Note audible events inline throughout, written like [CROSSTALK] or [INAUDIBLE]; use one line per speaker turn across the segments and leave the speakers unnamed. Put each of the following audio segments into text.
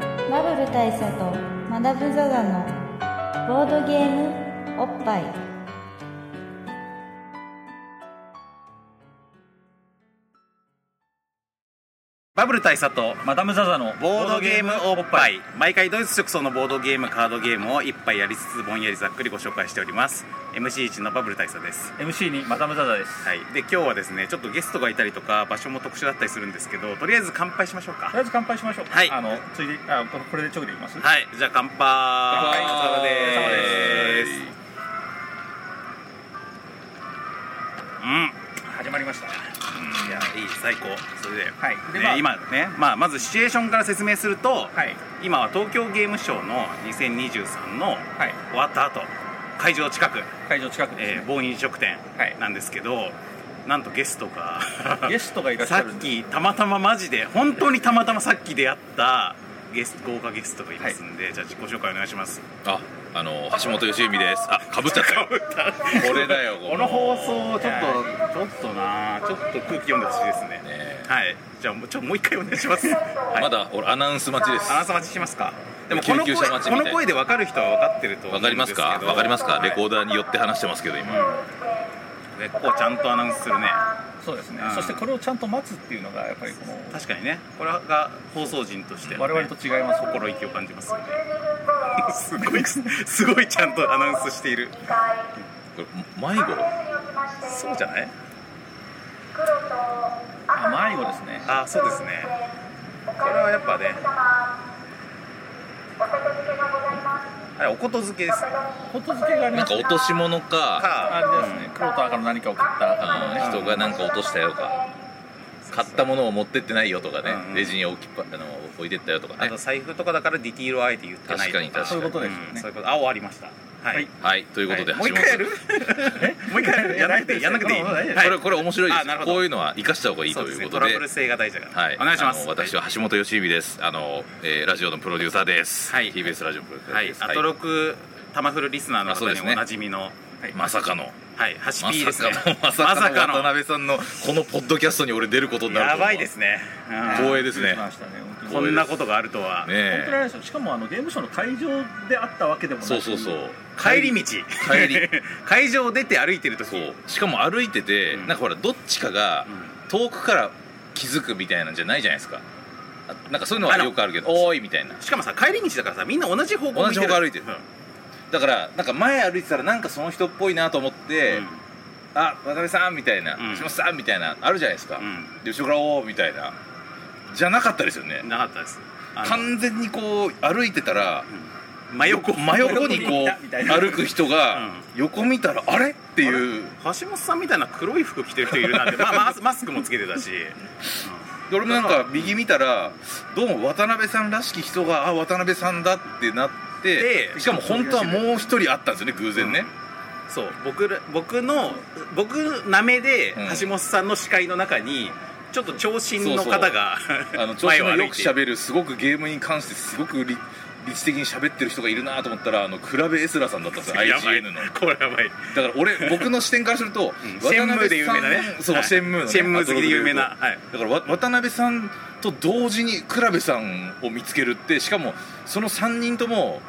部大佐とマダブザザのボードゲームおっぱい
バブル大佐と
マダム・ザ・ザの
ボードゲームおっぱい毎回ドイツ直送のボードゲームカードゲームを一杯やりつつぼんやりざっくりご紹介しております MC1 のバブル大佐です
MC にマダム・ザ・ザです
はいで今日はですねちょっとゲストがいたりとか場所も特殊だったりするんですけどとりあえず乾杯しましょうか
とりあえず乾杯しましょう
はい
あのついであここれで直で言います
はいじゃあ乾杯
杯
お疲れ様です
お疲れ様です
うん
始まりました
いやいい最高それで,、
はいで
ね
まあ
今ね、まあ、まずシチュエーションから説明すると、
はい
今は東京ゲームショウの2023の
はい
終わった後会場近く、
会場近くです
えー、
ね
某飲食店
はい
なんですけど、なんとゲストが
[LAUGHS] ゲストがいらっしゃ
さっ
るんで
きたまたまマジで本当にたまたまさっき出会ったゲスト豪華ゲストがいますんで、じゃあ自己紹介お願いします [LAUGHS]
あ、あの橋本良美です。あ、かぶっちゃったよ。これだよ。
この放送ちょっと、
は
ちょっとなちょっと空気読んでほしいですね
ね
はいじゃあもうちょもう一回お願いし
[LAUGHS]
ます、はい、
まだ俺アナウンス待ちです。
あなた待ちしますかでもこ
救
の声
急車待ちみ
こ
たい
の声で分かる人は分かってると思う
わ
ん
か
です
り
けど
ますか。わかりますか。レコ
ー
ーダーによって話してますけど今。
結構ちゃんとアナウンスするね
そうですね
うん
そしてこれをちゃんと待つっていうのがやっぱりこの
確かにねこれが放送陣としてのね、
我々と違います
心意気を感じますよねすごいすごいちゃんとアナウンスしている
これ迷子。
そうじゃない
あ迷子ですね
あそうですねこれはやっぱねあれおことづけですね
ことづけがあり
な
ま
ん
す
か落とし物か、
あ
か
れですね黒と赤の何かを買ったあの
あ
ね
ー人がなんか落としたよか。買ったものを持ってってないよとかね
うんうん、
レジに置きっぱあの置いてったよとか
あ
ね
と。財布とかだからディティールをあえて言ってない
確かに確
そういう
かに
こ。とですよ
うんそういう
ね
ことあ終わりましたはい、
はい
はい、ということで橋
もう
本
一。回やるもう一回やるやんなくていいやんな
[LAUGHS]
くていい、
もう大丈夫
はい
これこれ面白いで
あなるほ
す。
ど
こういうのは生かした方がいいと
そうで
い
す
う
ね
こ
ト
と
ラ
で
ブ。ル性が大事だから、
はい、
お願いしま
あ
す
の私は橋本良美です。あの、えーラジオのプロデューサーです。
はい
TBS ラジオのプロデューサ
は
ー
い
です。
アトロクタマフルリスナーの
あそう
方
で
に
す
お
ね
なじみの
まさかの、
はいハシ
ま
ピーです
さ
ね
かの、まさかの
ま
渡
さか
辺さんのこのポッドキャストに俺出ること
の
になると
や
は
ばいですね、うん
光栄ですね。
ましたね本当に
こんなことがあるとは、
本当にあ
ねえ。
れですよしかもあのゲームショーの会場であったわけでもなく
そうそうそう。
帰り道
帰り
[LAUGHS] 会場を出て歩いてる時
そう。しかも歩いてて、
うん
なんかほら、どっちかが
うん
遠くから気づくみたいなんじゃないじゃないですか。あなんかそういうの
あ
は
の
よくあるけど、おーいみたいな。
しかもさ帰り道だからさみんな同じ方向
同じ方向歩いてる
うん
だから、なんか前歩いてたらなんかその人っぽいなと思って、
うん
あ、渡辺さんみたいな、
うん
橋本さんみたいな、あるじゃないですか。
う
で後ろから「おー」みたいなじゃなかったですよね
んなかったですあの
完全にこう歩いてたら
真横
真横にこ
みたいうな
歩く人
う
が
ん
横見たら「あれ?」っていう
橋本さんみたいな黒い服着てる人いるなんて、まあ、マスマスクもつけてたし
で俺もなんか右見たらどうも渡辺さんらしき人が「あ渡辺さんだ」ってなって
で
しかも本当はもう一人あったんですよね偶然ね
そう僕ら僕の僕なめで
うん
橋本さんの視界の中にちょっと長身の方が [LAUGHS]
あの調
前
子
を
の
歩
よ
い
く
て
喋るすごくゲームに関してすごく理理知的に喋ってる人がいるなと思ったらあのクラベエスラさんだったんですよ
やばい
IGN の
これやばい
だから俺僕の視点からすると、
シェンムーで有名なね
そう、
はい
シェンムーの、ね、
シェンムー好きで有名な
アトロクで言うとだからわ渡辺さんと同時に倉部さんを見つけるってしかもその3人とも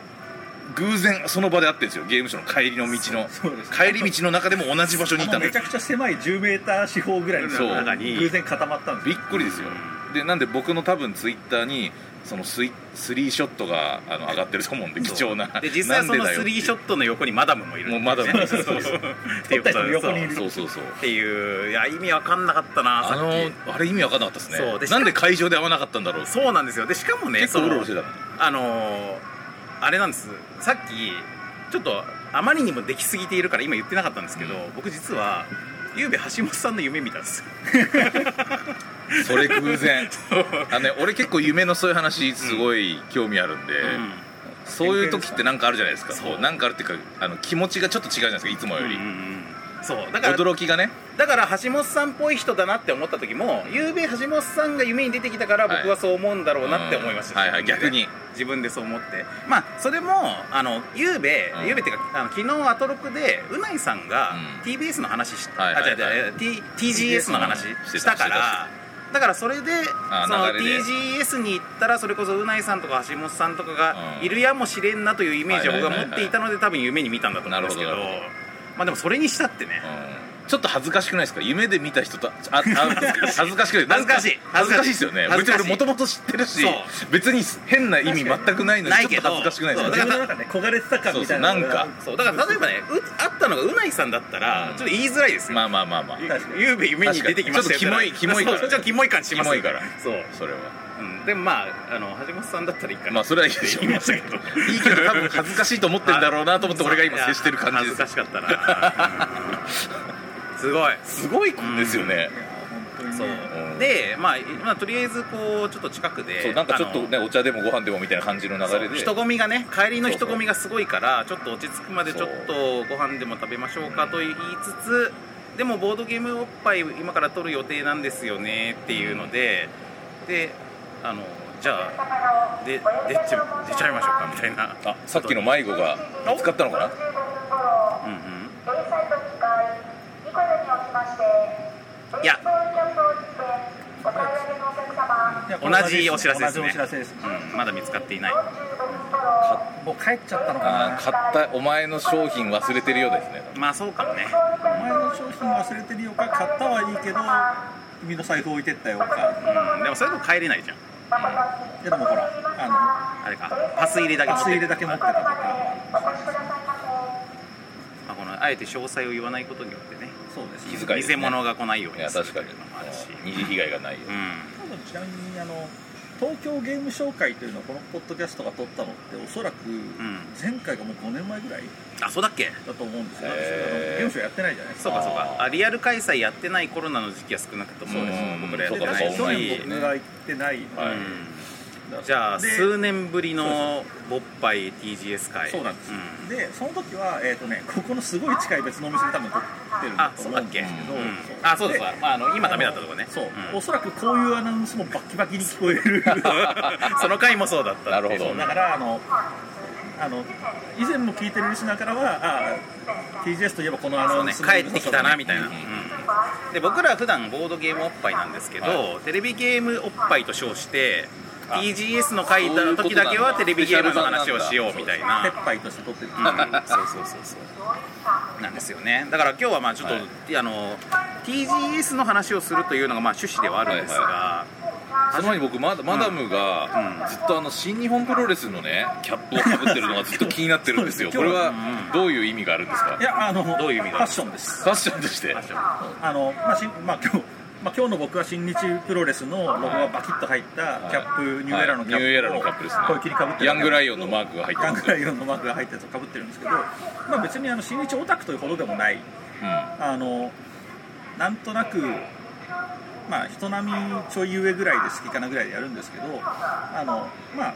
偶然その場で会ってるんですよゲームショーの帰りの道の
そうです
帰り道の中でも同じ場所に
あ
い
の
たの
め
よ
ちゃくちゃ狭い 10m 四方ぐらいの
そう
中に偶然固まったんです
びっ
よ
くりですよでなんで僕の多分ツイッターにそのスイスリーショットがあの上がってると思うんで貴重な
で実際そのスリーショッ
ッ
トの横にマダムもいる
もうマダムもいる
そうそうそうっていうことなんです
撮った人の横にいる
そうそうそう
っていういや意味わかんなかったな
あ
さっき
のあれ意味わかんなかったです
そうで
ね
しか
な
も
んで会場で会わなかったんだろう
そうなんですよでしかもね
結構うろうろし
そ
て
の
たの
あのーあれなんですさっきちょっとあまりにもできすぎているから今言ってなかったんですけど、僕実はゆうべ橋本さんの夢見たんですよ
それ偶然あの、ね、俺結構夢のそういう話すごい興味あるんで、そういう時ってなんかあるじゃないですか
そう
こうなんかあるっていうかあの気持ちがちょっと違うじゃないですかいつもより、
うんうんうんそうだから
驚きがね
だから橋本さんっぽい人だなって思った時もゆうべ橋本さんが夢に出てきたから
はい
僕はそう思うんだろうなって思いました、
うんはいはい
自分で
逆に
自分でそう思ってまあそれもあのゆうべ、
うん
ゆうべっていうかあの昨日アトロクでうないさんが
うん
TBS の話し、
はいはいはい
あ違う違う T- TGS の話
うんしてた
したか
して
らだからそれで
あ
その
流れで
TGS に行ったらそれこそうないさんとか橋本さんとかが
うん
いるやもしれんなというイメージを僕は
はい
持
はいはいはい
っていたので多分夢に見たんだと思うんですけど
なるほどなる
まあでもそれにしたってね
うんちょっと恥ずかしくないですか夢で見た人とああ恥ずかしくな
[LAUGHS] 恥
い
ずかしい
恥ずかしいですよね
恥
別
ずかしい
に俺もともと知ってるし
そう
別に変な意味全くないのに
ない
ち
け
ょっ
ど
と恥ずかしくないです
そうだから
自
よね
分の中で焦がれてた感みたいな
そうそうなん
そうだから例えばねうあったのがうないさんだったら
うん
ちょっと言いづらいですよ
まあまあまあまあ
確かに
ゆうべ夢に出てきましたよ
確かにちょっとキモいキモいから
そうちょっとキモい感じしますよ
キモいから
そう、
それは
うん、でもまああの橋本さんだったらいいかな
まあそれはいいでしょう
言いましたけど
いいけど多分恥ずかしいと思ってんだろうなと思って俺が今接してる感じ
い
で
や [LAUGHS] 恥ず
す
かしかったなうんすごい
すごいことですよね、
そう
うん
で、まあ、まあとりあえずこうちょっと近くで
そうなんかちょっと
あの
ねお茶でもご飯でもみたいな感じの流れ
そう
で
人混みがね帰りの人混みがすごいからちょっと落ち着くまでち
そ
ょ
う
っとご飯でも食べましょうかと言いつつでもボードゲームおっぱい今から取る予定なんですよねっていうのでであのじゃあで出ちゃ出ちゃいましょうかみたいな
あさっきの迷子が見つかったのかな
うんうん
いや
同じお知らせですね
同じお知らせです、
うん、まだ見つかっていない
もう帰っちゃったのか
あ
な
ー買ったお前の商品忘れてるようですね
まあそうかもね
お前の商品忘れてるよか買ったはいいけど君の財布置いてったよか
うんでもそれでも帰れないじゃん
いやでもほらあ
あれかパス入れだけ
の
持っ
厚
て
入
る
れだけ持ってたとか
まあこのあえて詳細を言わないことによってね
そうです
気づ遣いですね
偽物が来ないよう
い
に
や
する
確かに
っていうのもあるし
二次被害がないよ
う
うに
ん
多分ちなみにあの東京ゲーム紹介というのをこのポッドキャストが撮ったのっておそらく
ん
前回がもう5年前ぐらい
あそうだっけ
だと思うんですよ、私あの
へー
ゲームショーやってないじゃないですか
そうかそうかあリアル開催やってないコロナの時期は少なくとも
そうですね
僕らやっ
そう
て
か
な
そう
い
か
し
去
オ
年
ンライン
僕が行ってない、
はいう
うんじゃあ
で
数年ぶりのボッパイ TGS 会
そうなんです、でその時はえっ、とねここのすごい近い別のお店で多分撮ってるんだ
あ
と
そう
思
だ
う
っ
ん
け、
で
うん
すけど、
あそうですわ、まあ、あの今ダメだったとこね
そう、
う
お
ん [LAUGHS]
そらくこういうアナウンスもバッキバキに聞こえる
その回もそうだった
なるほど
そうだからあのあの以前も聞いてるリスナーからはあー TGS といえばこのアナ
そう
ウン
ね
スの
帰ってきたなみたいな、
うん
うんで僕らは普段ボードゲームおっぱいなんですけど、
は
テレビゲームおっぱいと称して
あ
TGS の回
そうい
の
うこと
時
なんだ
だけはテレビゲームの話をしようみたいな
ペッパイとして撮ってる、
そうそうそうそうなんですよねだから今日はまあちょっと、
は
あの TGS の話をするというのがまあ趣旨ではあるんですが、
その前に僕まだマダムがずっとあの新日本プロレスのねキャップをかぶってるのがずっと気になってる
[LAUGHS]
んですよこ
そう
れ
です
はどういう意味があるんですか
いやあの
どういう意味が
ファッションです
ファッションとして
あちょっ
あの、まあしまあ、今日まあ今日の僕は新日プロレスのロゴがバキッと入ったキャップ、ニューエラのキャップを
はいニューエラのキャップですね
こういう切りかぶってる
ヤングライオンのマークが入って
ヤン
ます
グライオンのマークが入ったやつをかぶってるんですけど、まあ、別にあの新日オタクというほどでもない
うん
あのなんとなく、まあ、人並みちょい上ぐらいで好きかなぐらいでやるんですけどあの、まあ、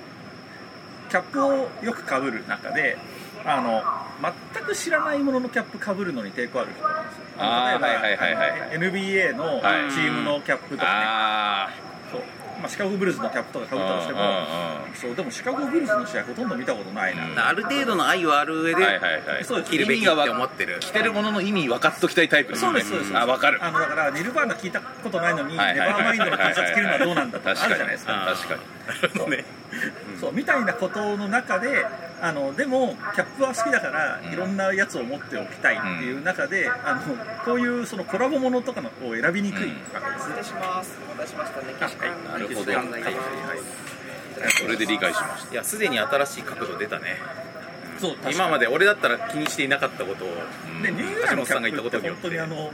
キャップをよくかぶる中であの全く知らないもののキャップかぶるのに抵抗ある人なんですよ
あー
例えば
はいはいはいはい
あの NBA の
はい
チームのキャップとか、
あ
ねそうまあ、シカゴブルーズのキャップとかか
あう
ぶ
ん
ったとしても、
うんうん
そうでもシカゴブルーズの試合ほとんど見たことないな、
うん
とある程度の愛はある上で、
はいはいはい
そうです
切るべきって思ってる
着てるものの意味分かっときたいタイプです
そ
よ
う
ね
ですそうです
あ分かる
あのだからニルバーナ聞いたことないのに、
はいはい
ネバーマインドの T シャツ着るのはどうなんだとかあるじゃないですか
うん確かに
の [LAUGHS] ね
そうみたいなことの中であのでもキャップは好きだから、
うん
いろんなやつを持っておきたいっていう中で、あのこういうそのコラボものとかのを選びにくいわけですね、
失礼します。お待たせしましたね。
なるほ
時間ない
どそれで理解しまし
いやすでに新しい角度出たね
そう確かに
今まで俺だったら気にしていなかったことを
た
でニューヨークのキャップって本当にあの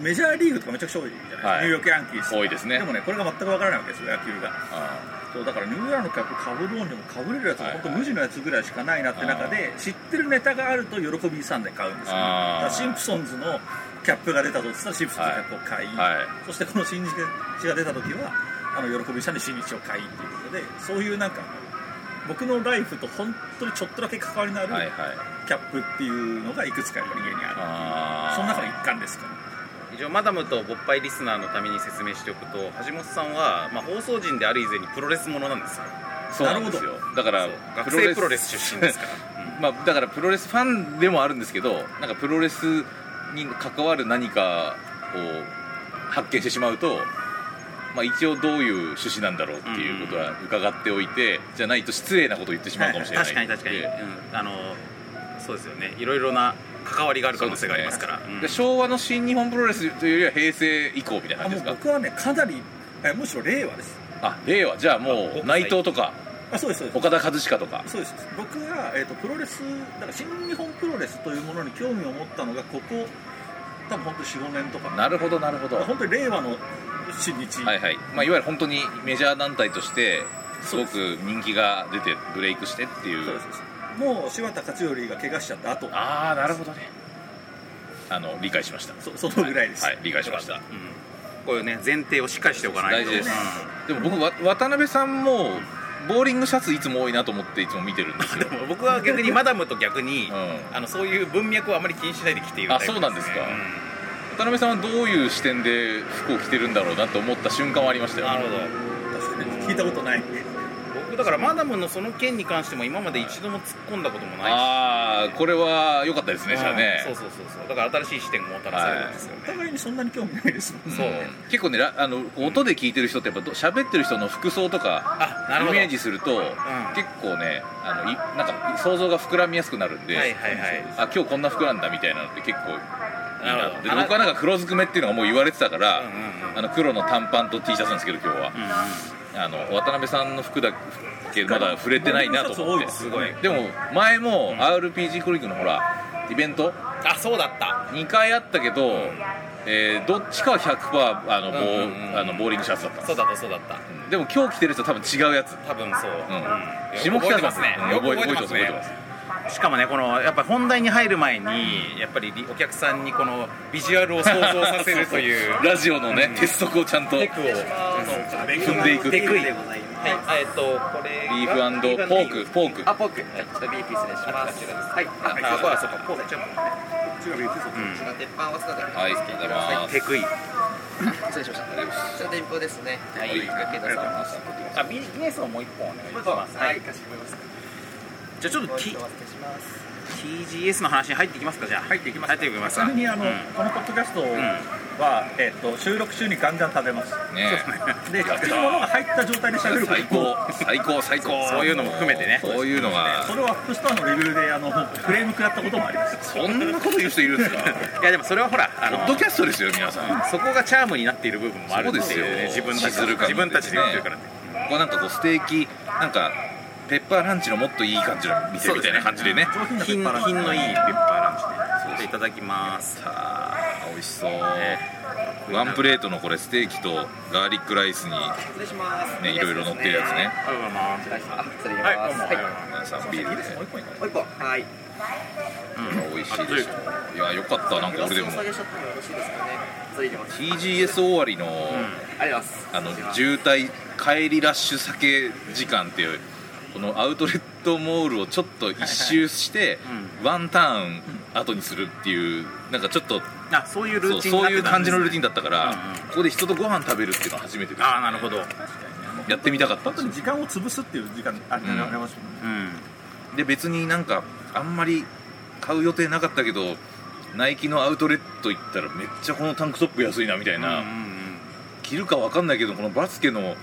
メジャーリーグとかめちゃくちゃ多いじゃないですか、
はい
ニューヨークヤンキース
多いですね
でもねこれが全くわからないわけですよ野球が
あ
そうだからニューヤーのキャップかぶろうにもかぶれるやつが本当無地のやつぐらいしかないなって中で知ってるネタがあると喜びさんで買うんですよ、ね、
あー
だからシンプソンズのキャップが出たとしたらシンプソンズのキャップを買い、
ーはい
そしてこの新日が出た時はあの喜びさんで新日を買いっていうことでそういうなんか僕のライフと本当にちょっとだけ関わりのある
はいはい
キャップっていうのがいくつかやっぱり家にある
あー
その中の一環ですから
一応マダムとボッパイリスナーのために説明しておくと橋本さんは、まあ、放送陣である以前にプロレスものなんですよ
そうなんですよだから
学生プロレス出身ですから、
[LAUGHS] まあ、だからプロレスファンでもあるんですけどなんかプロレスに関わる何かを発見してしまうとまあ、一応どういう趣旨なんだろうっていうことは伺っておいて、じゃないと失礼なことを言ってしまうかもしれない
確かに確かに、
で
うん、あのそうですよねいろいろな関わりがある可能性がありますからうん
で昭和の新日本プロレスというよりは平成以降みたいな
あも
感じで
う
すか
僕はねかなりえむしろ令和です
あ令和じゃあもう
あ
内藤とか
あそうですそうです
岡田和親とか
そうです僕が、えー、とプロレスだから新日本プロレスというものに興味を持ったのがここ多分本当45年とか
なるほどなるほど
本当に令和の新日、
はいはい、まあ、いわゆる本当にメジャー団体としてすごく人気が出てブレイクしてってい
そう
う
ですもう柴田勝頼が怪我しちゃった後
ああなるほどねあの理解しました
そ
[LAUGHS]
そのぐらいです、
はい理解しました
うんこういうね前提をしっかりしておかないと
大事です
う
でも僕わ渡辺さんもボーリングシャツいつも多いなと思っていつも見てるん [LAUGHS] ですよ、
んでも僕は逆にマダムと逆に、
うん
あのそういう文脈をあまり気にしないで来ているタイプ
あそうなんですか
ね
渡辺さんはどういう視点で服を着てるんだろうなと思った瞬間はありました
うん
よ
なるほど
確かに聞いたことない
僕だからマダムのその件に関しても今まで一度も突っ込んだこともないし
ああこれは良かったですねじゃあね
そうそうそうそうだから新しい視点がもたらされるんですよね
お、互いにそんなに興味ないですもん
ん
そう
結構ねらあの音で聞いてる人ってやっぱど喋ってる人の服装とか
あなるほ
イ
ど
メージすると、結構ねあのいなんか想像が膨らみやすくなるんで、
はいはいはい
あ今日こんな服なんだみたいなのって結構いい
なる
な
ほど
で僕はなんか黒ずくめっていうのがもう言われてたから、
うんうんうん
あの黒の短パンと T シャツなんですけど今日は
う、んうん
あの渡辺さんの服だけまだ触れてないなと思
ボー
って
リングシャツ多い
す
です
ごい
でも前も
ん
RPG クロニックのほらイベント
あそうだった
2回あったけど、えーどっちかは100%あのボー、
うんうんうん
あのボーリングシャツだったんで
そうだったそうだった
すでも今日着てる人多分違うやつ
多分そう、
うん
よく覚えてますね
うん
よく
覚え
覚えて
てま
ますす
覚えて
ね
ます
しかもねこのやっぱり本題に入る前にやっぱりお客さんにこのビジュアルを想像させるという
ラジオのね、鉄則をちゃんと
テクを、
踏んでいく
テクイ
ビ
はいあえっとこれ
ーフポークポーク
あ、ポーク。ちょっとビーフ失礼します。はい。
ああここはそうかポークちょっと
こちら鉄板を使って。
はいありがとうございま
テクイ
失礼しました。こちら電報ですね。はい。ご検討ください
あビジネスをもう一本お願いしますはい
かしこまりました。
じゃあちょっと
ご
T
一緒お預けします。
TGS の話に入っていきますかじゃあ入っていきます入っていきます
ちなみにあの、
うん
このポッドキャスト
うん
は、えっと収録中にガンガン食べます
すね
で口のものが入った状態で喋ること
[LAUGHS] 最高最高最高
そういうのも含めてね
そういうのが
それをアップストアのレビューであのクレーム食らったこともあります
そんなこと言う人いるんですか [LAUGHS]
いやでもそれはほらあ
ポ
の
ッドキャストですよ皆さん
そこがチャームになっている部分もあるってい
そう
ね
で
自
すよ
分たち
シズル感
自分たちで言ってるからね
ここなんかこうステーキなんかペッパーランチのもっといい感じの店みたいな感じでね
品品のいいペッパーランチでいただきます
さあ美味しそうワンプレートのこれステーキとガーリックライスに
失礼します。
ねいろいろ乗ってるやつ
あり
ね
がとうございます
あ、失礼し
はいどう
ま
も
す。はい。
皆さんビールで
もう一本。はい。
美味しいですいやよかったなんか俺でも
グラスをお下げしちゃってもよろしいですかね。それでも。
TGS 終わりの、
ありがとうございます。
あの
失礼します
渋滞帰りラッシュ酒時間っていうこのアウトレットモールをちょっと一周してワンターン後にするっていうなんかちょっと
あそういうル
そ
ー
う
チン
そういう感じのルーティン
ン
だったからここで人とご飯食べるっていうのは初めてです
ああなるほど
やってみたかったんで
本当
すよ
に時間を潰すっていう時間ありありますよね
うん
で別になんかあんまり買う予定なかったけどナイキのアウトレット行ったらめっちゃこのタンクトップ安いなみたいな、
うんうん
着るかわかんないけどこのバスケの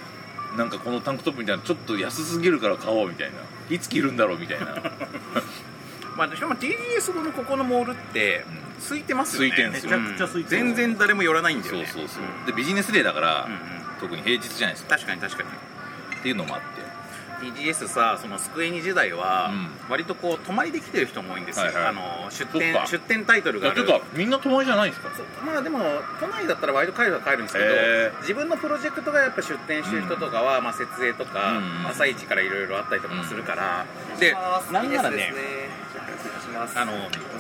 なんかこのタンクトップみたいなちょっと安すぎるから買おうみたいないつ着るんだろうみたいな
うんまあでも TGS 後のここのモールって
う
空いてますよね
空いてん
め
す
ち
よ
ゃくちゃ空いてる
全然誰も寄らないんだよ
そう
ね
そうそう、
ん
でビジネスデーだから、
うんうん
特に平日じゃないですか
確かに確かに
っていうのもあって
TGS さそのスクエニ時代は
う
割とこう泊まりできてる人も多いんですよ、
はいはい
あの出
そっ
店
か
出店タイトルがあ
て
る
いうかみんな泊まりじゃないんですか
そうまあでも都内だったら割と帰るは帰るんですけど、
へ
自分のプロジェクトがやっぱ出店してる人とかは、まあ、設営とか、
うん
朝一からいろいろあったりとかもするから、
失礼
で
します
なんならね
いいです失礼します。
あの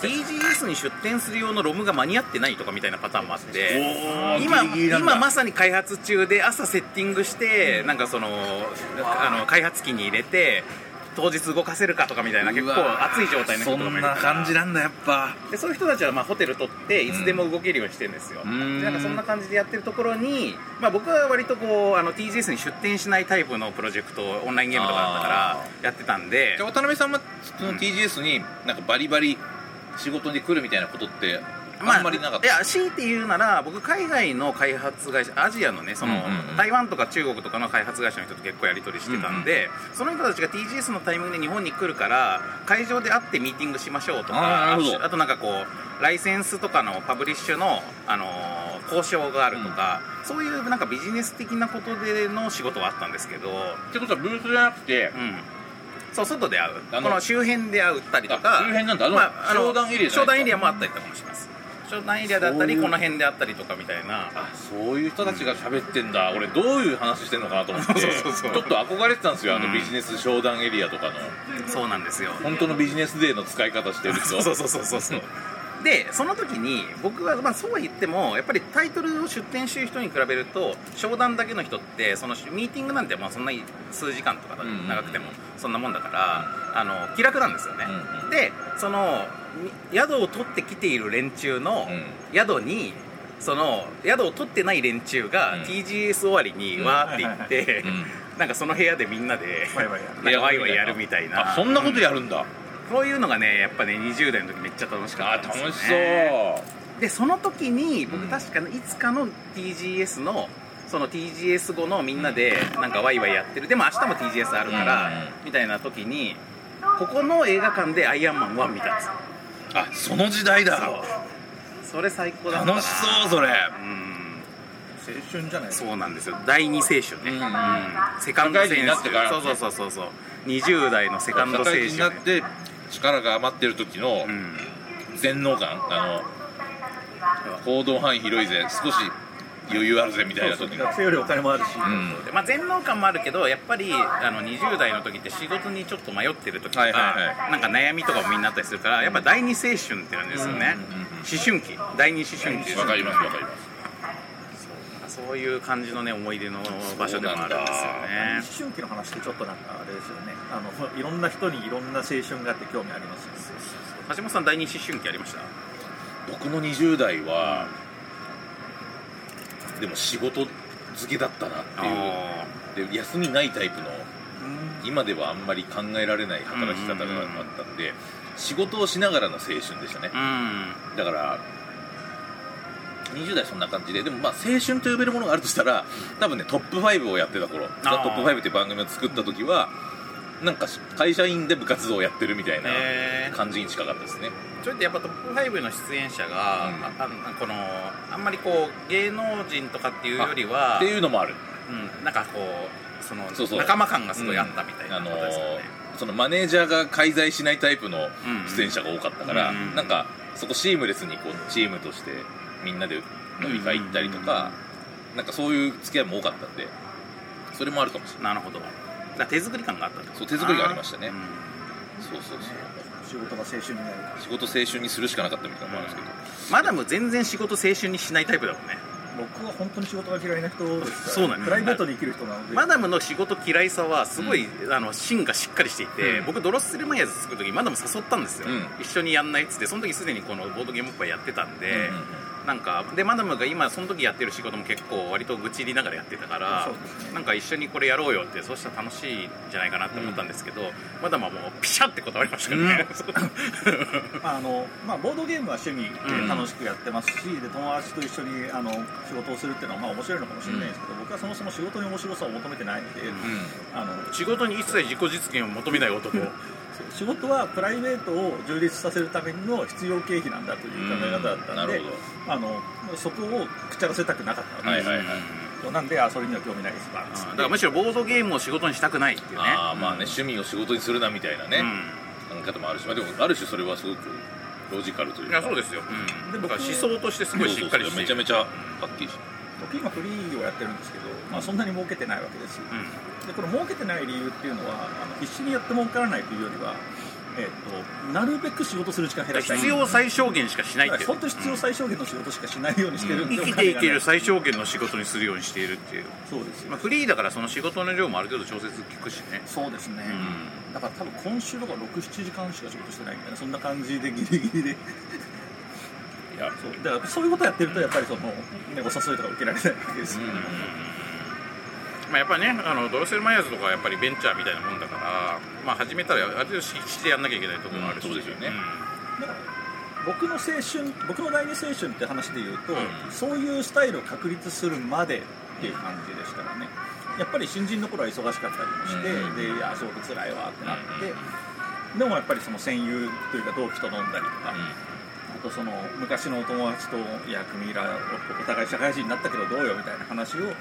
TGS に出店する用のロムが間に合ってないとかみたいなパターンもあって
おー
今
ギリギリなんだ
今まさに開発中で朝セッティングして、なんかそのあの開発機に入れて当日動かせるかとかみたいな結構
うわ
熱い状態の人
そ
とかもい
ん
るから
な感じなんだやっぱ
でそういう人たちはまあホテル取っていつでも動けるようにしてるんですよ、
うん
でなんかそんな感じでやってるところに、まあ、僕は割とこうあの TGS に出店しないタイプのプロジェクトオンラインゲームとかだったから
あ
やってたんで
じゃあ渡辺さんはその TGS になんかバリバリ仕事に来るみたいなことって
まあ、
あんまりなかった
いや強いて言うなら僕海外の開発会社アジアのねその、
うんうんうん
台湾とか中国とかの開発会社の人と結構やり取りしてたんで、その人たちが TGS のタイミングで日本に来るから会場で会ってミーティングしましょうとか
あーなるほど
となんかこうライセンスとかのパブリッシュの、あのー交渉があるとか、そういうなんかビジネス的なことでの仕事はあったんですけど、
ってことはブースじゃなくて
うん、そう外で会う
あの
この周辺で会ったりと
あ
か
周辺なんだあの商談エリアじゃな
商
い
談エリアもあったりとかもします商談エリアだった
そうい
り
う
この辺であったりとかみたいな
あそういう人たちが喋ってんだ俺どういう話してんのかなと思って [LAUGHS]
そうそうそう
ちょっと憧れてたんですよあ
う
の
ん
ビジネス商談エリアとかの
そうなんですよ
本当のビジネスデーの使い方して [LAUGHS] る
そうそうそうそうそうそうでその時に僕は、まあ、そうは言ってもやっぱりタイトルを出展してる人に比べると商談だけの人ってそのミーティングなんてまあそんなに数時間とかだ
うんうんうん
長くてもそんなもんだから、あの気楽なんですよね、
うんうん
でそのみ宿を取ってきている連中の、
う
宿にその宿を取ってない連中が
うん
TGS 終わりにわーって行って、
ん
なんかその部屋でみんなで
ワイワイやる
なんかワイワイやるみたいな
あそんなことやるんだ、
こういうのがねやっぱね20代の時めっちゃ楽しか
あ
ったん
楽
で
し
すよ、ね、
そう、
でその時に僕
うん
確かにいつかの TGS のその TGS 後のみんなでなんかワイワイやってるでも明日も TGS あるから、
うんうん
みたいな時にここの映画館で「アイアンマン1」見たんですよ
あその時代だ
それ最高だったな
楽しそうそれ
うん
青春じゃないですか
そうなんですよ第二青春ね、
うんうん
セカンド青春
社会人になってから
そうそうそうそうそう20代のセカンド
社
青春
会人になって力が余ってる時の
うん
全能感あの行動範囲広いぜ少し余裕あるぜみたいな
そう
時
そう
の
学生よりお金もあるし、
うん
でまあ、全能感もあるけどやっぱりあの20代の時って仕事にちょっと迷ってる時とか、
はいはいは
なんか悩みとかもみんなあったりするからやっぱ第二青春ってなんですよね、
うんうんうん
思春期第二思春期です
わかりますわかります
そういう感じのね思い出の場所でもあるんですよね
思春期の話ってちょっとなんかあれですよねあのいろんな人にいろんな青春があって興味ありますよね
橋本さん第二思春期ありました
僕の20代はでも仕事漬けだったな
あ
っていうで休みないタイプの今ではあんまり考えられない働き方があったんで仕事をしながらの青春でしたね
ーうん
だから20代そんな感じででもまあ青春と呼べるものがあるとしたら多分ねトップ5をやってた頃「ザ・トップ5」っていう番組を作った時はなんか会社員で部活動をやってるみたいな
へー
感じに近かったですね
それってやっぱトップ5の出演者が、
うん
ああこのあんまりこう芸能人とかっていうよりは
っていうのもある
うん、なんかこうその
そうそう
仲間感がすごいあったみたいな
あの
ことですよね、
そのマネージャーが介在しないタイプの
うんうん
出演者が多かったから、
うんうん
なんかそこシームレスにこうチームとしてみんなで飲み会行ったりとか、なんかそういう付き合いも多かったんでそれもあるかもしれない
なるほどだから手作り感があったってこと
そう手作りがありましたね
うん
そうそうそう
仕事が青春になるか
仕事青春にするしかなかったみたいなのもあるんですけど、
マダム全然仕事青春にしないタイプだもんね
ら僕は本当に仕事が嫌いな人ですから
そうなんです
プライベートで生きる人なので、
マダムの仕事嫌いさはすごい、あの芯がしっかりしていて、
うん
僕ドロッセルマイヤーズ作る時マダム誘ったんですよ、
うん
一緒にやんないっつってその時すでにこのボードゲームいっぱいやってたんで、
うんうん
なんかでマダムが今その時やってる仕事も結構割と愚痴りながらやってたから、
そうですね
なんか一緒にこれやろうよってそうしたら楽しいんじゃないかなって思ったんですけど、マダムはもうピシャって断りましたからね、
まああのまあ、ボードゲームは趣味で楽しくやってますし、で友達と一緒にあの仕事をするっていうのはまあ面白いのかもしれないですけど、僕はそもそも仕事に面白さを求めてないので、
うん
あ
[LAUGHS]
の
仕事に一切自己実現を求めない男
そう仕事はプライベートを充実させるための必要経費なんだという考え方だった
な
ので、
るほ
あのそこをくっちゃらせたくなかった
ど
の
は
で
いはいはい、
なんであそれには興味ないですわ
うんだからむしろボードゲームを仕事にしたくないっていうね
ああまあね、趣味を仕事にするなみたいなね、考え方もあるし、まあ、でもある種それはすごくロジカルと
う
い
ん
う
い
か
やそうですよ、うん、
で
だ
僕
から思想としてすごいしっかりして
めちゃめ
ち
ちゃはっきりし
僕今フリーをやってるんですけど、まあ、そんなに儲けてないわけです
ゃ、うん
でこの儲けてない理由っていうのはあの必死にやって儲からないというよりは、えっとなるべく仕事する時間減らしたい
必要最小限しかしないっていう
本当に必要最小限の仕事しかしないようにしてるんで、
生きて
お金が
い
な
ける最小限の仕事にするようにしているっていう、
そうですよ、
まあ、フリーだからその仕事の量もある程度調節効くしね
そうですね、
う
だから多分今週とか67時間しか仕事してないみたいなそんな感じでギリギリで
いや
そうだからそういうことやってるとやっぱりその、ね、お誘いとか受けられないわけですよ、
まあ、やっぱりねあのドロセルマイヤーズとかはやっぱりベンチャーみたいなもんだから、まあ、始めたらある程度ししてやんなきゃいけないところもあるし、
うんそうですよね
ん
だから僕の青春僕の第二青春って話で言うと、
うん
そういうスタイルを確立するまでっていう感じでしたからねやっぱり新人の頃は忙しかったりもして、
うん
でいや仕事つらいわってなって、
うん
でもやっぱりその戦友というか同期と飲んだりとか、あとその昔のお友達と「いや組らおお互い社会人になったけどどうよ」みたいな話を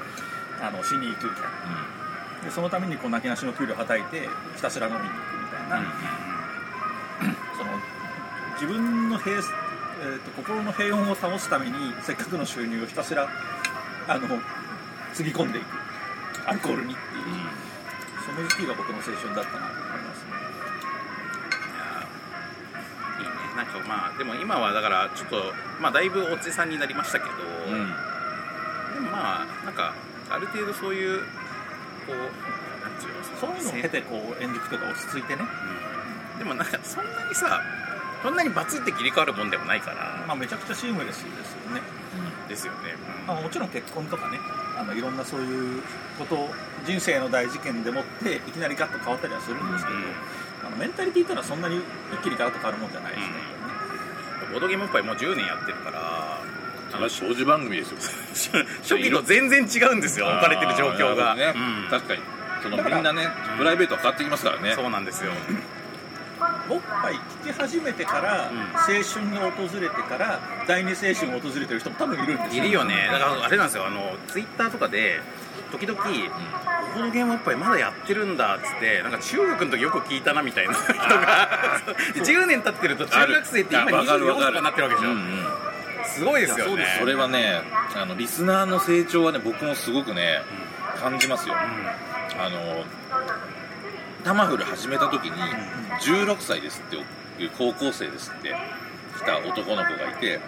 あのしに行くみたいなでそのためにこうなけなしの給料はたいてひたすら飲みに行くみたいな、その自分の平、えーと心の平穏を保つためにせっかくの収入をひたすらあのつぎ込んでいくアルコールにっていう、その時期が僕の青春だったなと思いますね
いいねなんかまあでも今はだからちょっとまあだいぶおじさんになりましたけど、
うんうん
でもまあなんかある程度そういうこうなんていうのそ
そういうのを経てこう演劇とか落ち着いてね、
うんでもなんかそんなにさそんなにバツって切り替わるもんでもないから
まあ、めちゃくちゃシームレスですよね
ですよね、うん
まあ、もちろん結婚とかねあのいろんなそういうこと人生の大事件でもっていきなりガッと変わったりはするんですけど、あのメンタリティーってのはそんなに一気にガラッと変わるもんじゃないですね、
ボードゲームおっぱいもう10年やってるから
それは長寿番組ですよ
[LAUGHS] 初期と全然違うんですよ置かれてる状況が、
あーなるほどね
うん
確かにその
だから
みんなねプライベートは変わってきますからね
そうなんですよ
おっぱい聞き始めてから、
うん
青春が訪れてから第二青春を訪れてる人も多分いるんです
い
よ
るよねだからあれなんですよあのツイッターとかで時々、このゲームおっぱいまだやってるんだっつってなんか中学の時よく聞いたなみたいな人が [LAUGHS] 10年経ってると中学生って今
あるあわかる
24
わ
と
か
か
る
になってるわけでしょ、
うんうん
すごいですよね
そうですそれはねあのリスナーの成長はね僕もすごくね感じますよあのタマフル始めた時に16歳ですっていう高校生ですって来た男の子がいて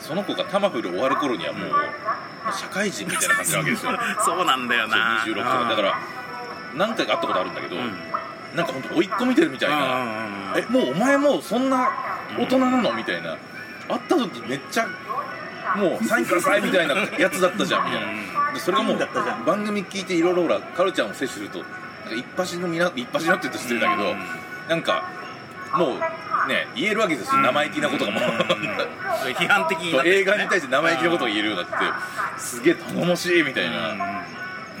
その子がタマフル終わる頃にはもう社会人みたいな感じなわけですよ
[LAUGHS] [LAUGHS] そうなんだよな
26歳だから何回か会ったことあるんだけど、
うん
なんか本当追い込みてるみたいな、
うんうんうん
えもうお前もうそんな大人なのみたいな会った時めっちゃもうサインくださいみたいなやつだったじゃんみたいなでそれがもう
だったじゃん
番組聞いていろいろほらカルちゃんを摂取するとなんか一発のみな一発のって言うと失礼だけど、
うん
なんかもうね言えるわけですよ生意気なことがもう、 [LAUGHS]
批判的になってる
映画に対して生意気なことが言えるようになってすげえ頼もしいみたいな、
うん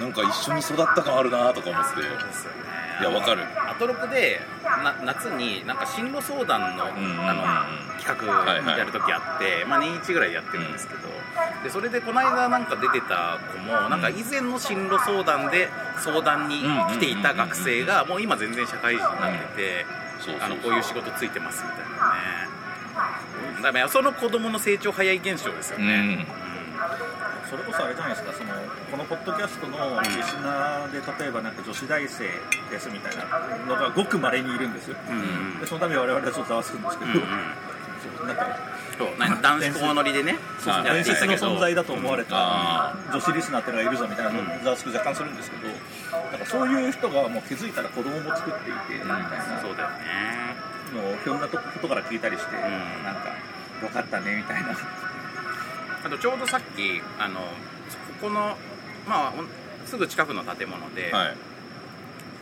なんか一緒に育った感あるなとか思って
ですよね
いやわかる
アトロクでな夏になんか進路相談の,、
ん
あの企画やる時あって、まあ、年1ぐらいやってるんですけど、でそれでこの間なんか出てた子もなんか以前の進路相談で相談に来ていた学生がもう今全然社会人になってて、
そうそう
あのこういう仕事ついてますみたいなね、だからその子供の成長早い現象ですよ
うん、
ね、
それこそあれじゃないですかそのこのポッドキャストのリスナーで例えばなんか女子大生ですみたいなのがごくまれにいるんですよ、
うんうん
でそのために我々はちょっとざわつくんですけど、そうなんか
そうなんか男子校乗りでね
そうそう
や
伝
ってい
説
た
の
けど
存在だと思われた
あ
女子リスナーってのがいるぞみたいなのをざわつく若干するんですけどなんかそういう人がもう気づいたら子供も作っていてみたいな
そうだよね
のをひょんなとことから聞いたりして、
ん
なんか分かったねみたいな
あとちょうどさっきあのここのまあほんすぐ近くの建物で、
はい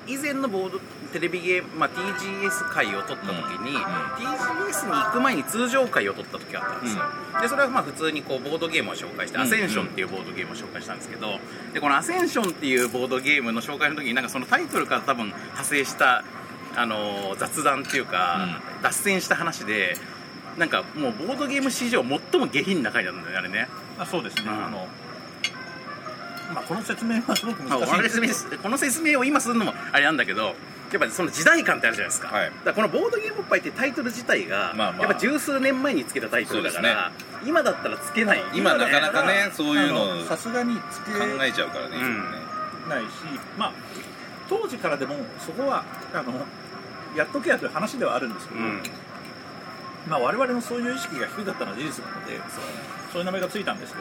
以前のボードテレビゲーム、まあ、TGS 会を撮った時に、TGS に行く前に通常会を撮った時があったんですよ、でそれはまあ普通にこうボードゲームを紹介して、
うん
アセンションっていうボードゲームを紹介したんですけどでこのアセンションっていうボードゲームの紹介の時になんかそのタイトルから多分派生した、あのー雑談っていうか、脱線した話でなんかもうボードゲーム史上最も下品な回なんだよねあれね
あそうですね、
うん
あのまあ、この説明はすごく
まあ
難しい
我々説明すこの説明を今するのもあれなんだけどやっぱりその時代感ってあるじゃないですか,、
はい
だからこのボードゲームおっぱいってタイトル自体が、
まあまあ
やっぱ十数年前につけたタイトルだから、今だったらつけない
今な
だ
かなかねそういう
あ
の
さすがにつけ
考えちゃうからね,、
うん
ないし、まあ、当時からでもそこはあのやっとけやという話ではあるんですけ
う
ど、
ん
まあ、我々のそういう意識が低かったのは事実なのでそういう名前がついたんですけ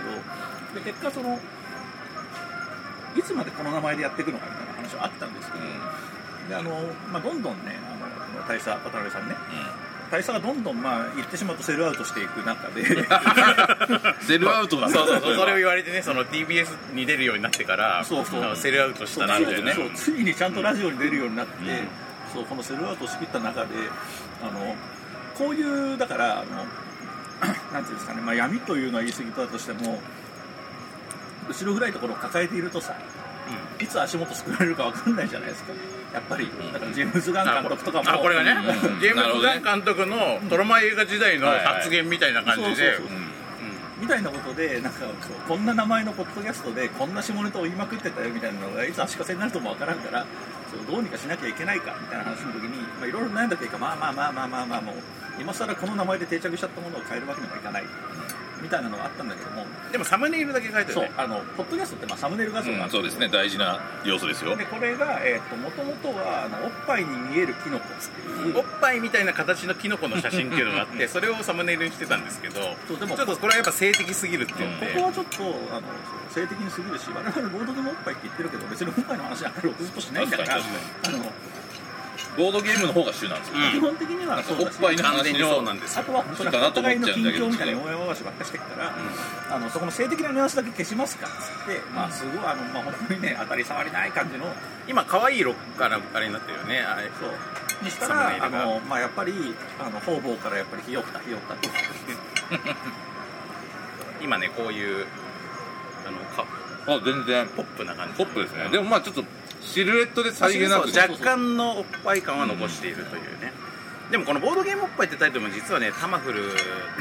どで結果そのいつまでこの名前でやっていくのかみたいな話はあったんですけど、であのまあ、どんどんねあのこの大佐渡辺さんね大佐がどんどん、まあ、言ってしまうとセルアウトしていく中で [LAUGHS]
うんセルアウト
[LAUGHS]
だ
そうそうそうそれを
を
言われてねその TBS に出るようになってから
そうそう
あのセルアウトしたな
る
みた
ほど
い
ね
な
そうついにちゃんとラジオに出るようになって、
ん
そうこのセルアウトを仕切った中であのこういうだからあの [CLEARS THROAT] なんていうんですかね、まあ、闇というのは言い過ぎたとしても後ろ暗いところを抱えているとさいつ足元すくられるか分かんないじゃないですかやっぱりだからジェームズ・ガン監督とかも
あこれがね、
うん
ジェームズ・ガン監督のトロマ映画時代の発言みたいな感じ
はいはい
で
そうそうそう
う
みたいなことでなんかこうこんな名前のポッドキャストでこんな下ネタを言いまくってたよみたいなのがいつ足かせになるとも分からんからそうどうにかしなきゃいけないかみたいな話の時にまあいろいろ悩んだ結果まあまあまあまあまあまあもう今更この名前で定着しちゃったものを変えるわけにはいかないみたいなのがあったんだけども
でもサムネイルだけ書いてる
そう
ね
あのポッドキャストってまあサムネイル画像
ん
が
う
あ
ん
る
そうですね大事な要素ですよ
でこれがえーともともとはあのおっぱいに見えるキノコっていう
おっぱいみたいな形のキノコの写真っていうのがあってそれをサムネイルにしてたんですけど
そうでも
ちょっとこれはやっぱ性的すぎるっていうの
こ
で
こはちょっとあの性的に過ぎるし我々ボードでもおっぱいって言ってるけど別におっぱいの話はあれをずっとしないんだから
確か
あの
ボードゲームの方が主なんですよ、
うん
基本的にはそう
お
だ
っ
し
ぱいの
完
話
全に
の
そうなんです
あ
よ
とは本当にお互いの近況みたいな応援合わしばっかりしてるから、あのそこの性的なニュアンスだけ消しますかっつって、まあすごいあの、まあ、本当にね当たり障りない感じの
今可愛いロッカーあれになってるよねあれ
そうにした
サムネイ
らあ
ルが
の、まあ、やっぱりあの方々からやっぱりひよったひよったと
今ねこういうあのか
あ全然
ポップな感じ
ポップですねでもまあちょっとシルエットでさりげな
そう
く
若干のおっぱい感は残しているというね、でもこの「ボードゲームおっぱい」ってタイトルも実はねタマフル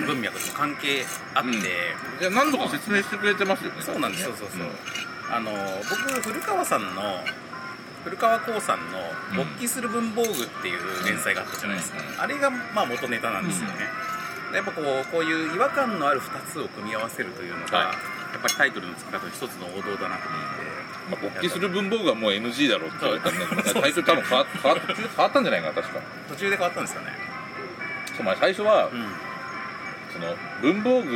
文脈とも関係あって、
うんいや何度か説明してくれてますよね
そうなんですそうそうそう、あの僕古川さんの古川光さんの「
うん
勃起する文房具」っていう連載があったじゃないですか、
うん
あれがまあ元ネタなんですよね、でやっぱこうこういう違和感のある2つを組み合わせるというのが、
はい
やっぱりタイトルの付け方の一つの王道だなと思って、
まあ、勃起する文房具はもう NG だろうって言われたんで、なんか最初多分変わ変わっ変わったんじゃないかな、確か。
途中で変わったんですかね、
そうまあ最初は、
うん
その、文房具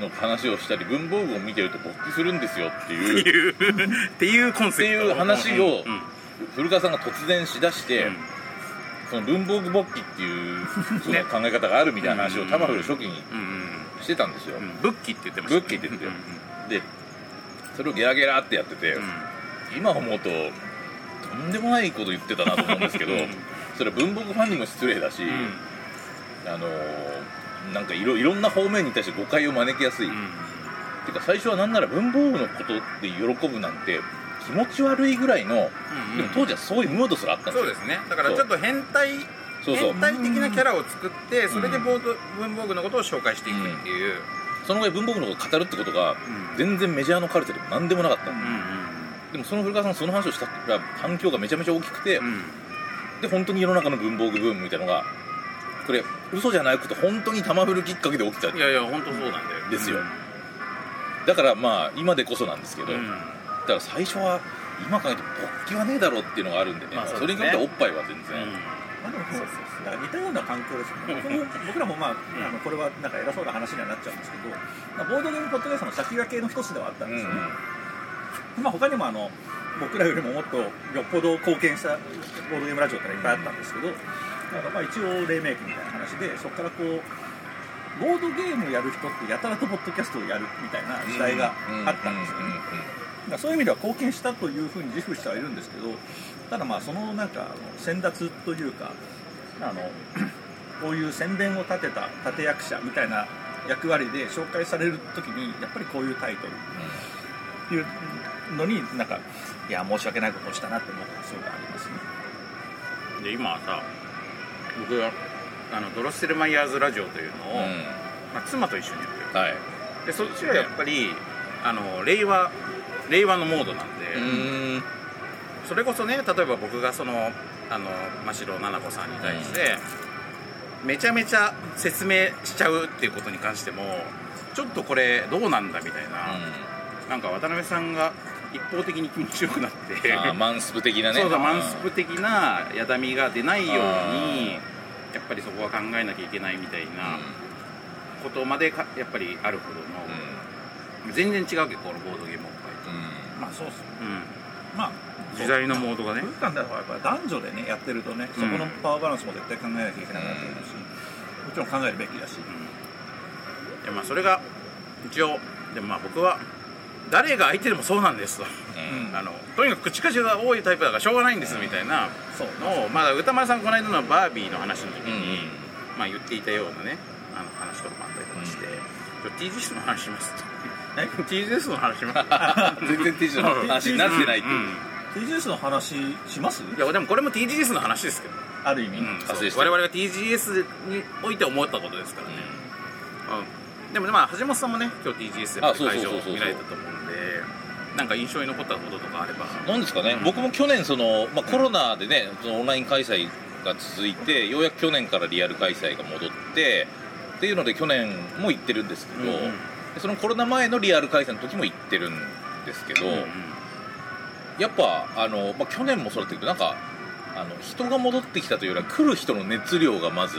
の話をしたり、文房具を見てると勃起するんですよっていう、
っていうコンセプト
っていう話を
うんうん
古川さんが突然しだして、
うん
その文房具勃起っていうその考え方があるみたいな話を
ね
タマフル初期に
うん
してたんですよ。
うんブッキーって言ってました
ブッキーって言ってたよ
う
で、それをゲラゲラってやってて、
んうん
今思うと、とんでもないこと言ってたなと思うんですけど
うん、
それは文房具ファンにも失礼だし、
うん
あのーなんかいろいろんな方面に対して誤解を招きやすい、
うん
てか最初はなんなら文房具のことで喜ぶなんて気持ち悪いぐらいの、
うん
でも当時はそういうムードすらあったんです
そう
よ
ですねだからちょっと変態
そうそう
変態的なキャラを作ってそれでボード文房具のことを紹介していくっていう、
そのぐらい文房具のことを語るってことが
うん
全然メジャーのカルテでも何でもなかった、
うん
でもその古川さんその話をしたら反響がめちゃめちゃ大きくて、
うんうん
で本当に世の中の文房具ブームみたいなのがこれ嘘じゃなくて本当に玉振るきっかけで起きた
いやいや本当そうなんだよ
ですよだからまあ今でこそなんですけど、
うん
だから最初は今考えても勃起はねえだろうっていうのがあるんでね,、
まあ
そ
そうで
れ
す
に
ね
比べておっぱいは全
ま
然、
あでもそうだから似たような環境ですよね僕も僕らもまああのこれはなんか偉そうな話にはなっちゃうんですけど、まあ、ボードゲームポッドキャストの先駆けの一つではあったん
うん
で
う
すよね、
ん
まあ、他にもあの僕らよりももっとよっぽど貢献したボードゲームラジオってのはいっぱいあったんですけど、だからまあ一応黎明期みたいな話でそこからこうボードゲームやる人ってやたらとポッドキャストをやるみたいな時代があったんですよね、だからそういう意味では貢献したというふうに自負してはいるんですけどただまあそのなんかあの先達というかあのこういう宣伝を立てた立役者みたいな役割で紹介される時にやっぱりこういうタイトルっていうのになんかいや申し訳ないことをしたなって思うそうがありますね
うんで今はさ僕はあのドロッセルマイヤーズラジオというのを、
うんうん
まあ、妻と一緒にやってる
はい
でそっちはやっぱりあの令和令和のモードなんで、
うん
それこそね例えば僕がそのあの真城菜々子さんに対して、めちゃめちゃ説明しちゃうっていうことに関してもちょっとこれどうなんだみたいな、なんか渡辺さんが一方的に気持ちよくなって
あーマンスプ的なね
そうだマンスプ的なやだみが出ないように
あ
やっぱりそこは考えなきゃいけないみたい
うん
なことまでかやっぱりあるほどの、全然違うけどこのボードゲームおっ
うん
まあそうっすね
ぱい、
まあ
うん、時代のモードがね
文化だとやっぱ男女でねやってるとねそこのパワーバランスも絶対考えなきゃいけなくなってくるし、もちろん考えるべきだし
いやまあそれが一応でもまあ僕は誰が相手でもそうなんですと、 [LAUGHS]
うん
うん
あのとにかく口数が多いタイプだからしょうがないんですみたいな
そう
のをまだ歌丸さんこの間のバービーの話の時
うん
に、まあ、言っていたようなねああの話とかもあったりとかして、ちょ TGS の話します [LAUGHS]
え
TGS の話します
全然 TGS の話に [LAUGHS] なってないっていう
うんうん
TGS の話します
いやでもこれも TGS の話ですけど、ね
ある意味、
うん
達成し
そ
た
う我々が TGS において思ったことですからね、うんでもねまあ橋本さんもね今日 TGS
あ
で
そうそう
会
そう
場
そう
見られたと思うんでなんか印象に残ったこととかあれば
なんですかね、
うん
僕も去年その、まあ、コロナでねそのオンライン開催が続いてようやく去年からリアル開催が戻ってっていうので去年も行ってるんですけど、
うんうん
でそのコロナ前のリアル開催の時も行ってるんですけど、
うんうん
やっぱあの、まあ、去年もそうだったけどなんかあの人が戻ってきたというよりは来る人の熱量がまず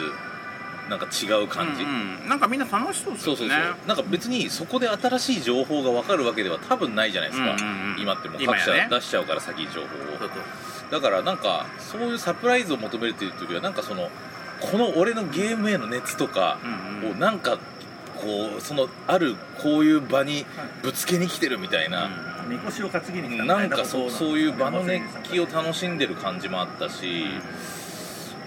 なんか違う感じ、
うんうんなんかみんな楽しそうです
そ
よ
う
ね
そうそう、なんか別にそこで新しい情報が分かるわけでは多分ないじゃないですか、
うんうんうん
今ってもう
今
各
や
社
ね
出しちゃうから先に情報を、
そうそう
だからなんかそういうサプライズを求めるというよりはなんかそのこの俺のゲームへの熱とか
うんうん
をなんかこうそのあるこういう場にぶつけに来てるみたいな、
みこしを担ぎに来たみたい
なんか
こと
そう
な
そういう場の熱気を
ね
楽しんでる感じもあったし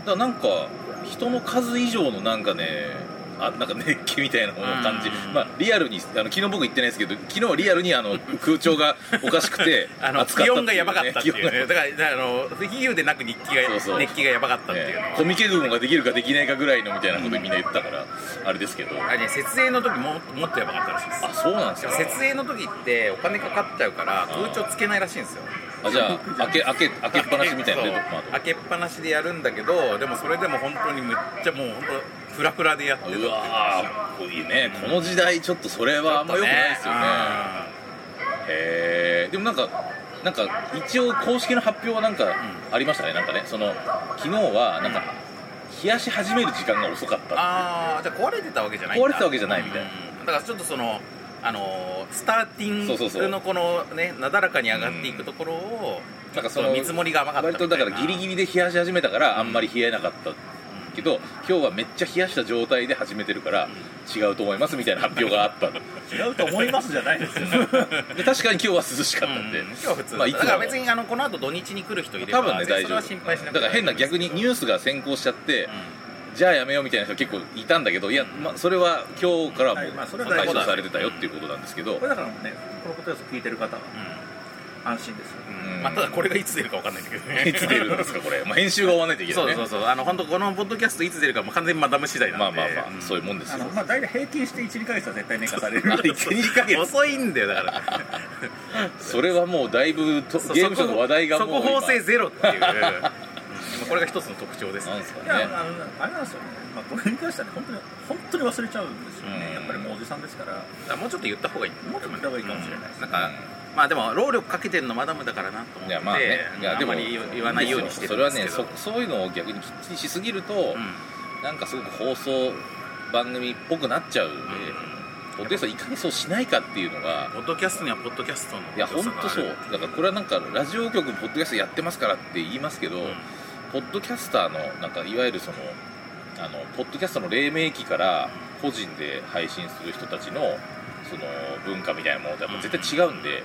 だからなんか人の数以上のなんかねあなんか熱気みたいなものを感じ、
うん
まあ、リアルにあの昨日僕行ってないですけど昨日はリアルにあの空調がおかしくて
[LAUGHS] あの
暑かったっていう
気温
ね
がやばかったっていう
気
ね
温
だ
が
からだからあの比喩でなく日記が
そうそう
熱気がやばかったっていうのは、
コミケ群ができるかできないかぐらいのみたいなことみんな言ったから、あれですけど
あれね設営の時ももっとやばかったらしいです
あそうなんですか
設営の時ってお金かかっちゃうから空調つけないらしいんですよ
あじゃあ開け開け開けっぱなしみたいな
そう
ね窓
開けっぱなしでやるんだけどでもそれでも本当にむっちゃもう本当フラフラでやって
うわーこいいねこの時代ちょっとそれはあんま良くないですよねへえでもなんかなんか一応公式の発表はなんかありましたね、なんかねその昨日はなんか冷やし始める時間が遅かった
ああじゃあ壊れてたわけじゃないんだ
壊れてたわけじゃないみたいな
うんだからちょっとそのあのースターテ
そうそうそ
ィン
う
グのこのねなだらかに上がっていくところを
なんか
そ
そ
の
の
見積もりが甘かったみ
割
たい
と
な
だからギリギリで冷やし始めたからあんまり冷えなかったけど今日はめっちゃ冷やした状態で始めてるから違うと思いますみたいな発表が
[LAUGHS]
あったの
違うと思いますじゃない
[LAUGHS]
ですよ
で確かに今日は涼しかったんで、
うん今日は普通だ,、
まあいつ
だ
も
から別にあのこの後土日に来る人いれば
多分ね
別にそれ
大丈
は
夫
心配しなく
だ
て
から変な逆にニュースが先行しちゃって、じゃあやめようみたいな人結構いたんだけどいや、まあ、それは今日からはも
は
う
いまあそれは大
解
丈夫
消されてたよっていうことなんですけど、
これだからねこのことを聞いてる方は安心ですよ
うんまあ、ただこれがいつ出るかわかんないんだけどね
いつ出るんですかこれ、まあ、編集が終わらないといけな
[LAUGHS] そ
いうね
そうそうあの本当このポッドキャストいつ出るかもう完全にマダム次第なんで
まあまあまあ、
ん
そ
[LAUGHS]
ういうもんです
あ
よ
のまあ大体平均して12ヶ月は絶対寝かさ
[LAUGHS]
れる
あ一年二ヶ月
遅いんだよだから
それはもうだいぶと
そう
ゲームショーの話題がもう
速
今
報性ゼロっていううんまあこれが一つの特徴です
なん
ね
です
い
かね
やあのあれなんですよね、まあ、これに関してはね本当に本当に忘れちゃうんですよね、
うん
やっぱりもうおじさんですから
だからもうちょっと言った方がいい
もうちょっと言った方がいいかもしれないです
うんんかまあでも労力かけてるのマダムだからなと思っ
い
て
やまあねいや
あんまり言わないようにしてる
そ
んで
れは
すけ
ね
ど
そそういうのを逆にきっちりしすぎると、
うん
なんかすごく放送番組っぽくなっちゃうんで、ポッドキャストはいかにそうしないかっていうのが
ポッドキャストにはポッドキャストの
いや本
良さがあ
当
る
そうだからこれはなんかラジオ局ポッドキャストやってますからって言いますけど、
ん
ポッドキャスターのなんかいわゆるそのあのポッドキャストの黎明期から個人で配信する人たちのその文化みたいなものとやっぱ絶対違うんで、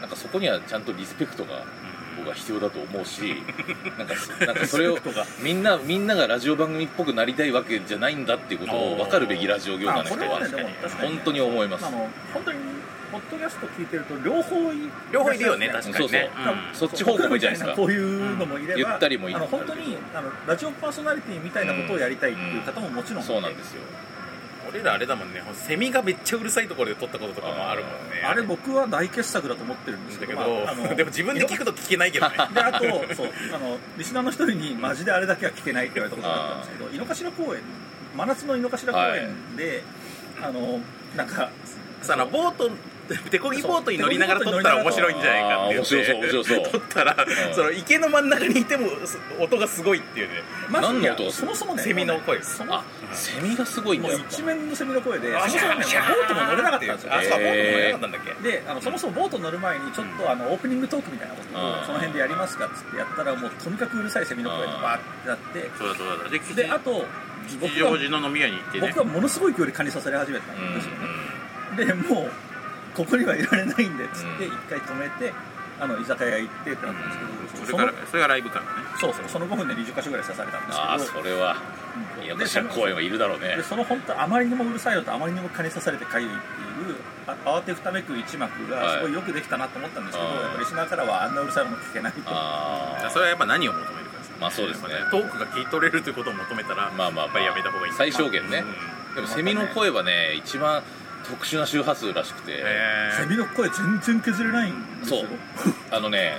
なんかそこにはちゃんとリスペクトが僕は必要だと思うしなんかそなんかそれをみんなみんながラジオ番組っぽくなりたいわけじゃないんだっていうことを分かるべきラジオ業界の人
あこ
は
れはねでも確かに
本当に思います
あ。の本当にポッドキャスト聞いてると両方い
両方いる
[LAUGHS]
よね
らっしゃ
確かに
そうそう
ねうん
そっち方向もいいじゃないですか
こういうのもいれば、
うんゆったりもいい
あの本当にあのラジオパーソナリティみたいなことをやりたいっていう方ももちろん、
そうなんですよ
俺らあれだもんねセミがめっちゃうるさいところで撮ったこととかもあるもんね
あれ僕は大傑作だと思ってるんです
だ
け
け
ど
ど、
まああの
[LAUGHS] でも自分で聞くと聞けないけど
[LAUGHS]
ね
であとそうあのリスナーの一人にマジであれだけは聞けないって言われたことがあったんですけど井の頭公園真夏の井の頭公園で、あのなんか
さあのボート手こぎボートに乗りながら撮ったら面白いんじゃないかって言って
あー面白そう面白そう
撮ったら、
ん
その池の真ん中にいてもそ音がすごいっていうね
まず
何の音
いやそもそもね
セミの声です
そも
あセミがすごいん
も
だ
う
よ
一面のセミの声でそも
あ
そもねボートも乗れなかったんですよ
あそうかボートも
へー
乗れなかったんだっけ、
であのそもそもボート乗る前にちょっとあのオープニングトークみたいなこと
う
を
ん
その辺でやりますかっつってやったらもうとにかくうるさいセミの声がバーってなっ
そうだそうだで
てであと僕は
の飲み屋に行って
僕はものすごい距離蚊に刺され始めた
うん
んですよねでもうここにはいられないんでっつって一回止めてあの居酒屋行ってってなったんです
そ
けど、
れからそれがライブからね
そのそうそうその5分で20箇所ぐらい刺されたんですけど
ああそれは
うん
宮
で
古社公園はいるだろうね
でその本当あまりにもうるさいのとあまりにも蚊に刺されてかゆいっていうあ慌てふためく一幕が
はい
すごいよくできたなと思ったんですけど、
あー
やっぱリスナーからはあんなうるさいもの聞けないと
あ
じゃあ
あ
それはやっぱ何を求めるかですよね
まあそうですね
やっぱトークが聞い取れるということを求めたら
まあまあ
やっぱりやめた方がいい
最小限ね
うん
でもセミの声はね一番特殊な周波数らしくて、
え
セ
ー
ミの声全然削れないんですよ
そうあのね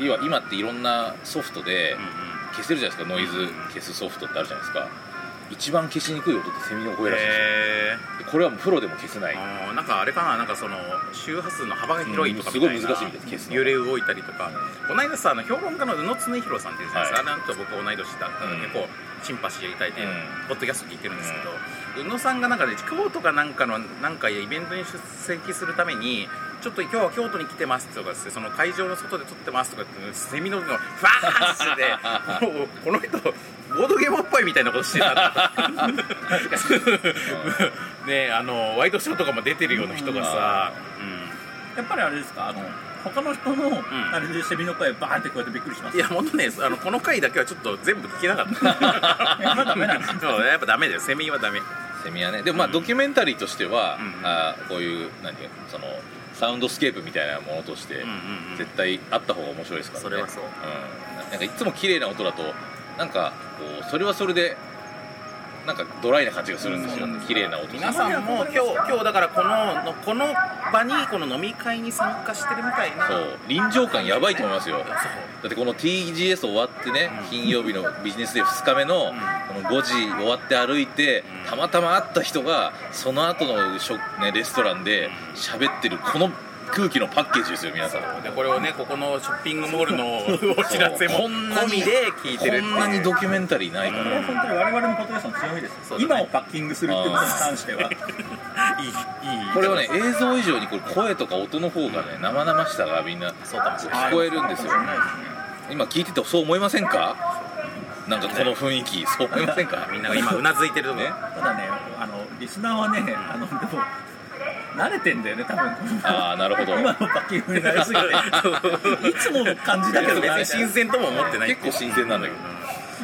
今今っていろんなソフトで
うんうん
消せるじゃないですかノイズ消すソフトってあるじゃないですか一番消しにくい音ってセミの声らしいんです
え
よでこれはもうプロでも消せない
ーあーなんかあれかななんかその周波数の幅が広いとか
うんす
み
ご
たい
い
な、
難しいみたいです消すの
揺れ動いたりとかこの間さあの評論家の宇野恒弘さんっていうじゃないですか、
は
あれなんと僕同い年だったので、
うん
結構シンパシーやりたいで、
うん
ポッドキャスト聞いてるんですけど、宇野さんがなんかね京都かなんかのなんかイベントに出席するためにちょっと今日は京都に来てますとかですねその会場の外で撮ってますとかってセミの音がファーッてもうこの人ボードゲームおっぱいみたいなことしてたな [LAUGHS] ねあのワイドショーとかも出てるような人がさ、う
やっぱりあれですかあの他の人の、あれでセミの声バーンってこうやってびっくりしま
ん、い
す
や本当ねあのこの回だけはちょっと全部聞けなか [LAUGHS] った
やダメなんです
そうやっぱダメだよセミはダメ
セミはねでもまあ
うん
ドキュメンタリーとしては、
うん
あーこういう何ていうのそのサウンドスケープみたいなものとして、
うんうんうん
絶対あった方が面白いですから
そ
ね、
れはそうん
ななんかいつも綺麗な音だとなんかこうそれはそれでなんかドライな感じがするんですよ、綺麗な音
皆さんも今日今日だからこののこの場にこの飲み会に参加してるみたいな
そう臨場感やばいと思いますよだ
そう
ってこの TGS 終わってね、
うん
金曜日のビジネスデー2日目の,、
ん
この5時終わって歩いて、
うん
たまたま会った人がその後のショ、ね、レストランで喋ってるこの空気のパッケージですよ皆さん
でこれをねここのショッピングモールのお知らせも
こんなに
込みで聞いてるっていう
こんなにドキュメンタリーないか
こ
ら、
れは本当に我々のポッドキャストの強みです、
そうだね
今をパッキングするってことに関しては
いいいい
これはね映像以上にこれ声とか音の方がね生々しさがみんな
そうかもしれない
聞こえるんですよ今聞いててそう思いませんかなんかこの雰囲気そう思いませんか
[LAUGHS] みんなが今うなずいてるとこね
ただねあのリスナーはねあのでも慣れてんだよね多分
ああなるほど
今のパッキングになりすぎていつもの感じだけ
別に
どなみたいな
新鮮とも思ってない
結構新鮮なんだけど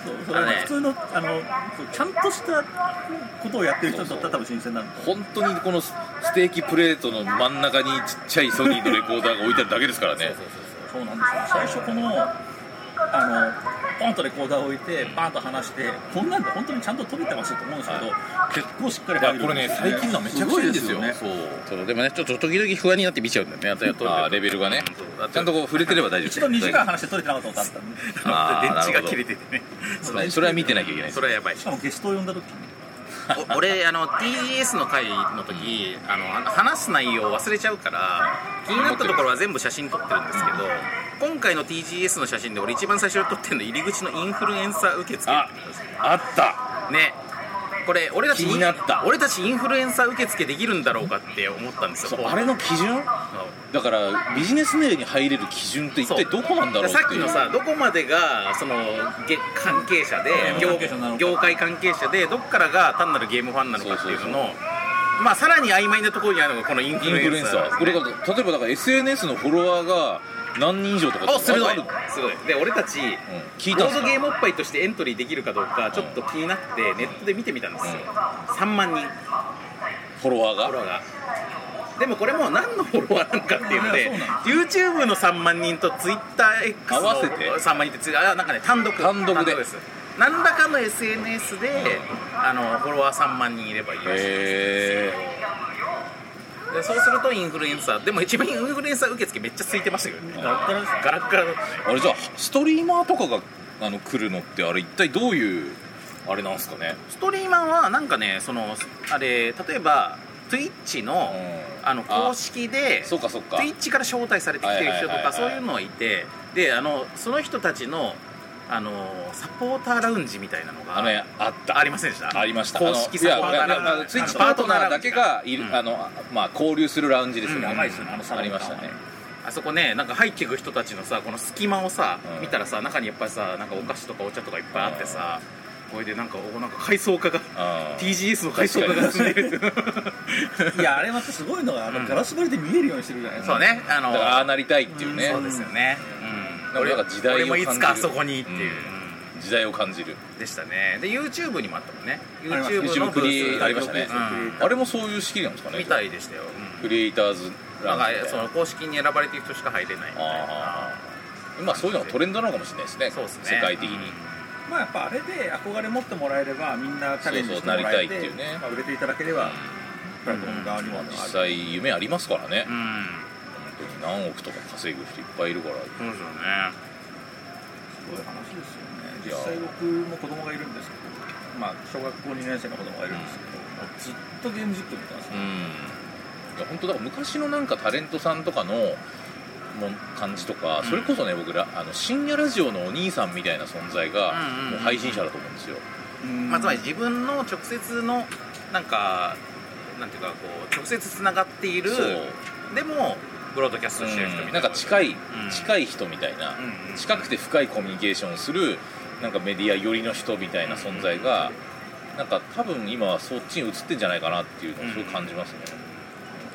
そうそれはね普通のあのそうちゃんとしたことをやってる人にとったら多分新鮮なんだ
本当にこのスステーキプレートの真ん中にちっちゃいソニーのレコーダーが置いてあるだけですからね
そうなんですよ最初このあのポンとレコーダーを置いてパンと離してこんなんで本当にちゃんと撮れてますと思うんですけど、結構しっかり
いや
入る
これね最近のはめちゃくちゃいいんですよ
ごい
そう
そうでもねちょっと時々不安になって見ちゃうんだよねやっ
あーレベルがねちゃんとこう触れてれば大丈夫
一度2時間話して撮れてなかったことあ
[LAUGHS]
ったんで
あーなるほ
電
ど
池が切れててね
そうねそれは見てなきゃいけない
それはやばい
しかもゲストを呼んだ時に
[LAUGHS]
お [LAUGHS] 俺あの TGS の回の時あのあの話す内容を忘れちゃうから気になったところは全部写真撮ってるんですけど今回の TGS の写真で俺一番最初に撮ってるの入り口のインフルエンサー受付って
あ
ことです
あった
ねこれ俺たち
気になった
俺たちインフルエンサー受付できるんだろうかって思ったんですよ
そうあれの基準だからビジネスメールに入れる基準って一体どこなんだろうっていう
さっきのさどこまでがそのげ関係者で
うん
業
関係者なのか
業界関係者でどっからが単なるゲームファンなのかっていう
そう
の
そう
のまあさらに曖昧なところにあるのがこのインフ
インフ
ル
ル
エ
エ
ン
ン
サ
サ
ー
ーこれが例えばだから SNS のフォロワーが何人以上とか
お鋭い
ある
すごいで俺たち
うん聞い
ロ
たん
ー
です
ド
か
ゲームおっぱいとしてエントリーできるかどうかちょっと気になってネットで見てみたんですよ
うん
3万人
フォロワ
フォロ
ーが
ワーがでもこれもう何のフォロワーなのかっていうの
い
で
やそうな
YouTube の3万人と TwitterX
合わせて
の3万人ってつあなんかね単独
単独で
です何らかの SNS で、あのフォロワー3万人いればいいらしい
へ
でそうするとインフルエンサーでも一番インフルエンサー受付めっちゃ空いてましたけどね
ん
ガラガラです
ガラッガラだった
えあれじゃあストリーマーとかがあの来るのってあれ一体どういうあれなんですかね
ストリーマーはなんかねそのあれ例えば Twitch の,、
うん
あの公式で
そうかそうか
Twitch から招待されてきてる人と
はいはいはい
か
はい
そういうのはいてであのその人たちのあのサポーターラウンジみたいなのが
あのねあった
ありませんでした
ありました
公式サポーターラウンジ
ツイッチパートナーだけがいる、
うん
あのまあ交流するラウンジですよね、
うん
長いですよねあのサロン
ありましたね
あそこねなんか入っていく人たちのさこの隙間をさ、
うん
見たらさ中にやっぱりさなんかお菓子とかお茶とかいっぱいあってさ、これでなんかおなんか階層化が
あー
TGS の階層化が進んで
[LAUGHS]
る
いやあれまたすごいのがあ
うん
のガラス張りで見えるようにしてるじゃないですか、
そうねあ
だ
の
からああなりたいっていうね
そうですよね、うん、
俺なんか時代を
俺もいつかあ
感じる
そこにっていう、
時代を感じる
うんでしたねで YouTube にもあったもんね
ありました
YouTube の
YouTube
ブース
ありましたね
うん
あれもそういう式なんですかね
みたいでしたよ、
クリエイターズ
うん、
ラ
なん
ンみ
か
たいな
その公式に選ばれてる人しか入れないみたい
あー今そういうのがトレンドなのかもしれないですね
なそうですね
世界的に、
まあやっぱあれで憧れ持ってもらえればみんなチャレンジしてもらえて
そうそうなりたいっていうね
まあ、売れていただければプラットフォーム側にもある
実際夢ありますからね、
うん、うん
本当に何億とか稼ぐ人いっぱいいるから
そうですよね
そういう話ですよね
い
実
や
際僕も子供がいるんですけどまあ小学校2年生の子供がいるんですけど、もうずっとゲーム実況見てます
う
ね、
んいや本当だから昔のなんかタレントさんとかのもう感じとか、
ん
それこそね僕らあの深夜ラジオのお兄さんみたいな存在が
うんうんうん
もう配信者だと思うんですよ、
まあ、つまり自分の直接のなんかなんていうかこう直接つながっている
そう、
でもブロードキャストしてる人みた
うん
い
な
なん
か近い、
ん
近い人みたいな、
うん
近くて深いコミュニケーションをするなんかメディア寄りの人みたいな存在が、なんか多分今はそっちに移ってんじゃないかなっていうのをすごい感じますね、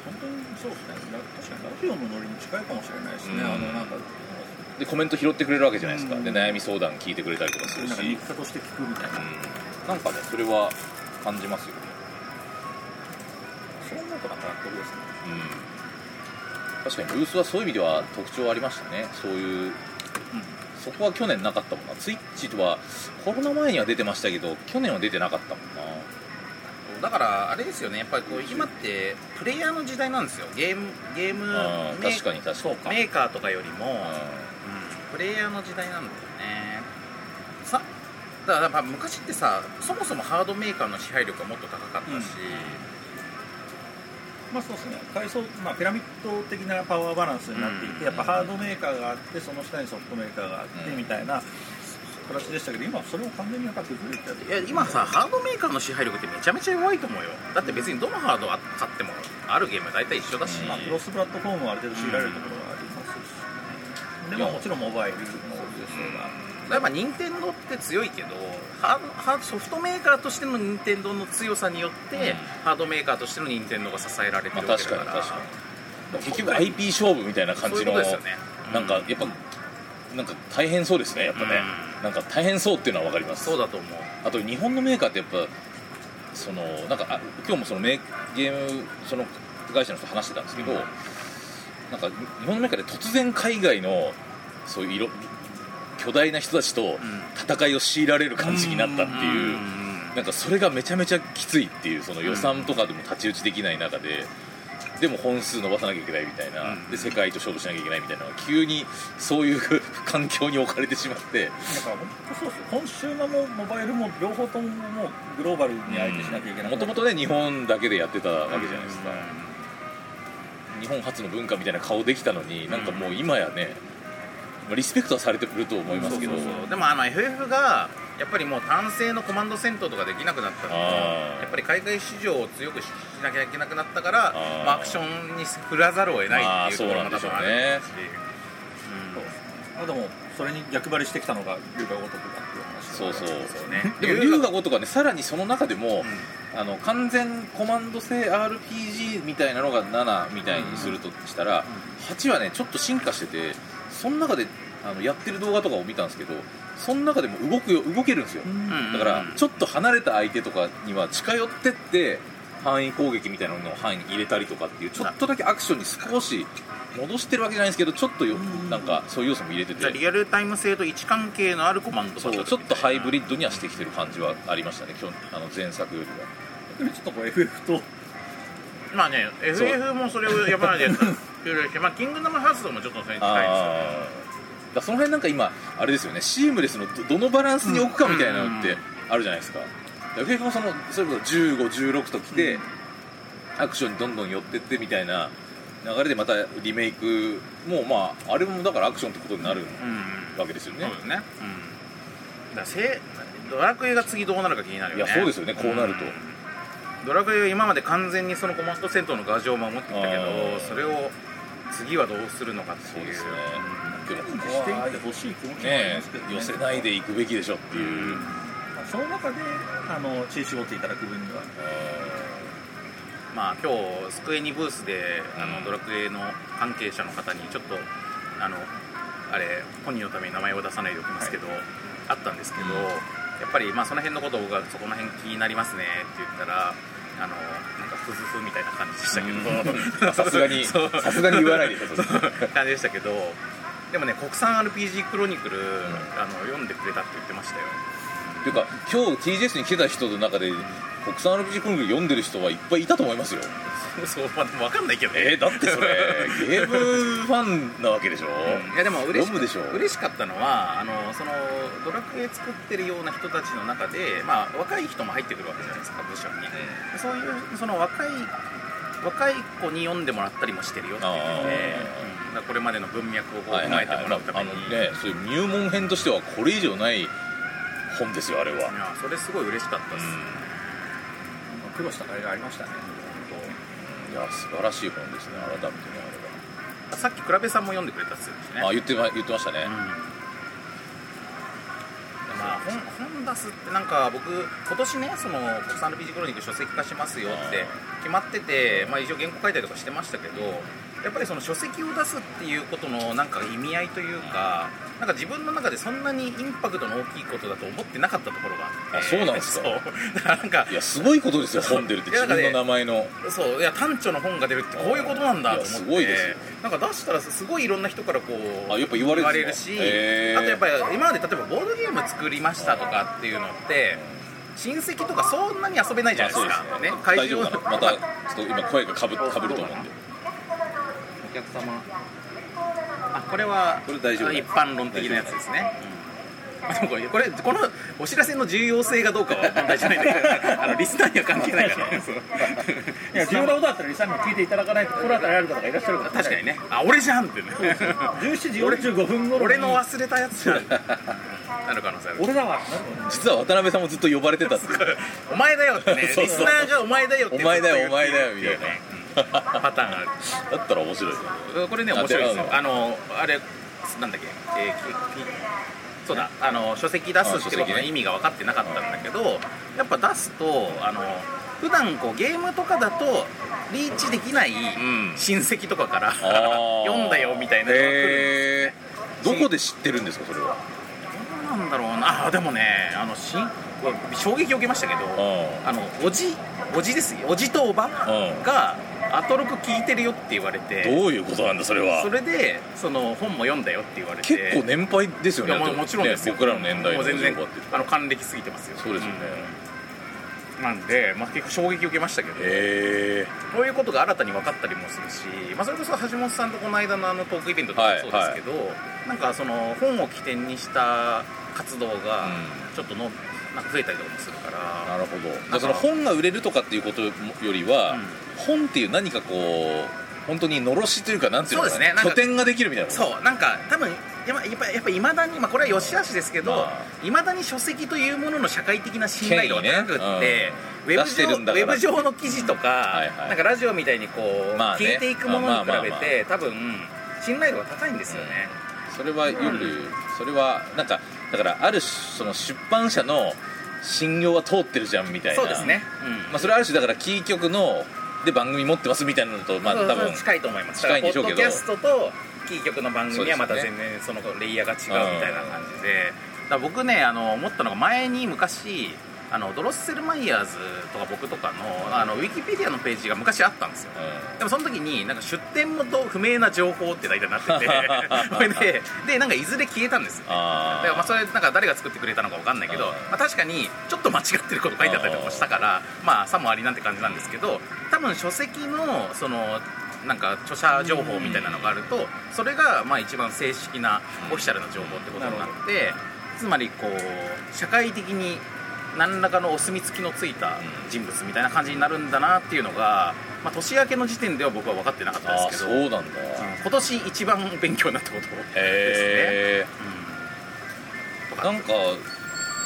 本当にそうですねだ確かにラジオのノリに近いかもしれないですね、
うん
あのなんか
でコメント拾ってくれるわけじゃないですか、
うん
で悩み相談聞いてくれたりとかする
なん
し、
か日課として聞くみたいな、
うんなんかねそれは感じますよね、
そう思うとなんか納得ですね
確かにブースはそういう意味では特徴ありましたねそういう、そこは去年なかったもんなツイッチとはコロナ前には出てましたけど去年は出てなかったもんな
だからあれですよねやっぱりこう今ってプレイヤーの時代なんですよゲームゲーム
うん
メー
確かに確かに
メーカーとかよりも、
う
プレイヤーの時代なんだよねさだからやっぱ昔ってさそもそもハードメーカーの支配力がもっと高かったし、
うんまあそうですね階層、まあ、ピラミッド的なパワーバランスになっていて、
うん
やっぱハードメーカーがあってその下にソフトメーカーがあって
うん
みたいな形でしたけど今はそれを完全にやっぱ崩れちゃって
いや今さハードメーカーの支配力ってめちゃめちゃ弱いと思うよだって別にどのハードを買ってもあるゲームは大体一緒だし、
うん
まあ、クロスプラットフォームはある程度強いられるところがありますし、でまあもちろんモバイルの優勢が
やっぱ任天堂って強いけどハードハードソフトメーカーとしての任天堂の強さによって、
うん
ハードメーカーとしての任天堂が支えられて
ん
る
まあ
わけ
確
だ
か
か
に
ら、
確かに結局 IP 勝負みたいな感
そうい
じ
うこ
の
とですよね
なんか
う
やっぱなんか大変そうですねやっぱね、なんか大変そうっていうのは分かります
そうだと思う
あと日本のメーカーってやっぱそのなんかあ今日もそのメーゲームその会社の人と話してたんですけど、
うん
なんか日本のメーカーで突然海外のそういう色巨大な人たちと戦いを強いられる感じになったっていう、なんかそれがめちゃめちゃきついっていうその予算とかでも太刀打ちできない中で。でも本数伸ばさなきゃいけないみたいな、
うん
で世界と勝負しなきゃいけないみたいなのが急にそういう環境に置かれてしまって、
だから本当そうですよコンシューマーもモバイルも両方とももうグローバルに相手しなきゃいけない
もともとね日本だけでやってたわけじゃないですか、日本初の文化みたいな顔できたのに、なんかもう今やねまあリスペクトはされてくると思いますけど
そうそう
そうでもあの FF がやっぱりもう単性のコマンド戦闘とかできなくなったのも
あー
やっぱり海外市場を強くしなきゃいけなくなったから
あー
まあ、アクションに振らざるを得ないっていうところも多分あるだろうし
そうですねまあでもそれに逆張りしてきたのが龍が如くだっていう話
そうそう
そうね
でも龍が如くはねさらにその中でも、
うん
あの完全コマンド制 RPG みたいなのが7みたいにするとしたら、8はねちょっと進化しててその中であのやってる動画とかを見たんですけどその中でも動くよ動けるんですよ、
うん
だからちょっと離れた相手とかには近寄ってって範囲攻撃みたいなのの範囲に入れたりとかっていうちょっとだけアクションに少し戻してるわけじゃないんですけどちょっとよなんかそういう要素も入れて
じゃあ
て
リアルタイム性と位置関係のあるコマンド
そうちょっとハイブリッドにはしてきてる感じはありましたね今日あの前作よりは
でもちょっとこう FF と
まあね
そう
FF もそれをやばないでやったら [LAUGHS] いろいろしてまあキングダムハーツとかもちょっとそれに近いですよね
あーだからその辺なんか今あれですよねシームレスのどどのバランスに置くかみたいなのってあるじゃないですか FF もそのそれこそ1516ときて、アクションにどんどん寄ってってみたいな流れでまたリメイクもまああれもだからアクションってことになる
うん
わけですよね
そうですね、うん、だからせドラクエが次どうなるか気になるよね
いやそうですよねこうなると
んドラクエは今まで完全にそのコマンド戦闘の牙城を守ってきたけ
あ
ど
ー
それを次はどうするのかって
そう
いう
ですね
して
でも
いってほしい気持ちもあり
ね
ますけど、ね、
[LAUGHS]
寄せないでいくべきでしょっていう、
まあその中であの知恵絞っていただく分には
まあ、今日スクエニブースであ
うん
のドラクエの関係者の方にちょっとあのあれ本人のために名前を出さないでおきますけど、あったんですけど、
うん
やっぱりまあその辺のことを僕はそこの辺気になりますねって言ったら。あのなんかふふふみたいな感じでしたけ
う
ど
んさすがに
[LAUGHS] そう
さすがに言わないでしょそれ
感じでしたけどでもね国産 RPG クロニクル、あの読んでくれたって言ってましたよ [LAUGHS]
ていうか今日 TGS に来てた人の中で国産 RPG コンビ読んでる人はいっぱいいたと思いますよ
そうまあでも分かんないけどね
えー、だってそれ [LAUGHS]
[LAUGHS]
ゲームファンなわけでしょ、
いやでも嬉し
飲むでしょ
嬉しかったのはあのそのドラクエ作ってるような人たちの中で、まあ、若い人も入ってくるわけじゃないですか部署に、そういうその若い若い子に読んでもらったりもしてるよっていうので、うんだからこれまでの文脈をこう踏まえてもらうために、
あ
い
のねそういう入門編としてはこれ以上ない本ですよあれは
やそれすごい嬉しかったです、
苦労した甲斐がありましたね
いや素晴らしい本ですね改めてね
さっき倉部さんも読んでくれたっすよ
あ
ね
れはあ言ってま言ってましたね、
まあ、本本出すってなんか僕今年ねその国産 RPG クロニクル書籍化しますよって決まってて、まあ、一応原稿書いたりとかしてましたけどやっぱりその書籍を出すっていうことのなんか意味合いというかなんか自分の中でそんなにインパクトの大きいことだと思ってなかったところがあって
あそうなんです
[LAUGHS]
か
そうだからなんか
いやすごいことですよ本出るって
いやな
自
んかね
分の名前の
そういや短調の本が出るってこういうことなんだと思って
いやすごいですよ
なんか出したらすごいいろんな人からこう
あやっぱ言われるんですか
し、
へー
あとやっぱり今まで例えばボードゲーム作りましたとかっていうのって親戚とかそんなに遊べないじゃないですか、ね
大丈夫
の
かなまたちょっと今声がかぶかぶると思うんで
お客様あこれは
これ大丈夫
一般論的なやつですねうんあでもこれこれこのお知らせの重要性がどうかは問題じゃないんだけどあのリスナーには関係ないからね
いや重要なことだったらリサにも聞いていただかないと心当たりある方がいらっしゃるから、
確かにねあ俺じゃんって
[LAUGHS]
ね
17時45分頃に
俺の忘れたやつ [LAUGHS] なる可能性ある
俺だわ
[LAUGHS] 実は渡辺さんもずっと呼ばれてたっていう
お前だよってねリス
そ
ナ
うそう
ーがお前だよって
お前だよお前だよみたいな
なパターンがあ
だったら面白いですよね
るこれね面白いですよ
あ
あのあれなんだっけ、えーききそうだあの書籍出すってことの意味が分かってなかったんだけどやっぱ出すとあの普段こうゲームとかだとリーチできない
ん
親戚とかから、
あ
[LAUGHS]
ー
読んだよみたいなのが来るんですよ
へーどこで知ってるんですかそれは
どうなんだろうなあでもねあのしん衝撃を受けましたけど
ん
あのおじおじですよおじとおば
ん
が「アトロク聞いてるよ」って言われて
どういうことなんだそれは
それでその本も読んだよって言われて
結構年配ですよ
い
ね
やも
だ
う
って
もちろんですよ
ね僕らの年代
もう
の
全然
情報って
あの還暦すぎてますよ
そうですよね、
うんなんで、まあ、結構衝撃を受けましたけど
へえ
こういうことが新たに分かったりもするし、まあ、それこそ橋本さんとこの間のあのトークイベントとかもそうですけど、なんかその本を起点にした活動が
うん
ちょっとの、なんか増えたりとかもするから
なるほどだからその本が売れるとかっていうことよりは、
うん
本っていう何かこう本当にのろしというかなんていうのかな
そうですねなんか
拠点ができるみたいな
そうなんか多分やっぱやっぱやっぱいまだに、まあ、これは良し悪しですけど
ま
いまだに書籍というものの社会的な信頼度が
権威ね
なくって、
うん
ウェ
出
ブ
して
上
るんだ
ウ
から
ェブ上の記事とか,、
いはい
なんかラジオみたいにこう、
まあね
聞いていくものに比べて、
まあまあまあま
多分信頼度が高いんですよね、
それはよく、それはなんかだからある種その出版社の信用は通ってるじゃんみたいな
そうですね、
まあ、それはある種だからキー局ので番組持ってますみたいなのとまあ
そう
多
そう
分
近いと思います
近いんでしょうけど
だからポッドキャストとキー局の番組はまた
そうです
全
よ
然そのレイヤーが違うみたいな感じで、だから僕ねあの思ったのが前に昔あのドロッセルマイヤーズとか僕とかのあのウィキペディアのページが昔あったんですよでもその時になんか出典元不明な情報って大体なっててそ
[LAUGHS]
れででなんかいずれ消えたんですよだ
あ
からまあそれなんか誰が作ってくれたのか分かんないけど、
うん
まあ、確かにちょっと間違ってること書いてあったりとかもしたからまあさもありなんて感じなんですけど多分書籍のそのなんか著者情報みたいなのがあるとそれがまあ一番正式なオフィシャルな情報ってことになってつまりこう社会的に何らかのお墨付きのついた人物みたいな感じになるんだなっていうのが、まあ、年明けの時点では僕は分かってなかった
あ
で
ー
す
そ
けどうん
うなんだ
今年一番勉強になったことですね。
へえ
うん
なんかだ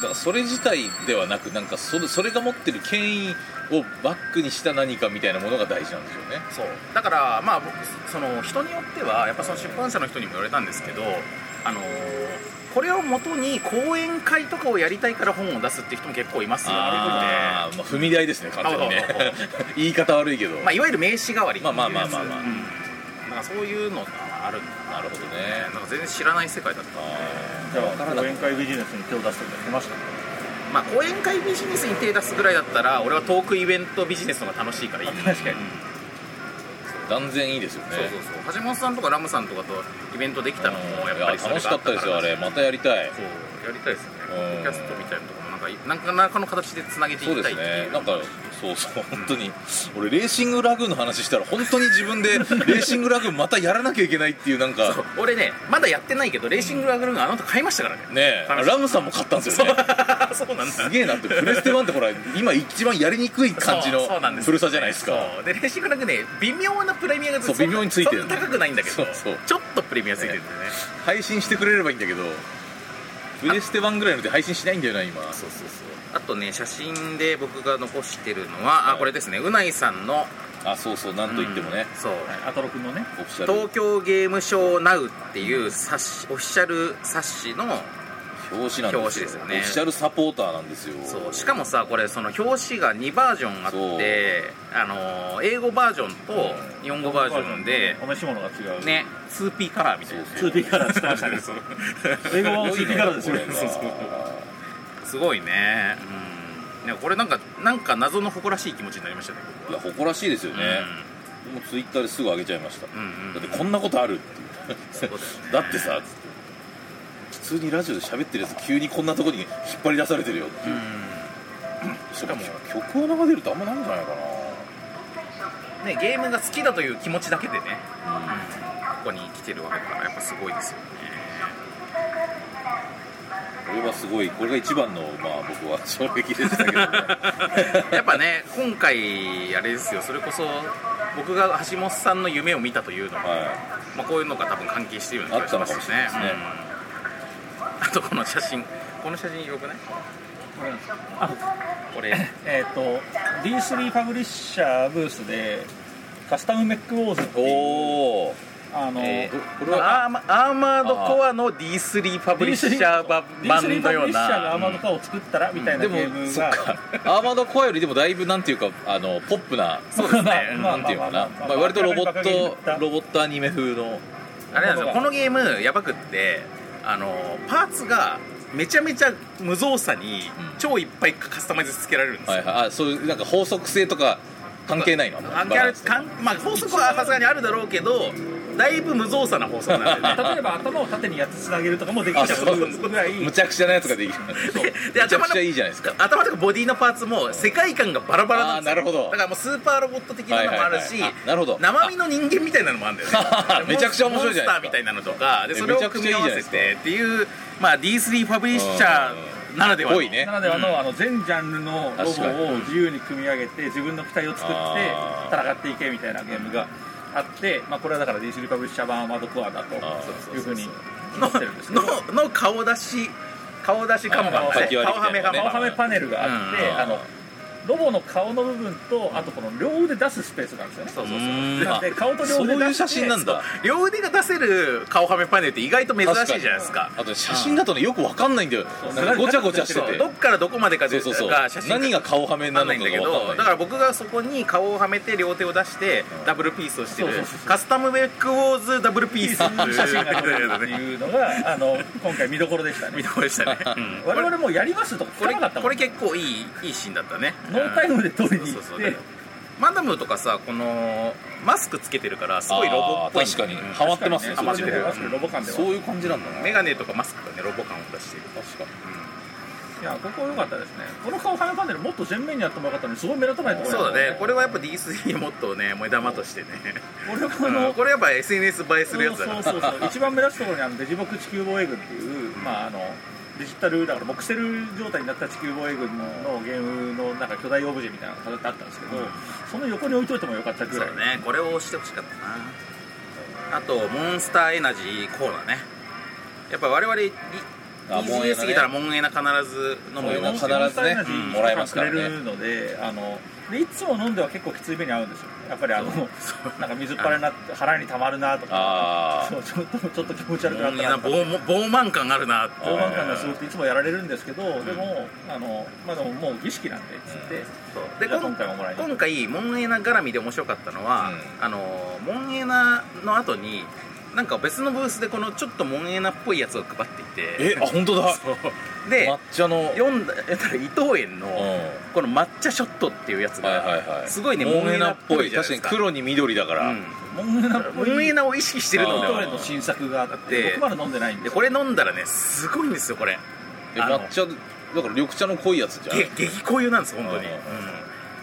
からそれ自体ではなくなんかそれそれが持ってる権威をバックにした何かみたいなものが大事なんでしょうね
そうだからまあ僕その人によってはやっぱその出版社の人にも言われたんですけどあのこれを元に講演会とかをやりたいから本を出すって人も結構いますよね
あー、まあ、踏み台ですね完全にね
あそうそう
[LAUGHS] 言い方悪いけど、
まあ、いわゆる名刺代わり
まあまあまあまあまあ
うんだからそういうのがあるんだ
なるほどね
ねなんか全然知らない世界だった
あ
じゃあ講演会ビジネスに手を出したりしてました
まあ講演会ビジネスに手出すぐらいだったら俺はトークイベントビジネスの方が楽しいからいい、
確かに
ー断然いいですよね
そうそうそう橋本さんとかラムさんとかとイベントできたのもやっぱり
い
そ
や
れ
楽し
があ
か
っ
ったた
ら
ですよあれまたやりたい
そうやりたいですよねポッ
うん
ドキャストみたいなとこもなんかなんかなんかの形でつなげてい
そう
き
で
たい
す
ってい
ね
う
なんかそうそう本当に俺レーシングラグーンの話したら本当に自分でレーシングラグーンまたやらなきゃいけないっていうなんか
俺ねまだやってないけどレーシングラグルーンあなた買いましたからね
ねえ
楽しい
ラムさんも買ったんですよね
[LAUGHS] そうなんだ
すげえなってプレステ1ってほら今一番やりにくい感じの
そうそうなんです
古さじゃないですか
そうでレーシングラグね微妙なプレミアが
そう微妙についてる
そん
ね
な高くないんだけど
そうそう
ちょっとプレミアついてるんだよね
配信してくれればいいんだけどプレステ1ぐらいので配信しないんだよな今そうそう
あとね写真で僕が残してるのは、
は
あ
い
これですねうないさんの
あそうそうなんと言ってもね
うん、そう
アトロ君のね
オフィシャル
東京ゲームショーナウっていう冊子オフィシャル冊子の
表紙なんですよ
表紙ですよね
オフィシャルサポーターなんですよ
そうしかもさこれその表紙が2バージョンあってあのー英語バージョンと日本語バージョンで
お召し物が違う [LAUGHS]
ね 2P カラーみたいな
そう
2D カラーしてましたね英語版も 2D カラーですよ
これは
すごいねうんねこれなんかなんか謎の誇らしい気持ちになりましたね
いや誇らしいですよね、もうツイッターですぐ上げちゃいました、
うんうん
だってこんなことあるっていう
そうだよね
だってさつって普通にラジオで喋ってるやつ急にこんなとこに引っ張り出されてるよっ
う
てい
ん
う、しかも曲を流れるとあんまないんじゃないかな
ねゲームが好きだという気持ちだけでね、ここに来てるわけだからやっぱすごい [LAUGHS] ですよね
これはすごいこれが一番のまあ僕は衝撃でしたけ [LAUGHS] どね
やっぱね今回あれですよそれこそ僕が橋本さんの夢を見たというのは、
は
まあ、こういうのが多分関係しているような気がしますよね
あったのかもし
うんあとこの写
れないですね
真この写真よくないこ [LAUGHS] れ
えっと D3 パブリッシャーブースでカスタムメックウォーズっ
い
ていう
おお
あの
えー
これは
アーマアーマードコアの D3 パブリッシャーバ
D3
版のよう
パブリッシャーがアー
な
マードカーを作ったらみたいな
で
ゲー
も
ム
そっ
が
[LAUGHS] かアーマードコアよりでもだいぶなんていうかあのポップな
そうですね
まあ
なんていうかな、
まあまあ
まあ、割とロボ
バカに言っ
ッ
た
トロボットアニメ風の
あれなんですよこのゲームやばくってあのパーツがめちゃめちゃ無造作に
うん
超いっぱいカスタマイズつけられるんです
はい
よ、
はい、あそういうなんか法則性とか関係ないの
関係ある関まあ、法則はさすがにあるだろうけどだいぶ無造作な法則なんで [LAUGHS] ね
例えば頭を縦にやつつなげるとかもできちゃう
あそう
ぐらい
むちゃくちゃなやつができるそう
で
むちゃ
頭
く
の
ちゃいいじゃないですか
頭とかボディのパーツも世界観がバラバラなんですよ
あーなるほど
だからもうスーパーロボット的なのもあるし、
はいはいはいあなるほど
生身の人間みたいなのもあるんだよね
めちゃくちゃ面白いじゃな
モ
い
ンスターみ
ですか
たいなのとかで
え
それを
めちゃく
組
ち
み
ゃいい
合
じ
わせ
ゃないですか
てっていうまあ D3 パブリッシャーならではの
ぽいね
なのであのあの全ジャンルのロボ
確かに
を自由に組み上げて自分の機体を作って
あー
戦っていけみたいなゲームがあって、まあ、これはだから DC リパブリッシャー版アーマードコアだと
あ
ー
いうふうに思ってるんですけど
ののの顔出し顔出しカモなんだ
は
ね
い
顔はめカ
先
顔
モ
はめパネルがあって、
うん
あのロボの顔の部分とあとこの両腕出すスペースがあるんです
そ
よね
うそうそうう
ーん
なんで
あ
顔と両
そう
腕出して
いう写真なんだ
両腕が出せる顔はめパネルって意外と珍しいじゃないですか
あと写真だとねよくわかんないんだよ
そう
なんかごちゃごちゃして
そう
て
どっからどこまでか
そう
で
そう
す
そう
が写真
何が顔はめ
わか
な
ない
んのか
んだ
が
け
わかんな
ど
い
だから僕がそこに顔をはめて両手を出してダブルピースをしてる
そうそうそう
カスタムメックウォーズダブルピース
写真が撮れるっていうの
[LAUGHS]
があの今回見どころでした
見
ね
どころでしたね、うん
我々もやりますとか聞
こ
か
れ
なかったも
こ
ん
れ結構いいいいシーンだったね
ノータイムで取りに
そ
行
う
っ
そうそう
て
マダムとかさこのマスクつけてるからすごいロボっぽい
あー確かに
うん
ハマってますね
ハマってる
確かにロボ感では
そういう感じなんだな
メガネとかマスクがねロボ感を出している
確かに
いやここ良かったですねこの顔ハメパネルもっと前面にやってもよかったのにすごい目立たないところ
そうだねこれはやっぱ D3 もっとね目玉としてね
俺はこ
う
の、
んこれやっぱ SNS 映えするやつだから
そうそうそう一番目立つところにあのデジボク地球防衛軍っていう、まあ、あのデジタルだからボクセル状態になった地球防衛軍のゲームのなんか巨大オブジェみたいなのが飾ってあったんですけど、その横に置いといてもよかった
そ
ぐ
う
らい
だねこれを押してほしかったなあとモンスターエナジーコーナーねやっぱ我々い
あモンエナね
EGS 過ぎたらモンエナ必ず飲むようになって
モンエナ必ずね
うん
もらえますからね
くれるのであのでいつも飲んでは結構きつい目に合うんですよやっぱりあのなんか水っぱらになって腹にたまるなとか
あ
そうちょっとちょっと気持ち悪くなっ
い
た
や
な
な
とか
傲慢傲慢感あるなって
傲慢感がすごくていつもやられるんですけど、でもあの、まあ、でももう儀式なんでっつって、
で
じゃあ
今
今回ももらいに
今回モンエナ絡みで面白かったのは、
う
あのモンエナの後になんか別のブースでこのちょっとモンエナっぽいやつを配っていて
えあ本当だ
で
抹茶のうん
読んだえっと伊藤園のこの抹茶ショットっていうやつ
はいはい
が
はい
すごいね
モン
モン
エ
エナ
ナっ
っぽ
ぽ
い
い
じゃな
確
いですか
かに黒に緑だから、
モンエナっぽい
モンエナを意識してるので
去
は
年の新作があって
で
僕まだ飲んでないんで
ですこれ飲んだらねすごいんですよこれ
え
あの
抹茶だから緑茶の濃いやつじゃん
げ激濃湯なんです本当に、
うん
うん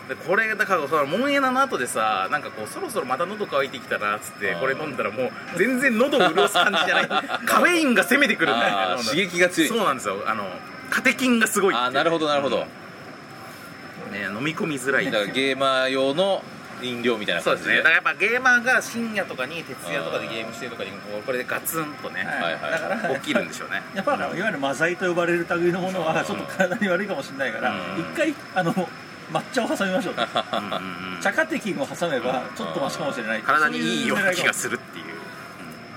でこれだからそのモンエナの後でさなんかこうそろそろまた喉乾いてきたなっつって
うん
これ飲んだらもう全然喉を潤す感じじゃない
[LAUGHS]
カフェインが攻めてくるんだよ
あ
ね
ー刺激が強い
そうなんですよあのカテキンがすごいっていう
あーなるほどなるほど、
ね飲み込みづらい
だからゲーマー用の飲料みたいな
そう
感
で
じ
すねだからやっぱゲーマーが深夜とかに徹夜とかでゲームしてるとかにこうこれでガツンとね、
はい
はいはい
だから
起きるんでしょう [LAUGHS] ね
やっぱあのいわゆるマザイと呼ばれる類のものはちょっと体に悪いかもしれないから
うん
一回あの抹茶を挟みましょうと
うんうんうん
茶カテキンを挟めばちょっとマシかもしれない
体にいいような気が
す
するっていう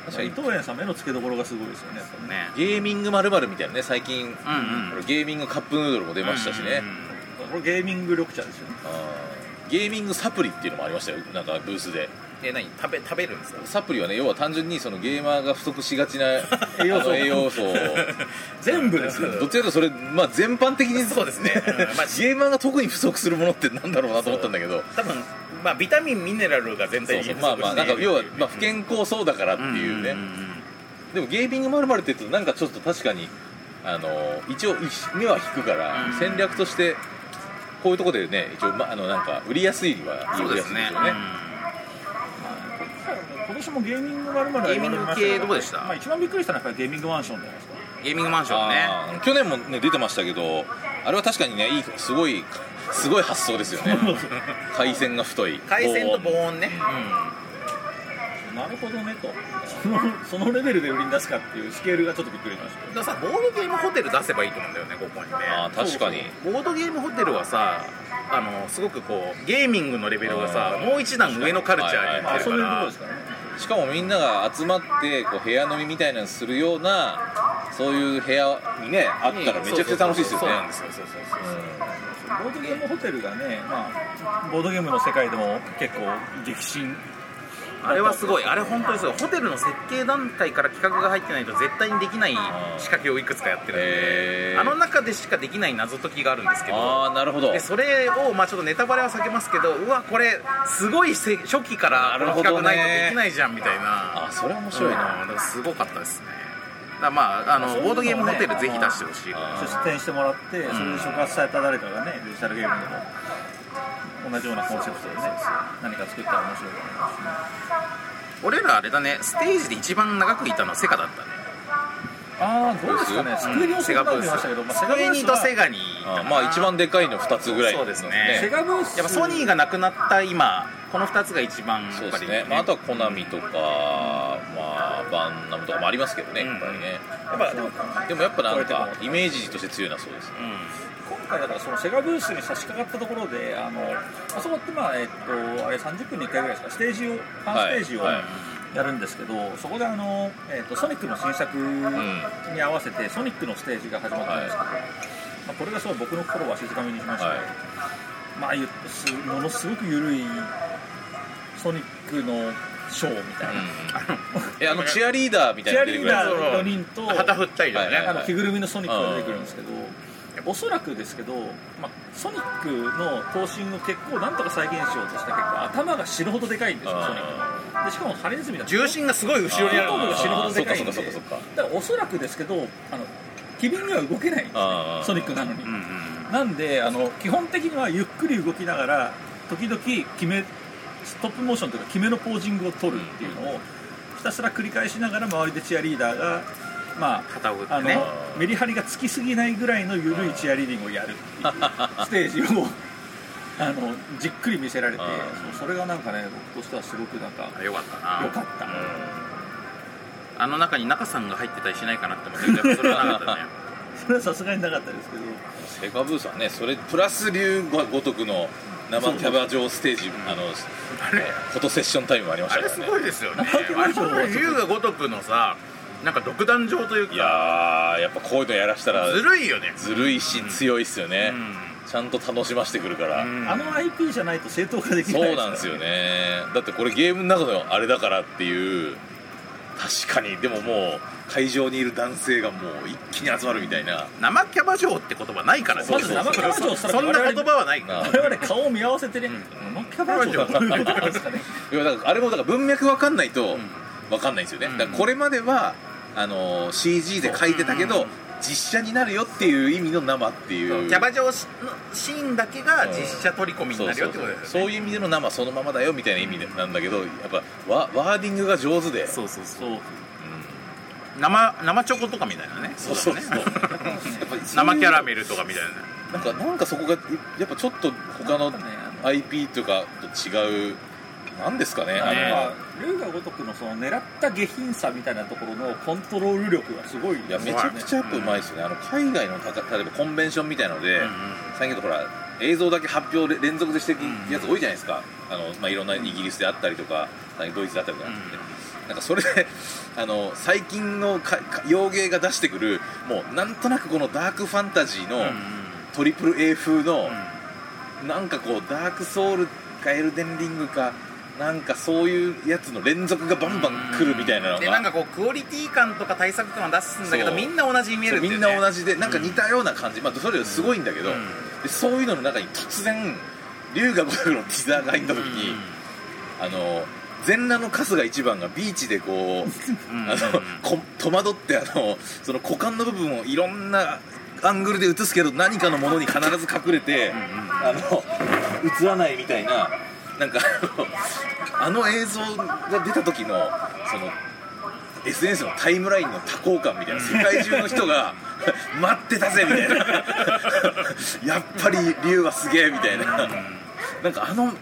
確か
る伊
に
藤園さん目の付けどころがすごいですよねやっぱりね
ね
ゲーミングまるみたいなね最
ん
近、
うん
ゲーミングカップヌードルも出ましたしね、
うんうんうん
これゲーミング緑茶ですよね
あーゲーミングサプリっていうのもありましたよなんかブースで
え何食べ食べるんですか
サプリはね要は単純にそのゲーマーが不足しがちな
[LAUGHS]
栄養素
あの栄養素を
全部ですよ
どっちかというとそれ、まあ、全般的に
そうですねうんまあ
[LAUGHS] ゲーマーが特に不足するものってなんだろうなと思ったんだけど
多分まあビタミンミネラルが全体
そう
に
そうまあまあなんか要は、まあ、不健康そうだからっていうね、でもゲーミングまるまるって言うとなんかちょっと確かにあの一応い目は引くから、
うん
戦略としてこういうとこでね一応、ま、あのなんか売りやすいには
そう
売り
で
やすい
すね
よね、
今年もゲーミングまるまる
ゲーミング系どうでした
まあ、一番びっくりしたのはやっぱりゲーミングマンションじゃないですか
ゲーミングマンションね
あー去年もね出てましたけどあれは確かにねいいすごいすごい発想ですよ
[LAUGHS]
ね回線が太い
海鮮と
棒
防音ね
なるほどねとそのそのレベルで売りに出すかっていうスケールがちょっとびっくりしました
うんだからさボードゲームホテル出せばいいと思うんだよねここにね
あー確かに
ボードゲームホテルはさあのすごくこうゲーミングのレベルがさもう一段上のカルチャーに
ま
行って
あ
る
そ
か
ういうところ
ら
ですからね
しかもみんなが集まってこう部屋飲みみたいなのするようなそういう部屋にねあったらめちゃくちゃ楽しいですよ
そう
ね
なんですよそうそうそうそう
ボードゲームホテルがね、まあ、ボードゲームの世界でも結構激震
あれはすごいあれ本当にすごいホテルの設計段階から企画が入ってないと絶対にできない仕掛けをいくつかやってるん
へ
で
ー
あの中でしかできない謎解きがあるんですけど
ああーなるほど
でそれをまあちょっとネタバレは避けますけどうわこれすごいせ初期からこの企画ない
なるほ
と
どね
できないじゃんみたいな
あそれは面白いな、
うんだからすごかったですねだからまああ
そう
の
いうのもね
ボードゲームホテルぜひ出してほしい
あ
出展してもらって、それで触発された誰かがねデジタルゲームでも同じようなコンセプトでね何か作ったら面白いと思いますね
俺らあれだねステージで一番長くいたのセカだったね
ああどうですかねスクエニをセガブースましたけど、まあ、
スクエニとセ
ガ
ガにい
ー
たか
あー
な
まあ一番でかいの2つぐらい
そうですね
セガブース
やっぱソニーがなくなった今この2つが一番や
そう
っ
で
ぱ
す
り、
ね、まあ、あとはコナミとか、まあ、バンナムとかもありますけどね、
うん
やっぱりね、
やっぱでも
でもやっぱなん
これ
か
で、も
イメージとして強いなそうですね、
う
今回だからそのセガブースに差し掛かったところであのあそこってまあえっとあれ30分に1回ぐらいですかステージをパンステージを、
はいはい
やるんですけどそこであの、えー、とソニックの新作に合わせて、ソニックのステージが始まったんですけど、まあ、これがすごい僕の心をわしづかみにしまして、
はい
まあゆすものすごく緩いソニックのショーみたいな、
えあのチアリーダーみたい
チ
な
ア
の出
リ
て
ーダーの
くるやつ
4人と
ん旗振ったりとかね、
はいは
あの着ぐるみのソニックが出てくるんですけど、おそらくですけど、まあ、ソニックの頭身を結構なんとか再現しようとした結果頭が死ぬほどでかいんですよソニッ
あ
クでしかもハリネズミだと
重心がすごい後ろにある
後頭部が死ぬほどでかいんで
あーそっかそっかそっかそっ
だからおそらくですけどあの機敏には動けないんですね
あー
ソニックなのに、
うんうん
なんであの基本的にはゆっくり動きながら時々決めストップモーションというか決めのポージングを取るっていうのをひたすら繰り返しながら周りでチアリーダーがまあ
旗を振っ
あ
て
の、
ね
メリハリがつきすぎないぐらいの緩いチアリーディングをやるっていうス
[LAUGHS]
テージをあのじっくり見せられて
あ
そうそれがなんかね僕としてはすごくなんか
あよかったな
良かった
あの中に中さんが入ってたりしないかなって思ってたそれはなかったね
それはさすがになかったですけど
セガブースはねそれプラス竜ごとくの生キャバ嬢ステージあの
あれ
フォトセッションタイムもありまし
あれ
たから
す
ね
ごいですよねあれも竜が如くのさなんか独壇場という
い
か
やーやっぱこういうのやらしたら
ずるいよね
ずるいし強いっすよね、
う
ちゃんと楽しませてくるから、
うん
あの IP じゃないと正当化できない
そうなんですよねだってこれゲームの中のあれだからっていう確かにでももう会場にいる男性がもう一気に集まるみたいな
生キャバ嬢って言葉ないからね
そうそうそう
まず
生キャバ嬢
そんな言葉はない
な
我々顔を見合わせてね、生キャバ嬢だということなんですかね
いやだからあれもだから文脈わかんないと
ん
わかんないんですよね、
うん
だからこれまではあのー CG で書いてたけど、
うん
実写になるよっていう意味の生っていう
キャバ嬢のシーンだけが実写取り込みになるよってことです
そうそうそう
よ
そう
ね
いう意味での生そのままだよみたいな意味でなんだけどやっぱワワーディングが上手で
そうそうそう
そう
生生チョコとかみたいなね
そうそうそうやっぱりそういう
生キャラメルとかみたいな
なんかなんかそこがやっぱちょっと [LAUGHS] 他の
なんかね
IP とかと違うなんですかね
あの
あ
まあルーが如くのその狙った下品さみたいなところのコントロール力がすごい
のいやめちゃくちゃやっぱうまいですよねあの海外のたか例えばコンベンションみたいので、
うんうん
最近だとほら映像だけ発表で連続でしていくやつ多いじゃないですか、あのまあ、いろんなイギリスであったりとかドイツであったりとか、なんかそれで [LAUGHS] あの最近のかか洋芸が出してくるもうなんとなくこのダークファンタジーのトリプル A 風の、なんかこうダークソウルかエルデンリングかなんかそういうやつの連続がバンバン来るみたいなのが
でなんかこうクオリティ感とか対策感は出すんだけど
そう
みんな同じに見える
そう
ってい
み
うんね
な同じでなんか似たような感じ、まあ、それよりすごいんだけど、
うん
でそういうのの中に突然龍が如くのティザーが入った時に、あの全裸の春日一番がビーチでこ
う
う、
ん
あのこ戸惑ってあのその股間の部分をいろんなアングルで映すけど何かのものに必ず隠れて、あの映らないみたいななんかあのあの映像が出た時のその SNS のタイムラインの多幸感みたいな世界中の人が待ってたぜみたいなやっぱり龍はすげえみたいななんかあの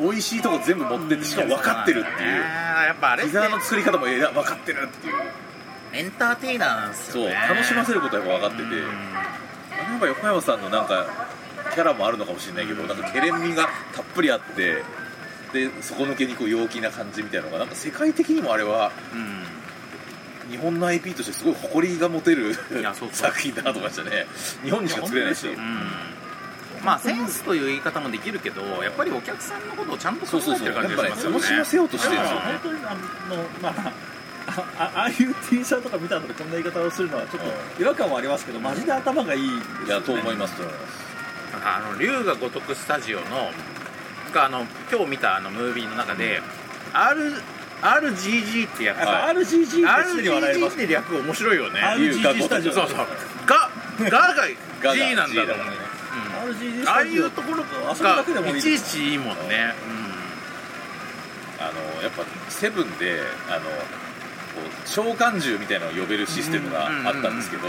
美味しいとこ全部持ってってしかも分かってるっていう
あーやっぱあれって
膝の作り方もえら分かってるっていう
エンターテイナーなんです
そ
よ
う
ね
楽しませることはやっぱ分かってて
うん
なんか横山さんのなんかキャラもあるのかもしれないけどなんかケレン味がたっぷりあってで底抜けにこう陽気な感じみたいなのがなんか世界的にもあれは日本の IP としてすごい誇りが持てる
いやそうそう
作品だなと思いましたね日本にしか作れないし
いや
うんまあセンスという言い方もできるけどやっぱりお客さんのことをちゃんと考
そうそう
えて
そう
る
や
感
っ
じ
ぱ
が
ね
しますよね
楽しませようとしてるんですよ
本当にあのまあああああいう T シャツとか見た後でこんな言い方をするのはちょっと違和感はありますけどマジで頭がいい
いやと思いますと思います
あの龍が如くスタジオのがあの今日見たあのムービーの中で、R RGG ってやつ、
やっぱ RGG ってすぐに笑えま
RGG っ
す
て略面白いよね
R-
RGG スタジ
そ
オ
うそうががが G なんだろう、
ね
うん
RGG スタジオ
ああいうところ
あそこだけでも
が
い
い
い
ちいちいいもんね、
あのやっぱセブンであのこう召喚獣みたいなのを呼べるシステムがあったんですけど、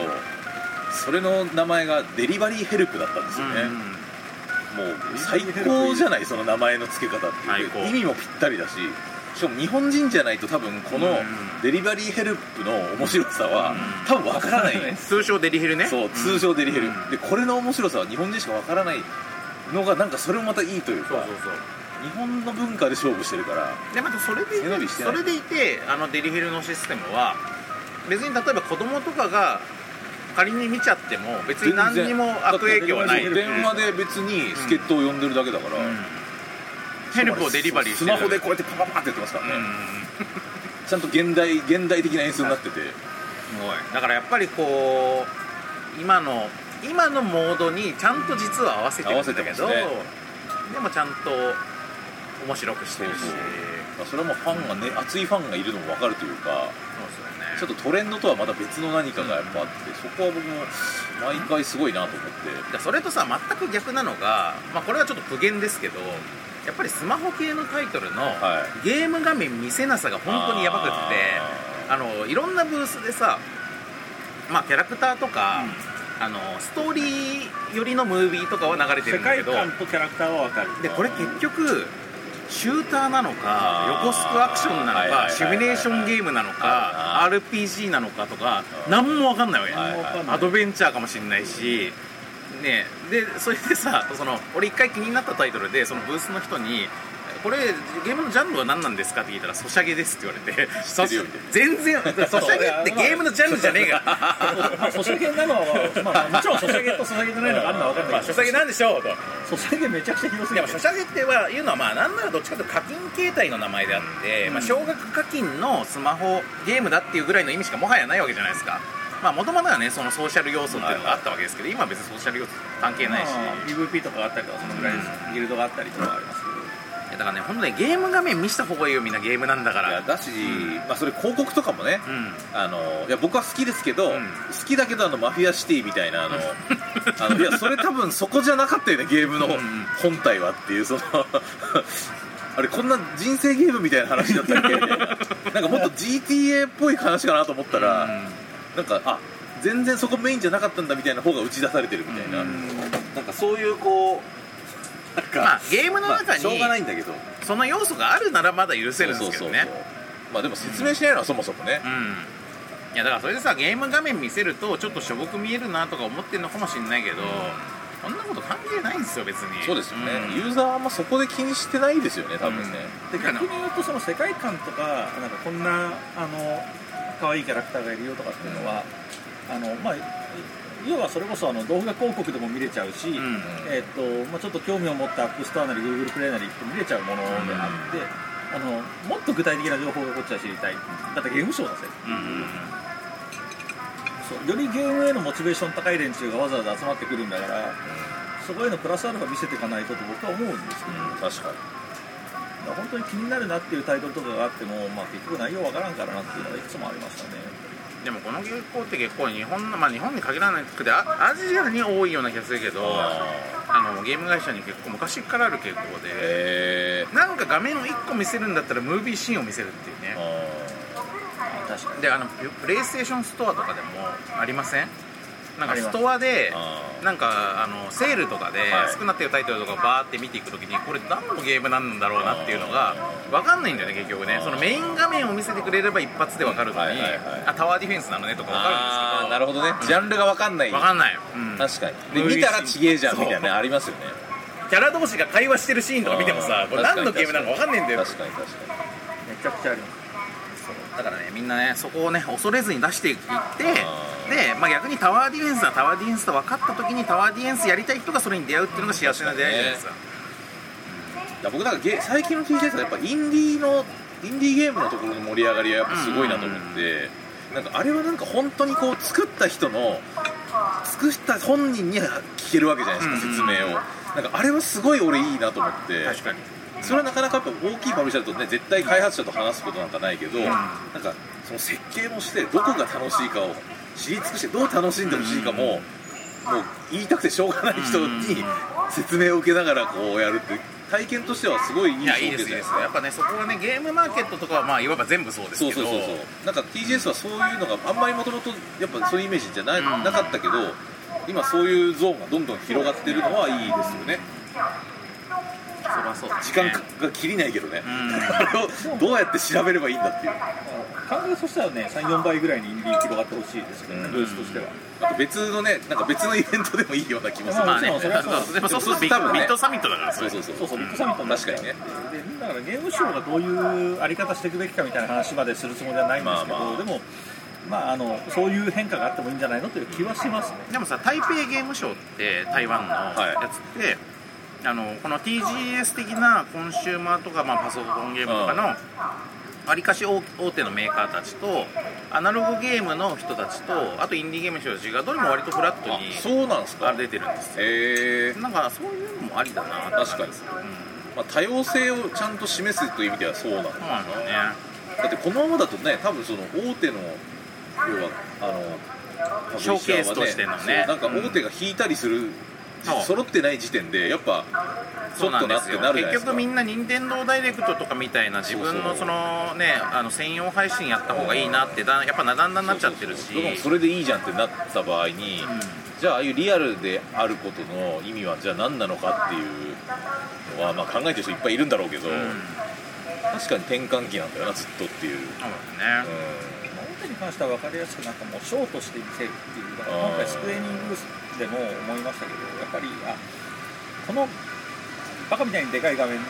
それの名前がデリバリーヘルプだったんです
う
よ
ん
ね、
うん
もう最高じゃないその名前の付け方っ
最
て
高
いう意味もぴったりだししかも日本人じゃないと多分この
うん
デリバリーヘルプの面白さは多分わからない
通称デリヘルね
そう通常デリヘル、でこれの面白さは日本人しかわからないのがなんかそれもまたいいという
そう
か
そうそう
日本の文化で勝負してるから
でまたそれでい
背伸び
て
してな
そ
い
れでいてあのデリヘルのシステムは別に例えば子供とかが仮に見ちゃっても別に何にも悪影響はない
電話で別に助っ人を呼んでるだけだから、
ヘルプをデリバリーして
ス
る
マホでこうやってパパパってやってますからね、
うん
ちゃんと現代現代的な演出になってて
すごいだからやっぱりこう今の今のモードにちゃんと実は合わせてるんだ
合
け
わせ
ど、
てますね
でもちゃんと面白くしてるし
そうそうまあそれはもうファンがね熱いファンがいるのも分かるというかち
そ
ょ
うですよ
っ
ね
とトレンドとはまた別の何かがやっぱあって、そこは僕も毎回すごいなと思って
だからそれとさ全く逆なのが、まあ、これはちょっと苦言ですけどやっぱりスマホ系のタイトルの、
はい
ゲーム画面見せなさが本当にやばくってあ
あ
のいろんなブースでさ、まあ、キャラクターとか、あのストーリー寄りのムービーとかは流れて
世
るんだけ
界
ど
観とキャラクターは分かる
でこれ結局シューターなの
あ
か
ー
横スクアクションな
はい
の
は
か
いはいはい
シミュレーションゲームなのか
あ
RPG なのかとか何も分かんないわけ、
はい
はい
アドベンチャーかもしれないしねでそれでさその俺一回気になったタイトルでそのブースの人に「これゲームのジャンルは何なんですか?」って聞いたら「ソシャゲです」って言われて
知ってるよみたい
全然ソシャゲってゲームのジャンルじゃねえか
[LAUGHS]
ソシャゲなのは、まあ、もちろんソシャゲとソシャゲじゃないのがあるのは分か
ま
んな
あ
い
ソ
け
シャゲ
ど、
なんでしょうと
ソシャゲめちゃくちゃ広す
で
ぎ
も
て
ソ、シャゲっては言うのはまあなんならどっちかというと課金形態の名前であって、まあ少額課金のスマホゲームだっていうぐらいの意味しかもはやないわけじゃないですかまあもともとはねそのソーシャル要素っていうのがあったわけですけど今は別にソーシャル要素関係ないし、
まあ PVP とかがあったりとかそのぐらいです、ギルドがあったりとかはありますけど
いやだからね本当ねゲーム画面見した方がいいよみんなゲームなんだか
いや
ら
だし、まあ、それ広告とかもね、
うん
あのいや僕は好きですけど、
うん
好きだけどあのマフィアシティみたいな
[LAUGHS]
あのあのいやそれ多分そこじゃなかったよねゲームの
うんうん
本体はっていうその [LAUGHS] あれこんな人生ゲームみたいな話だっ
[LAUGHS]
たっけみたいななんかもっと GTA っぽい話かなと思ったら、なんかあ全然そこメインじゃなかったんだみたいな方が打ち出されてるみたいな、なんかそういうこうなんか、
まあゲームの
ま
中
あしょうがな
に
いんだけど
その要素があるならまだ許せるんですけどね
まあでも説明しないのはそもそもね、
うんいやだからそれでさゲーム画面見せるとちょっとしょぼく見えるなとか思ってるのかもしれないけどそんなこと関係ないんですよ別に
そうですよね、
ん
ユーザーはあんまそこで気にしてないですよね多分ね、
で
だから
逆に言うと、その世界観とか、なんかこんなあの可愛いキャラクターがいるよとかっていうのは、あのまあ、要はそれこそあの動画広告でも見れちゃうし、
うん
えーとまあ、ちょっと興味を持ったアップストアなり Google プレイなりって見れちゃうものであって、あのもっと具体的な情報がこっちは知りたいだってゲームショーだぜ
うん
そうよりゲームへのモチベーション高い連中がわざわざ集まってくるんだから、そこへのプラスアルファ見せていかないとと僕は思うんですけど、
うん確かに
だから本当に気になるなっていうタイトルとかがあっても、まあ、結局内容わからんからなっていうのはいくつもありましたね
でもこの傾向って結構日本のまあ日本に限らなくてあアジアに多いような気がするけどあのゲーム会社に結構昔からある傾向で
へえ
なんか画面を1個見せるんだったらムービーシーンを見せるっていうね
確かに
であのププレイステーションストアとかでもありませんなんか
ありま
ス
す
トアで
あー
なんかあのセールとかで
はい
少なってるタイトルとかバーって見ていくときにこれ何のゲームなんだろうなっていうのが分かんないんだよね結局ね
あー
そのメイン画面を見せてくれれば一発で分かるのに、
はいはいはい
あタワーディフェンスなのねとか分かるんですけ
あ
ど
あなるほどねジャンルが分かんない
分かんない、うん
確かに
無
で
意識
見たらちげえじゃんみたいなね
そう
ありますよね
キャラ同士が会話してるシーンとか見てもさ
あー
これ何のゲームなのか分かんねえんだよ
確かに確かに
めちゃくちゃあります
だからねみんなねそこをね恐れずに出していって
ー
で、まあ、逆にタワーディフェンスはタワーディフェンスと分かった時にタワーディフェンスやりたい人がそれに出会うっていうのが幸せな出会いじゃないですか、
だから僕なんかゲ最近の TGS はやっぱインディーのインディーゲームのところの盛り上がりはやっぱすごいなと思って、なんかあれはなんか本当にこう作った人の作った本人には聞けるわけじゃないですか、
うん
説明をなんかあれはすごい俺いいなと思って
確かに
それはなかなかやっぱ大きいパブリッシャーだとね絶対開発者と話すことなんかないけど、なんかその設計もしてどこが楽しいかを知り尽くしてどう楽しんでほしいかも、もう言いたくてしょうがない人に説明を受けながらこうやるって体験としてはすごいいい
い
証
やいい
拠
で
じ
すい
ゃ
で
ないいですすか
やっぱねそこはねゲームマーケットとかはまあいわば全部そうです
そ
け
う
ど
そうそうそうなんか TGS はそういうのがあんまりもともとやっぱそういうイメージじゃな,、
うん
なかったけど今そういうゾーンがどんどん広がってるのはいいですよね
そりゃそうだね
時間が切りないけどね、
ん
[LAUGHS] あれをどうやって調べればいいんだっていう
考えとしてはね34倍ぐらいにインディー広がってほしいですけどね、
うん
ブースとしては
あと別のねなんか別のイベントでもいいような気もする、
まあね
そうそうそう
そうでもそうするとビ
多
ッ
分ね
ビットサミットだからそ
そう
れ
そうそう
そうそうビッグサミットになっちゃう
確かにね
でだからゲームショーがどういうあり方していくべきかみたいな話までするつもりはないんですけど、
まあまあ
でもまああのそういう変化があってもいいんじゃないのという気はしますね
でもさ台北ゲームショーって台湾の
はい
やつって、あのこの TGS 的なコンシューマーとか、まあ、パソコンゲームとかのわりかし大大手のメーカーたちとアナログゲームの人たちとあとインディーゲームの人たちがどれも割とフラット
あ
に
そうなんです
あ
か
出てるんですよ
へえ
なんかそういうのもありだな
確かに、まあ、多様性をちゃんと示すという意味ではそうなんだ
そうなんだよね
だってこのままだとね多分その大手の要はあの
ショーケースとしてのね
そうなんか大手が引いたりする、
そう
揃ってない時点でやっぱち
そう
ょっ
な
と
んで
なっ
す
て
よ
なるじゃない
結
ですか
局みんな任天堂ダイレクトとかみたいな自分のそ
そ
う
そう
のねあの専用配信やった方がいいなってだやっぱなだんだんなっちゃってるし
そうそうそうそれでいいじゃんってなった場合に、じゃあああいうリアルであることの意味はじゃあ何なのかっていうのは、まあ、考えてる人いっぱいいるんだろうけど、確かに転換期なんだよなずっとっていう、
そうだね
う
大手に関しては分かりやすくなんかもうショーとして見せるっていうだから
あー
今回スクエニングでも思いましたけどやっぱりあこのバカみたいにでかい画面で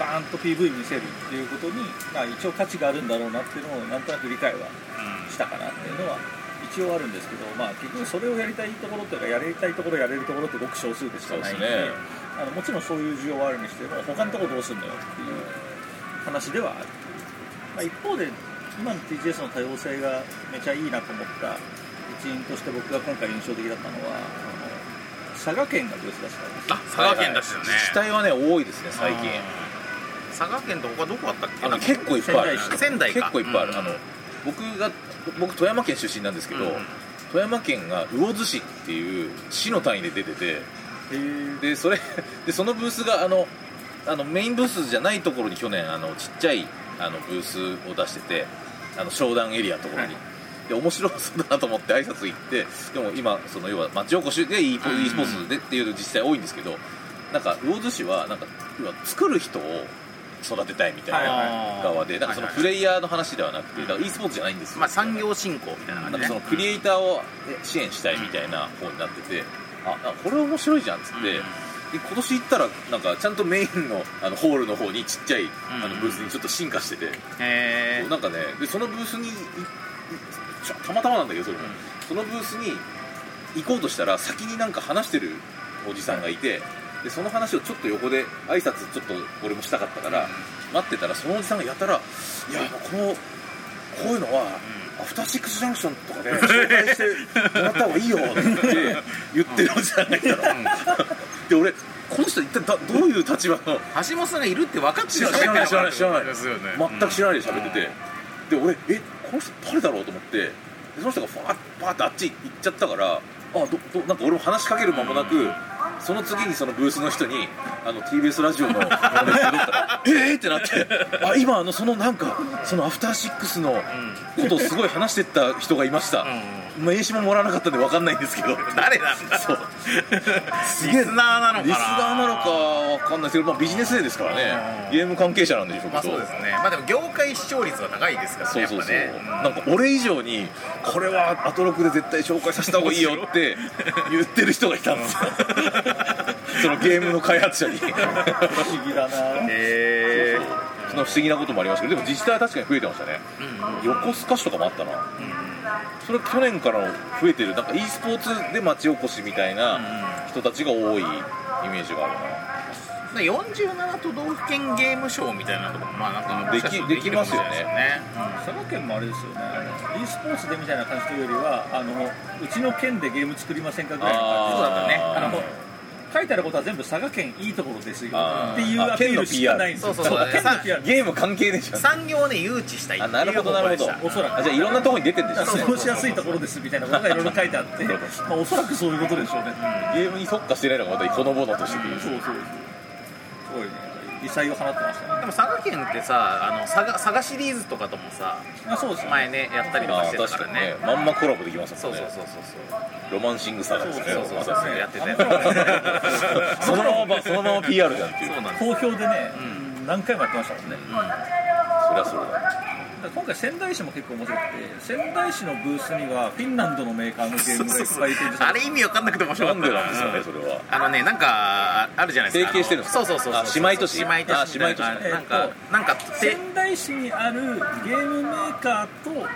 バーンと PV 見せるっていうことに、まあ、一応価値があるんだろうなっていうのをなんとなく理解はしたかなっていうのは一応あるんですけど、まあ、結局それをやりたいところというかやりたいところやれるところってごく少数でしかないんで
そうですね
あのもちろんそういう需要はあるにしても他のところどうすんのよっていう話ではある、まあ、一方で今の TGS の多様性がめちゃいいなと思った一因として僕が今回印象的だったのはあの佐賀県がブース出したんです
あ佐賀県だしよね、
自治体はね多いですね最近
うん佐賀県と他どこあったっけ
あの結構いっぱいある
仙台か
結構いっぱいある、
うん
あの僕が僕富山県出身なんですけ
う
ど、
ん
富山県が魚津市っていう市の単位で出ててでそれ [LAUGHS] でそのブースがあのあのメインブースじゃないところに去年あのちっちゃいあのブースを出しててあの商談エリアのところに、で面白そうだなと思って挨拶行ってでも今その要は町おこしで e ポ e スポーツでっていう自治体多いんですけどなんか魚津市はなんか要は作る人を育てたいみたいな、
あー
側でなんかその
はい
プ
はいはい
レイヤーの話ではなくてだから e スポーツじゃないんですよ、
まあ、産業振興みたいな
なん
感じ、ね、
かそのクリエイターを支援したいみたいな方になってて、ああこれ面白いじゃんっつって、
うん
で今年行ったらなんかちゃんとメインのあのホールの方にちっちゃいあのブースにちょっと進化してて、
えー
なんかねでそのブースにいいちょたまたまなんだけどそれも、そのブースに行こうとしたら先になんか話してるおじさんがいて、でその話をちょっと横で挨拶ちょっと俺もしたかったから、待ってたらそのおじさんがやたら「いやこのこういうのは、アフターシックスジャンクションとかで紹介してもらった方がいいよ」って言ってるおじさんがいたら、で俺この人一体だどういう立場の
橋本さんがいるって分かって
知らない知らない知らない
ですよね
全く知らないで喋
うん
ってて、で俺えこの人誰だろうと思ってでその人がファーッパーってあっち行っちゃったからあどどなんか俺も話しかける間もなく、その次にそのブースの人にあの TBS ラ
[LAUGHS]
ジオのあの人だったらえーってなってあ今あのそのなんかそのアフターシックスのことをすごい話してった人がいました、名刺ももらわなかったんで分かんないんですけど
誰なんだ
そうす
リ
げえ
スナーなのかな
リスナーなのかわかんないですけど、まあ、ビジネスでですからねゲーム関係者なんでしょうけど、
まあそうですねまあでも業界視聴率は高いですから
そ
ね
う
やっ
そう
ぱ
そう、
ね
なんか俺以上にこれはアトロクで絶対紹介させた方がいいよって言ってる人がいたんですよそのゲームの開発
[LAUGHS]
者に
不思議だな
え
その不思議なこともありましたけどでも自治体は確かに増えてましたね、横須賀市とかもあったな、それは去年から増えてるなんか e スポーツで町おこしみたいな人たちが多いイメージがあるな
ー、で47都道府県ゲームショーみたいなとこもまあなんか
でき
もしかしたら
できますよ
できるかもしれない
ね
ですよね
佐賀県もあれですよねあの e スポーツでみたいな感じというよりはあのうちの県でゲーム作りませんかぐらいの感じ
あーそうだったね
あの書いてあることは全部佐賀県いいところですよ
あー
っていうアピールしかないんですよ
あ県の PR
県の PR
ゲーム関係でしょ
産業をね誘致したいって
あなる
い
ほ
う
ど
方
な
向
る
でし
ほど
た
あ
おそらく
じゃあいろんなとこに出てるんですね
過ごしやすいところですみたいなことがいろいろ書いてあって、まあ、おそらくそういうことでしょうね、
ゲームに特化してないのがまたこのものとしてくる
そうそうそうすごいね異彩を放ってましたね
でも佐賀県ってさあの佐賀佐賀シリーズとかともさ
あそうですよね
前ねやったりと
ま
か
あ
してた
確
か
からに
ね
ねまんまコラボできます
そ
も
うんそ
ね
うそうそう
ロマンシングサガですね
そうそうそう
ま
そ
さ
う
に
やってたよ
そのままそのまま PR じゃんっていう
そうなんです
好評でね、何回もやってましたもんね、
そりゃそうだ
だから今回仙台市も結構面白くて仙台市のブースにはフィンランドのメーカーのゲームがいっぱい展示さ
あ
れて
れ意味わかんなくて面白
な
か
ん
った
でなんですかねそれは
あのねなんかあるじゃないですか
提携してるんですか
あのそうそうそうそう
あ姉妹都市
姉妹都市みたいな
あ姉妹都市
ね
なんかなんかって
仙台市にあるゲームメーカーと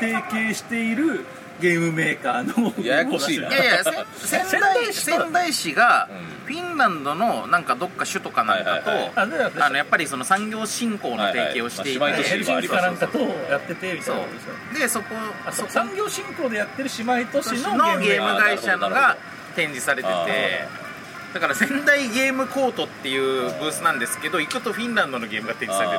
提携しているゲームメーカーの
ややこしいない
やいや
[LAUGHS]
せ仙台仙台市が
う
フィンランドのなんかどっか首都かなんかと、
はいはい
あでなんか
あのやっぱりその産業振興の提携をしていて、
はいはいまあ
ヘル
姉
シ
妹都
ン
市
キ
は
か
あ
な
り
ん
ます
かとやっててみたいなことですよね
そうでそこ
あ
そ
そう
こ
産業振興でやってる姉妹都市の
の
ゲ
ゲ
ー
ー
ム
ム会社の
あーなる
が展示されてて
あー
だから仙台ゲームコートっていうブースなんですけど行くとフィンランドのゲームが展示さ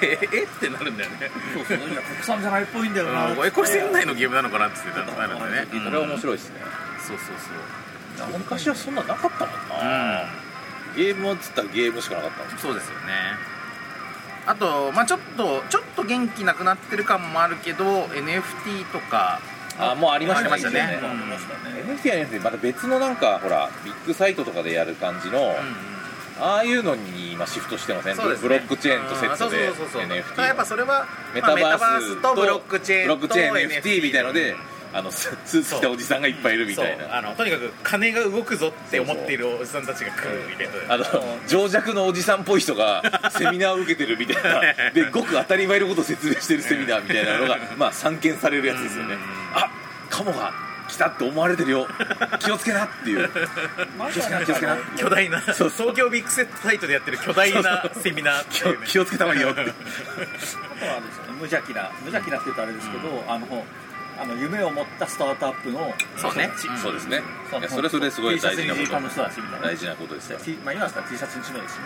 れてるんですよ [LAUGHS] ええってなるんだよね
そうそういや国産じゃないっぽいんだよな
うんえこれ仙台のゲームなのかなって言ってなるんだね、
それは面白いですね
そうそうそう
昔はそんななかったもん
う
なんゲームをつったらゲームしかなかったもん
そうですよねあと、まあ、ちょっとちょっと元気なくなってる感もあるけど NFT とか
あもうありましたね
ありましたね
以前 NFT は NFT また別のなんかほらビッグサイトとかでやる感じの、ああいうのに今シフトしてません、
そうですね
ブロックチェーンとセットで
うんそうそうそうそうだから
NFT
やっぱそれは
メ
まあ
タバースと
メタバースとブロックチェーン
ブロックチェーン NFT みたいのであの [LAUGHS] ススーツ着たおじさんがいっぱいいるみたい
そう
な
あのとにかく金が動くぞって思っているおじさんたちが来るイベント
あの情弱のおじさんっぽい人がセミナーを受けてるみ
[LAUGHS]
たいなでごく当たり前のことを説明してるセミナーみたいなのが、まあ、散見されるやつですよねあカモが来たって思われてるよ気をつけなっていう
ま
気をつ
ず
け
は
な
なんか
気をつ
あ
けな
の
巨大な東京ビッグセットサイトでやってる巨
[LAUGHS]
大なセミナーって
気
い
を
うね
気をつけた方がいいよって
あとはあれですよね無邪気な無邪気なって言うとあれですけど、あのあの夢を持ったスタートアップの
そうね
うんそうですね
そ
いやそれはそれですごい
T シャ
大
ツ
事
に
な
ジーパンの
こ
人たちみたい
と
な
大事なことですよ
T- まあ、今ですから T シャツにしもいですね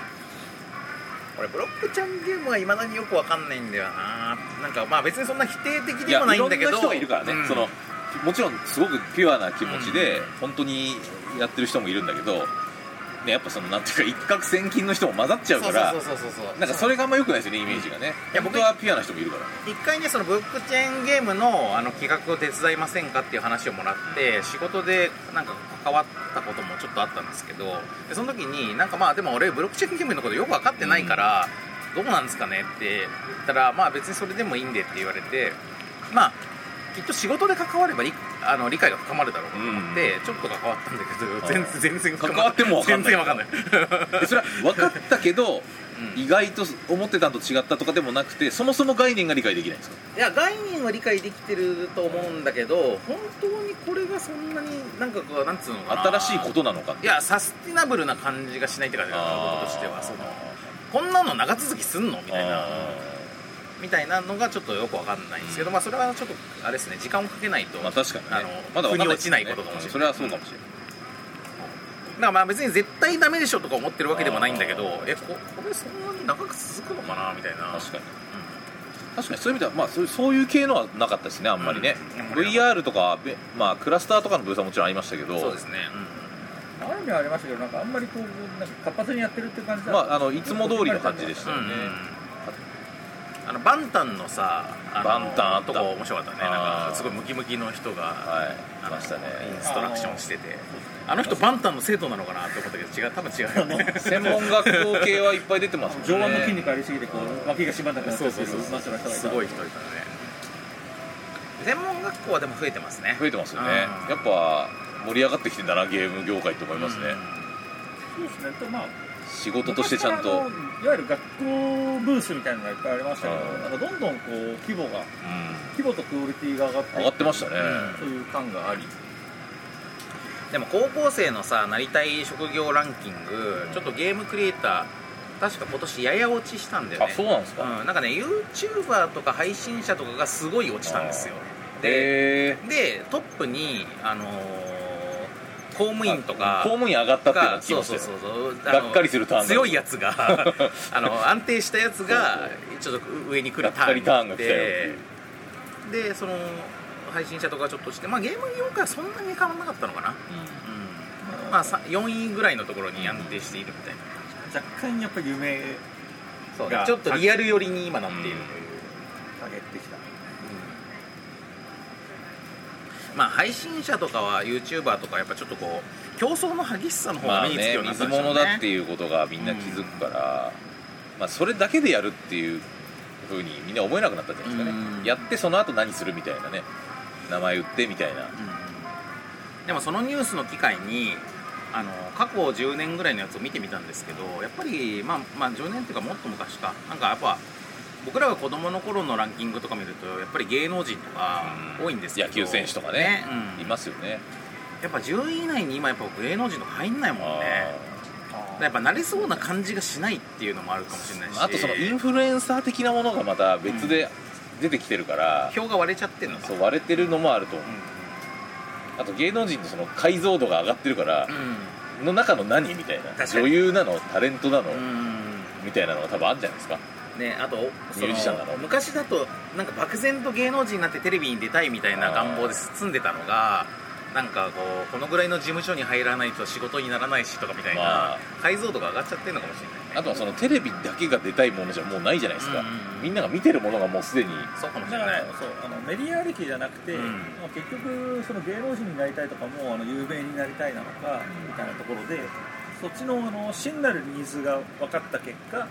俺ブロックチェーンゲームはいまだによくわかんないんだよななんかまあ別にそんな否定的
い
で
や
もないいん
ろん
だ
な
けど
人がいるからね、
うん
そのもちろんすごくピュアな気持ちで本当にやってる人もいるんだけど、ね、やっぱそのなんていうか一攫千金の人も混ざっちゃうから
そうそうそうそうそう
なんかそれがあんま良くないですよねイメージがね、
いや
僕はピュアな人もいるから
一回ねそのブックチェーンゲームのあの企画を手伝いませんかっていう話をもらって仕事でなんか関わったこともちょっとあったんですけどでその時になんかまあでも俺ブロックチェーンゲームのことよく分かってないから、どうなんですかねって言ったらまあ別にそれでもいいんでって言われてまあきっと仕事で関われば理あの理解が深まるだろうと思って、ちょっと関わったんだけど全然全然深ま
関わっても分かんな
全
い
然分かんない
でそれは分かったけ
う
ど、
ん
意外と思ってたのと違ったとかでもなくてそもそも概念が理解できないんですか
いや概念は理解できてると思うんだけど本当にこれがそんなになんかこうなんつうのかな
新しいことなのかっ
い
て
やサスティナブルな感じがしないって感じだな僕としてはそのこんなの長続きすんのみたいな
あ
みたいなのがちょっとよくわかんないんですけどまあそれはちょっとあれですね時間をかけないと
ーまあ確かにね
あの
まだ分かん
腑に落ちないことかもしれない
うんそれはそうかもしれない、
だからまあ別に絶対ダメでしょとか思ってるわけでもないんだけどえここれそんなに長く続くのかなみたいな
確かに確かにそういう意味では、まあ、そうそういう系のはなかったですねあんまりね、
うん
VR とか、べまあ、クラスターとかのブースはもちろんありましたけど
そうですね、
あるにはありましたけどなんかあんまりこうなんか活発にやってるって感じだ
まあ、あのいつも通りの感じでし
う
た
ん
よね、
あのバンタンのさあの
バンタンあった
とこ面白かったねなん
あ
か
ー
すごいムキムキの人が
はいいましたね
インストラクションしててあの人バンタンの生徒なのかなって思ったけど違う多分違うよ [LAUGHS] ね
専門学校系はいっぱい出てますもんね
上腕の筋肉ありすぎてこう脇が締まんなくなっちゃってるマッチョな人がいた
すごい人いたね専門学校はでも増えてますね
増えてますよね
うん
やっぱ盛り上がってきてんだなゲーム業界って思いますね、
そうですねとまあ
仕事としてちゃんと、
昔からあのいわゆる学校ブースみたいなのがいっぱいありましたけど
あー
なんかどんどんこう規模が
う
規模とクオリティが上がって
ん上がってましたね、
うん
という感があり
でも高校生のさなりたい職業ランキングちょっとゲームクリエイター確か今年やや落ちしたんだよね
あそうなんですか、
うん、なんかね YouTuber とか配信者とかがすごい落ちたんですよで
で
でトップに、あのー公務員と
公
か
務員上がったっていうのは
が
聞き
そ
ま
う
した
そう
よ
そうそうあの
がっかりするターン
強いやつ
[LAUGHS]
があの安定したやつがちょっと上に来るターンに
がっかりター
な
ンが
っ
来たよ
てでその配信者とかちょっとして、まあ、ゲーム業界はそんなに変わらなかったのかな、うんまあ、さ4位ぐらいのところに安定しているみたいな
若干やっぱ夢
そう
が
ねちょっとリアル寄りに今なっているという、
下げてきた
まあ、配信者とかは YouTuber とかやっぱちょっとこう競争の激しさの方
ま
が
あ
身につく
ね
ようになった
水
んでしょうね,、
物だっていうことがみんな気づくから、まあ、それだけでやるっていうふうにみんな思えなくなったじゃないですかね、
うん
やってその後何するみたいなね名前売ってみたいな
うんでもそのニュースの機会にあの過去10年ぐらいのやつを見てみたんですけどやっぱり、まあ、まあ10年っていうかもっと昔かなんかやっぱ僕らが子供の頃のランキングとか見るとやっぱり芸能人とか多いんですけど、
野球選手とかね
うん
いますよね
やっぱ10位以内に今やっぱ芸能人とか入んないもんねやっぱ慣れそうな感じがしないっていうのもあるかもしれないし
あとそのインフルエンサー的なものがまた別で出てきてるから、
票が割れちゃってんのか
そう割れてるのもあると思うあと芸能人のその解像度が上がってるから
う、ん
の中の何みたいな
確かに
女優なのタレントなの、
うん
みたいなのが多分あるんじゃないですか
ねあとその
ミュージシャンなの
昔だとなんか漠然と芸能人になってテレビに出たいみたいな願望で包んでたのがなんかこうこのぐらいの事務所に入らないと仕事にならないしとかみたいな、
まあ
解像度が上がっちゃってるのかもしれないね
あとはそのテレビだけが出たいものじゃもうないじゃないですか、
うんうんうん
みんなが見てるものがもうすでに
そうかもし
だ
れ
か
な
ら
い
そうあのメディア歴じゃなくて、
うん
まあ結局その芸能人になりたいとかもうあの有名になりたいなのかみたいなところでそっちのあの真なるニーズが分かった結果あ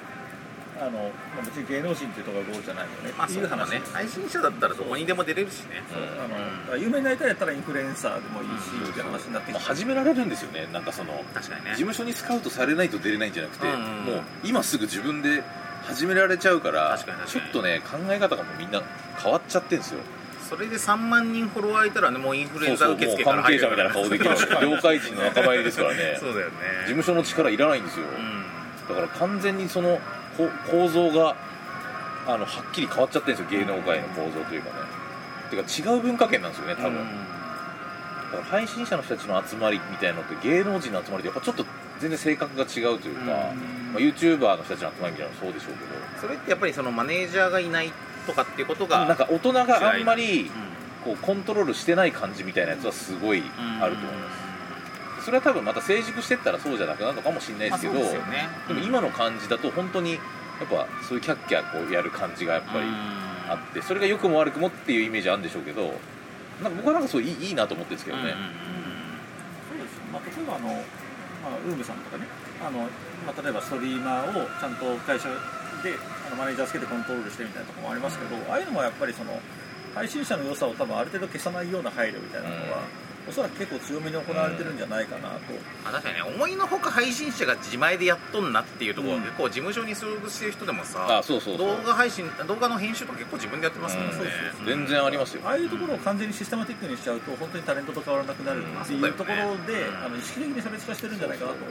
あのまあ別に芸能人っていうとこがゴールじゃないよね
まあ
ってい
そうう
話
だね配信者だったらどこにでも出れるしね
あのだから有名になりたいやったらインフルエンサーでもいいし、
うん
って話になってき
もう
て、
始められるんですよねなんかその
確かにね
事務所にスカウトされないと出れないんじゃなくて、
うんうんうん
もう今すぐ自分で始められちゃうから
確かに確
ち
か
ょ
に
っとね考え方がもうみんな変わっちゃってんですよ
それで3万人フォロワーいたらねもうインフルエ
そう
ンザ
そう
受
もう
付から
関
入
係
る
者みたいな顔できるし [LAUGHS] 業界人の仲間入りですからね
[LAUGHS] そうだよね
事務所の力いらないんですよ、
うん
だから完全にそのこ構造があのはっきり変わっちゃってるんですよ芸能界の構造というかねていうか違う文化圏なんですよね多分、だから配信者の人たちの集まりみたいなのって芸能人の集まりとやっぱちょっと全然性格が違うというか、
うん
まあ、YouTuber の人たちの集まりみたいなのもそうでしょうけど
それってやっぱりそのマネージャーがいないとかっていうことが
なんか大人があんまり
う
こうコントロールしてない感じみたいなやつはすごい
ん
あると思いますそれは多分また成熟してったらそうじゃなくなるのかもしれない
ま
で
あ
すけ
そう
ど、
ですよね
でも今の感じだと本当にやっぱそういうキャッキャこうやる感じがやっぱりあ
っ
ってそれが良くも悪くもっていうイメージあるんでしょうけどなんか僕はなんかそういいいいなと思ってるんですけどね、
そうですよまあ、例えばあの、まあ、ウームさんとかねあの、まあ、例えばストリーマーをちゃんと会社であのマネージャーつけてコントロールしてみたいなところもありますけどああいうのもやっぱりその配信者の良さを多分ある程度消さないような配慮みたいなのは、おそらく結構強めに行われてるんじゃないかなと、
あ確かにね思いのほか配信者が自前でやっとんなっていうところは
うん
結構事務所に所属してる人でも
あ
さ
そうそうそう
動画配信動画の編集とか結構自分でやってますもんね
うん
そうそう
うん
全然ありますよ
ああいうところを完全にシステマティックにしちゃうと本当にタレントと変わらなくなるっていうところで、
うん
あの意識的に差別化してるんじゃないかなと思う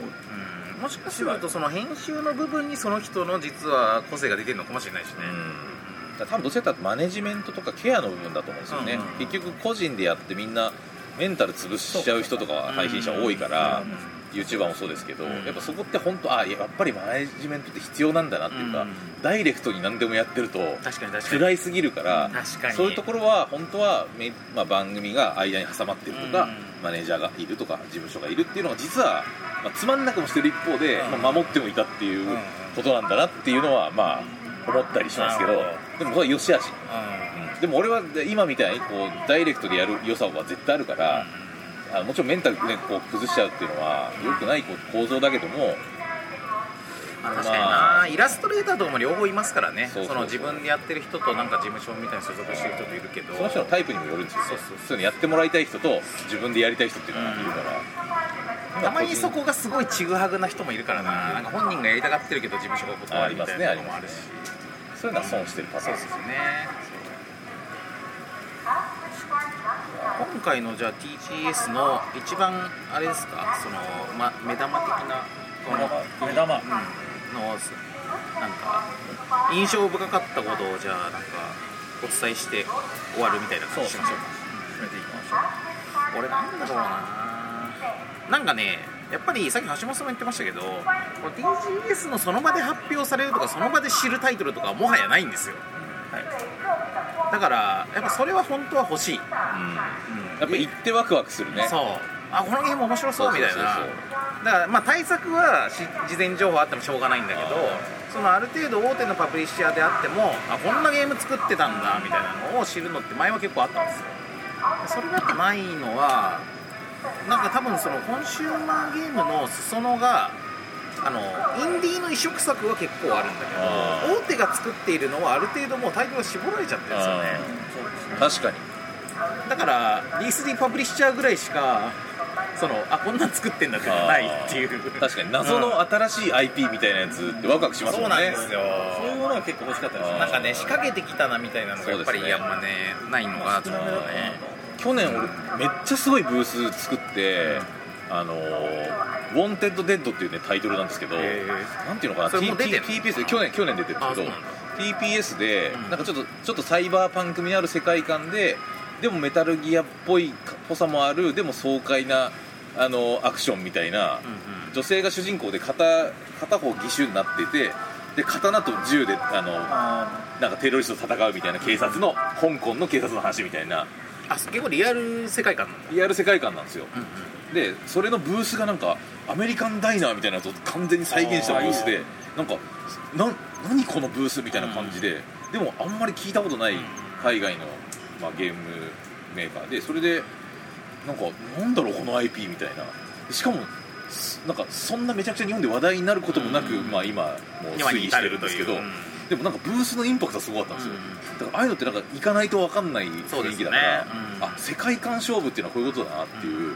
うんもしかするとその編集の部分にその人の実は個性が出てるのかもしれないしね
うんだから多分どうせだったらマネジメントとかケアの部分だと思うんですよね、
うんうん
結局個人でやってみんなメンタル潰しちゃう人とかは配信者多いから、YouTuber もそうですけど、
うん
やっぱそこって本当あやっぱりマネジメントって必要なんだなっていうか、
うん
ダイレクトに何でもやってると
確かに確かに
暗いすぎるから
確かに
そういうところは本当はめ、まあ、番組が間に挟まってるとか、
うん
マネージャーがいるとか事務所がいるっていうのが実は、まあ、つまんなくもしてる一方で、
うん
まあ、守ってもいたっていう
うん
ことなんだなっていうのはまあ思ったりしますけど
なる
でもそれは良し悪し、
うん
でも俺は今みたいにこうダイレクトでやる良さは絶対あるから、あのもちろんメンタル、ね、こう崩しちゃうっていうのは良くないこう構造だけども
まあ確かに
ま
なイラストレーターとかも両方いますからね
そうそうそう
の自分でやってる人となんか事務所みたいに所属してる人といるけど
その人のタイプにもよるんですよね
そうそうそう
いうのやってもらいたい人と自分でやりたい人っていうのがいるから、今
たまにそこがすごいちぐはぐな人もいるからななんか本人がやりたがってるけど事務所が断るみたいなのもあるし
そういうのは損してるパタ
そ
ー
う
ン
ですよね今回のじゃあ TGS の一番あれですかその、ま、目玉的なこの
目玉目玉
うん、のすなんか印象深かったことをじゃあなんかお伝えして終わるみたいな感じしましょうか
決めていきましょう
俺なんだろうななんかねやっぱりさっき橋本さんも言ってましたけどこの TGS のその場で発表されるとかその場で知るタイトルとかはもはやないんですよ、はい、だからやっぱそれは本当は欲しい、
やっぱ行ってワクワクするね
そうあこのゲーム面白そうみたいな
そうそう
だからまあ対策はし事前情報あってもしょうがないんだけど
あ
そのある程度大手のパブリッシャーであってもあこんなゲーム作ってたんだみたいなのを知るのって前は結構あったんですよそれがやっぱないのはなんか多分そのコンシューマーゲームの裾野があのインディーの移植作は結構あるんだ
あ
けど大手が作っているのはある程度もうタイトルが絞られちゃってるんですよね
うん確かに
だから D3 パブリッシャーぐらいしかそのあこんなん作ってんだっていうのはないっていう
確かに謎の新しい IP みたいなやつってワクワクします
そ
も
うんなん
ね
ですよ
そういうものは結構欲しかったですね
なんかね仕掛けてきたなみたいなのがやっぱり
そうで
や
すね
っぱねないのがちょっとね
去年俺めっちゃすごいブース作ってあのー「ウォンテッド・デッド」っていうねタイトルなんですけど
へ
なんていうのかな
それもう
T-
出てんの
T- TPS で去年去年出てるんです
あ
け
そう
ど
なんだ
TPS で
うん
なんかちょっとちょっとサイバーパンク味ある世界観ででもメタルギアっぽいかっぽさもあるでも爽快なあのアクションみたいな
うんうん
女性が主人公で片片方義手になっててで刀と銃であの
あ
なんかテロリストと戦うみたいな警察の香港の警察の話みたいな
あ結構リアル世界観なんだ
リアル世界観なんですよ
うん
でそれのブースがなんかアメリカンダイナーみたいなやつを完全に再現したブースでなんかな何このブースみたいな感じで、でもあんまり聞いたことない海外の、まあ、ゲームメーカーでそれでなんかなんだろうこの IP みたいなしかもなんかそんなめちゃくちゃ日本で話題になることもなく、まあ、今もう
今
推
に
移
至
して
る
るん
と
です
い
け
う
ど、
うん
でもなんかブースのインパクトはすごかったんですよ、だからああいうのってなんか行かないと分かんない
そう
雰
で
囲
す
気
ね
だから、
うん
あ世界観勝負っていうのはこういうことだなっていう、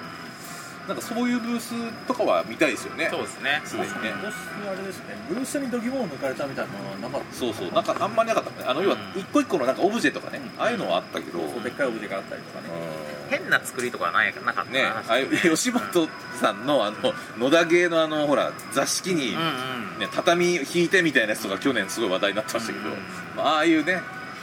なんかそういうブースとかは見たいですよね
そうですね
すでにね
今年あれですねブースに度肝を抜かれたみたいなのはなかった
そうそうなんかあんまりなかったもんねあの要は一個一個のなんかオブジェとかね、ああいうのはあったけど、
そうでっかいオブジェがあったりとかね
うん
変な作りとかはないなかったな
ねああいう吉本さんのあの野田芸のあのほら座敷に、
うんうん
ね、畳引いてみたいなやつとか去年すごい話題になってましたけど、まあああいうね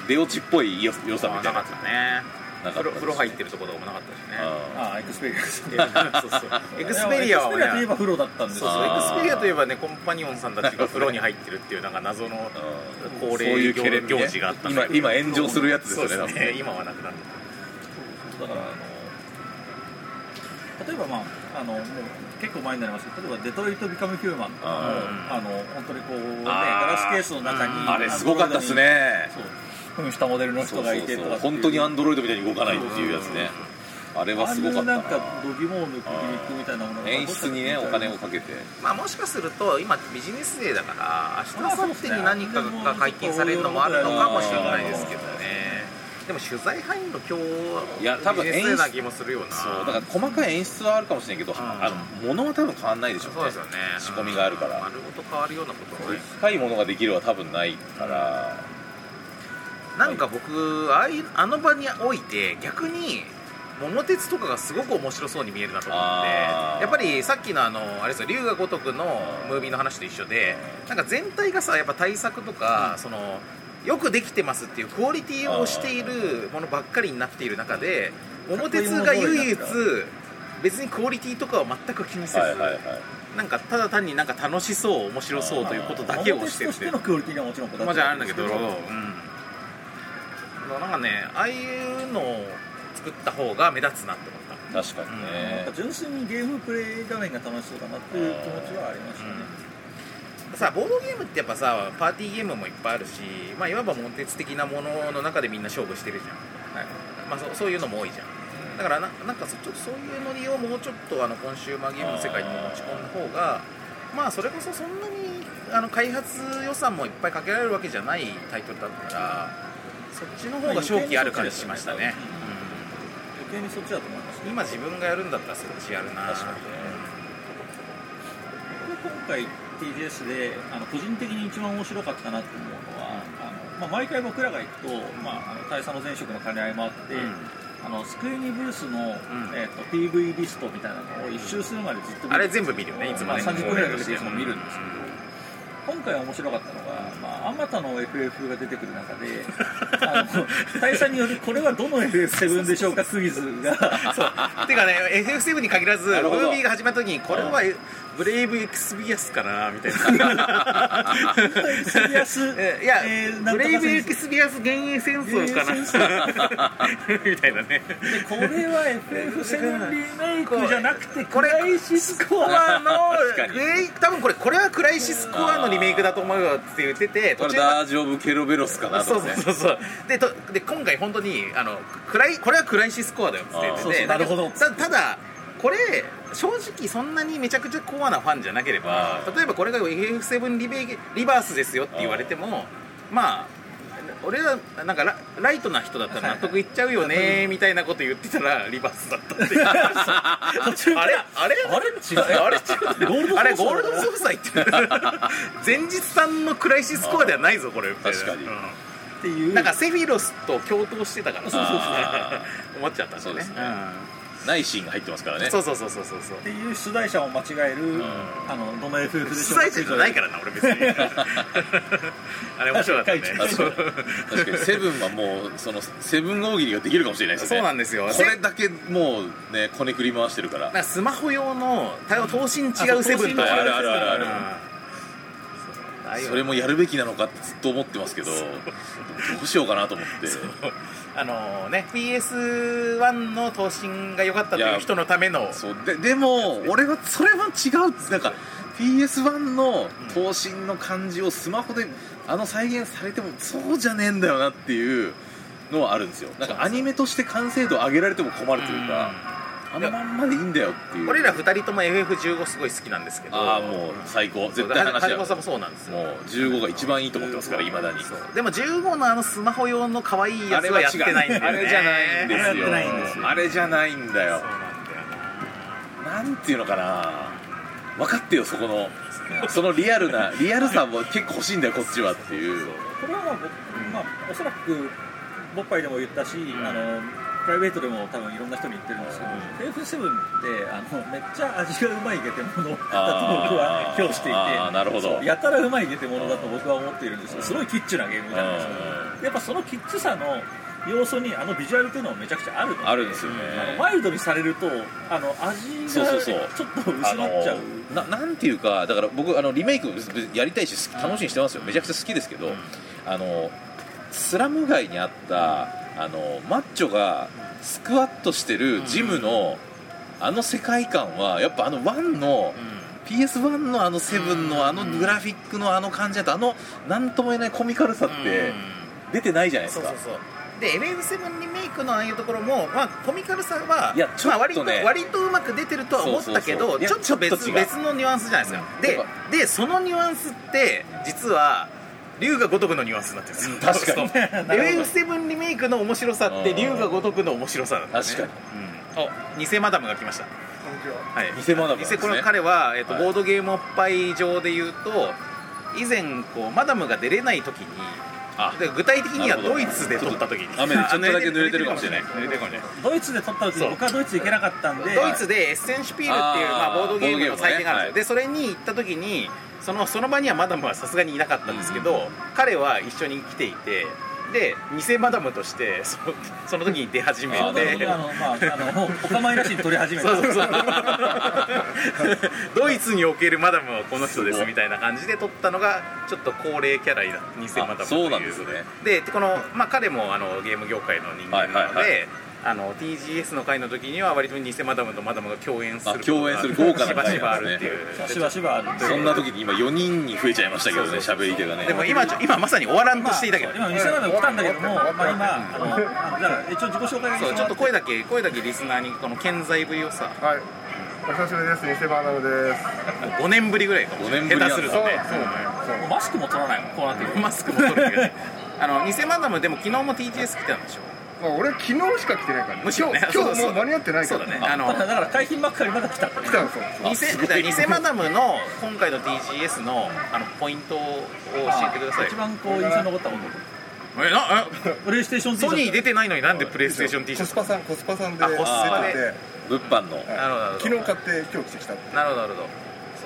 出落ちっぽいよ良さみた
ないか
な
ったね
な
風呂風呂入って
る
るところとかもなかったしね
ああエクスペリエンス
そうそうエクスペリアは
エクスペリアといえ
ね
ば風呂だったんです
そう
よ
そうエ
あー
クスペリアといえばねコンパニオンさんたちが風呂に入ってるっていうなんか謎の恒
そうい
例
うケレンね
行行事があったんだ
今
けど
今炎上するやつですよね
そう
多
で
分
すね今はなくなって
だからあの例えばまああのもう結構前になりますけど例えば「デトロイト・ビカム・ヒューマン」とかも
あ
あの本当にこう、ね、ガ
あー
ラスケースの中に、
あれすごかったですね
そうふんしたモデルの
そ
人
うそ
が
う
いてと
そ
か
う
っていう
本当にアンドロイドみたいに動かないっていうやつねあれは
ああい
すごかっ
う
た
なん
な
か度肝を抜くギミックみたいなものが
演出にねお金をかけて
まあもしかすると今ビジネスデーだから明日明後日に何かが解禁されるのもあるのかもしれないですけどねでも取材範囲の今日
いや多分
ビジネスデーな気もするよな
そうだから細かい演出はあるかもしれないけど、
ん
あの物は多分変わんないでしょうね
そうですよね
仕込みがあるから
丸ごと変わるようなことはない
深いものができるは多分ないから、
なんか僕ああいうあの場において逆に桃鉄とかがすごく面白そうに見えるなと思って
あー
やっぱりさっきのあのあれですよ龍が如くのムービーの話と一緒でなんか全体がさやっぱ対策とか、そのよくできてますっていうクオリティをしているものばっかりになっている中で桃鉄が唯一別にクオリティとかは全く気にせず、
はいはいはい
なんかただ単になんか楽しそう面白そうということだけをしてる
と
っ
しててのクオリティはもちろんこだ
ま
わ
あ
っ
じ
て
ゃああるん
る
だけど、うん、なんかねああいうのを作った方が目立つなって思っ
確かにね、
純粋にゲームプレイ画面が楽しそうだなっていう気持ちはありましたね、
たさボードゲームってやっぱさパーティーゲームもいっぱいあるし、まあ、いわばモンテツ的なものの中でみんな勝負してるじゃん、まあ、そうそういうのも多いじゃんだからななんかそちょっとそういうノリをもうちょっとあのコンシューマーゲームの世界にも持ち込んだ方がまあそれこそそんなにあの開発予算もいっぱいかけられるわけじゃないタイトルだったからそっちの方が勝機ある感じしましたね、うん
余計にそっちだと思います
今自分がやるんだったらそっちやるな
確かにね
僕今回 TGS であの個人的に一番面白かったなと思うのは、あのまあ、毎回僕らが行くと、まあ、あの大佐の前職の兼ね合いもあって、あのスクエニブースの、えっと PV リストみたいなのを一周するまでずっと見て
あれ全部見るよねいつもね
まあ、30分ぐらいかけていつも見るんですけど、今回面白かったのが、まあ、あまたの FF が出てくる中で、あの、大佐による、これはどの FF7 でしょうかクイズが、
[LAUGHS] てかね FF7 に限らずム
なるほど
ービーが始まった時にこれはブレイブエクスビアスかなみたい [LAUGHS] な
エクスビアス
えいや、
えーなん
ブ
と
レ
か
イ
戦争
ブエクスビアス幻影戦争かな [LAUGHS] みたいなね
でこれは FF7 リメイクじゃなくて、
こ
こ
れ
れ、クライシスコ
コアの
アの、
確かに
クレイ多分これこれはクライシスコアのリメイクだと思うよって言ってて
こ
途
れ
中まで
ダージョブケロベロスかな
そ
と
うそ
かね
うそうそうでとで今回本当にあのクライこれはクライシスコアだよっつって言って
あーそう
そうなるほど
たただこれ正直そんなにめちゃくちゃコアなファンじゃなければ
あー
例えばこれが FF7 リベイリバースですよって言われてもまあ俺らなんかラライトな人だ [LAUGHS] ったら納得いっちゃうよねみたいなこと言ってたらリバースだった [LAUGHS] っていう
途中か
あれ
ら、
あれ
あれ違う
あれ違うあれゴールドソーサー言ってる [LAUGHS] 前日さんのクライシスコアではないぞこれみたいな
確かに
うん
っていう。
なんかセフィロスと共闘してたから
そうそうそう
あ
思っちゃったんだ
そう
ね
ですねないシーンが入ってますからね
そうそうそうそうそうそう
っていう出題者を間違える、あのどの FF でし
主
ょうか
催者じゃないからな俺別にあれ面白か [LAUGHS] ったね
会長
あそう確かにセブンはもうそのセブン大喜利ができるかもしれないです
そ
ね
うなんですよ
これだけもうねこねくり回してるから
なんかスマホ用の対応等身違うセブンとか
あるあるある
ある
それもやるべきなのかってずっと思ってますけどどうしようかなと思って
あのね PS1 の等身が良かったという人のための
そうででも俺はそれは違うなんか PS1 の等身の感じをスマホであの再現されてもそうじゃねえんだよなっていうのはあるんですよなんかアニメとして完成度を上げられても困るというかあのまんまでいいんだよっていう
俺ら2人とも FF15 すごい好きなんですけど
ああもう最
そ
高
う
絶対話し合
はじ
う
ま
も
さんもそうなんですよ
う15が一番いいと思ってますからいまだに
そうでも15のあのスマホ用の可愛いやつはやってないんだよね
あれじゃないんですよ
あれやってないんですよ
あれじゃないんだよなんていうのかな分かってよそこのそのリアルなリアルさも結構欲しいんだよこっちはっていう
これはまあ、僕まあ、おそらくボッパイでも言ったし、あのプライベートでも多分いろんな人に言ってるんですけど、F7 ってあのめっちゃ味がうまいゲテモノだと僕は
あー
評していて
あーなるほど
そうやたらうまいゲテモノだと僕は思っているんですよすごいキッチュなゲームじゃないですか
う
やっぱそのキッチュさの要素にあのビジュアルっていうのはめちゃくちゃあるので
あるんですよね
あのマイルドにされるとあの味
そう
が
そうそう
ちょっと
あ
薄
の
まっちゃう
ななんていうかだから僕あのリメイク別にやりたいし楽しみにしてますよめちゃくちゃ好きですけど、あのスラム街にあったあのマッチョがスクワットしてるジムの、あの世界観はやっぱあの1の、PS1 のあの7のあのグラフィックのあの感じだとあの何とも言えないコミカルさっ
うん
て出てないじゃないです
そう
か、
そうそうで LF7 リメイクのああいうところも、まあ、コミカルさはい
やちょっとね
まあ、割と割とうまく出てるとは思ったけど
そうそうそういや
ちょっと別
ちょっと違う
別のニュアンスじゃないですか
やっ
ででそのニュアンスって実は龍が如くのニュアンスになってるん
う
で
ん
す
確
よ
か
[LAUGHS]
に
そうそう LF7 リメイクの面白さって
うん
龍が如くの面白さなんです、ね、
確
かに、うん、お偽マダムが来ましたはい、
偽マダムなんですね
偽この彼は、えっと
はい
ボードゲームおっぱい上で言うと以前こうマダムが出れない時に
あ
で具体的には
なるほど
ドイツで撮った時に
雨でちょっとだけ濡れてるかもしれない
あ濡れてるかもしれない
ドイツで撮った時
そ
に
う
僕はドイツ行けなかったんで
ドイツでエッセンシュピールっていう
あー
まあ、ボードゲームの祭典があるん
ボードゲーム
で
ねはい
すよ、でそれに行った時にそのその場にはマダムはさすがにいなかったんですけど、彼は一緒に来ていてで偽マダムとしてそのその時に出始め
あーなるほ
て
ど
あのまああのお構いなしに撮り始めた
そうそうそうドイツにおけるマダムはこの人ですみたいな感じで撮ったのがちょっと高齢キャラになって偽マダム
あ
とい
そううなんですね
でこの、まあ、彼もあのゲーム業界の人間なので、
はいはいは
あの TGS の回の時には割と偽マダムとマダムが共演する
あ共演する豪華な
しばしばあ
回な
る
ん
っ
で
て
す
い
ね
う
しばしばある
そんな時に今4人に増えちゃいましたけどね喋り手がね
でも今ちょ今まさに終わらんとしていたけど、
今店まで来たんだけども、まあ、今あのあのだから一応自己紹介だけ
そうちょっと
声
声だけ声だけリスナーにこの健在ぶりをさ
はい。お久しぶりです。偽バーナムです。
もう5年ぶりぐらいかもしれない
五年ぶり
下
なん
手
だ
するとね
そうね。そう。
マスクも取らないもんこうなってくる
マスクも取るけどねあの偽マダムでも昨日も TGS 来てたんでしょ
まあ、俺昨日しか来てないから、ね。
むしろね
今日
そう
今日
そう
もう間に合ってない
そ
か
う
ら。
だね。あの
だから海浜幕張まだ来たって
来たんですよ。
偽偽マダムの今回の TGS のあのポイントを教えてください
一番こう印象に残ったこと
えなえ
プレイステーション T シャ
ソ
ツ
ニー出てないのになんでプレイステーション T シャ
コ
ツ
スパさんコスパさんで
あコスパ
出
で
て
物販の
て、
なるほどなるほど
昨日買って今日着てきた。
なるほどなるほど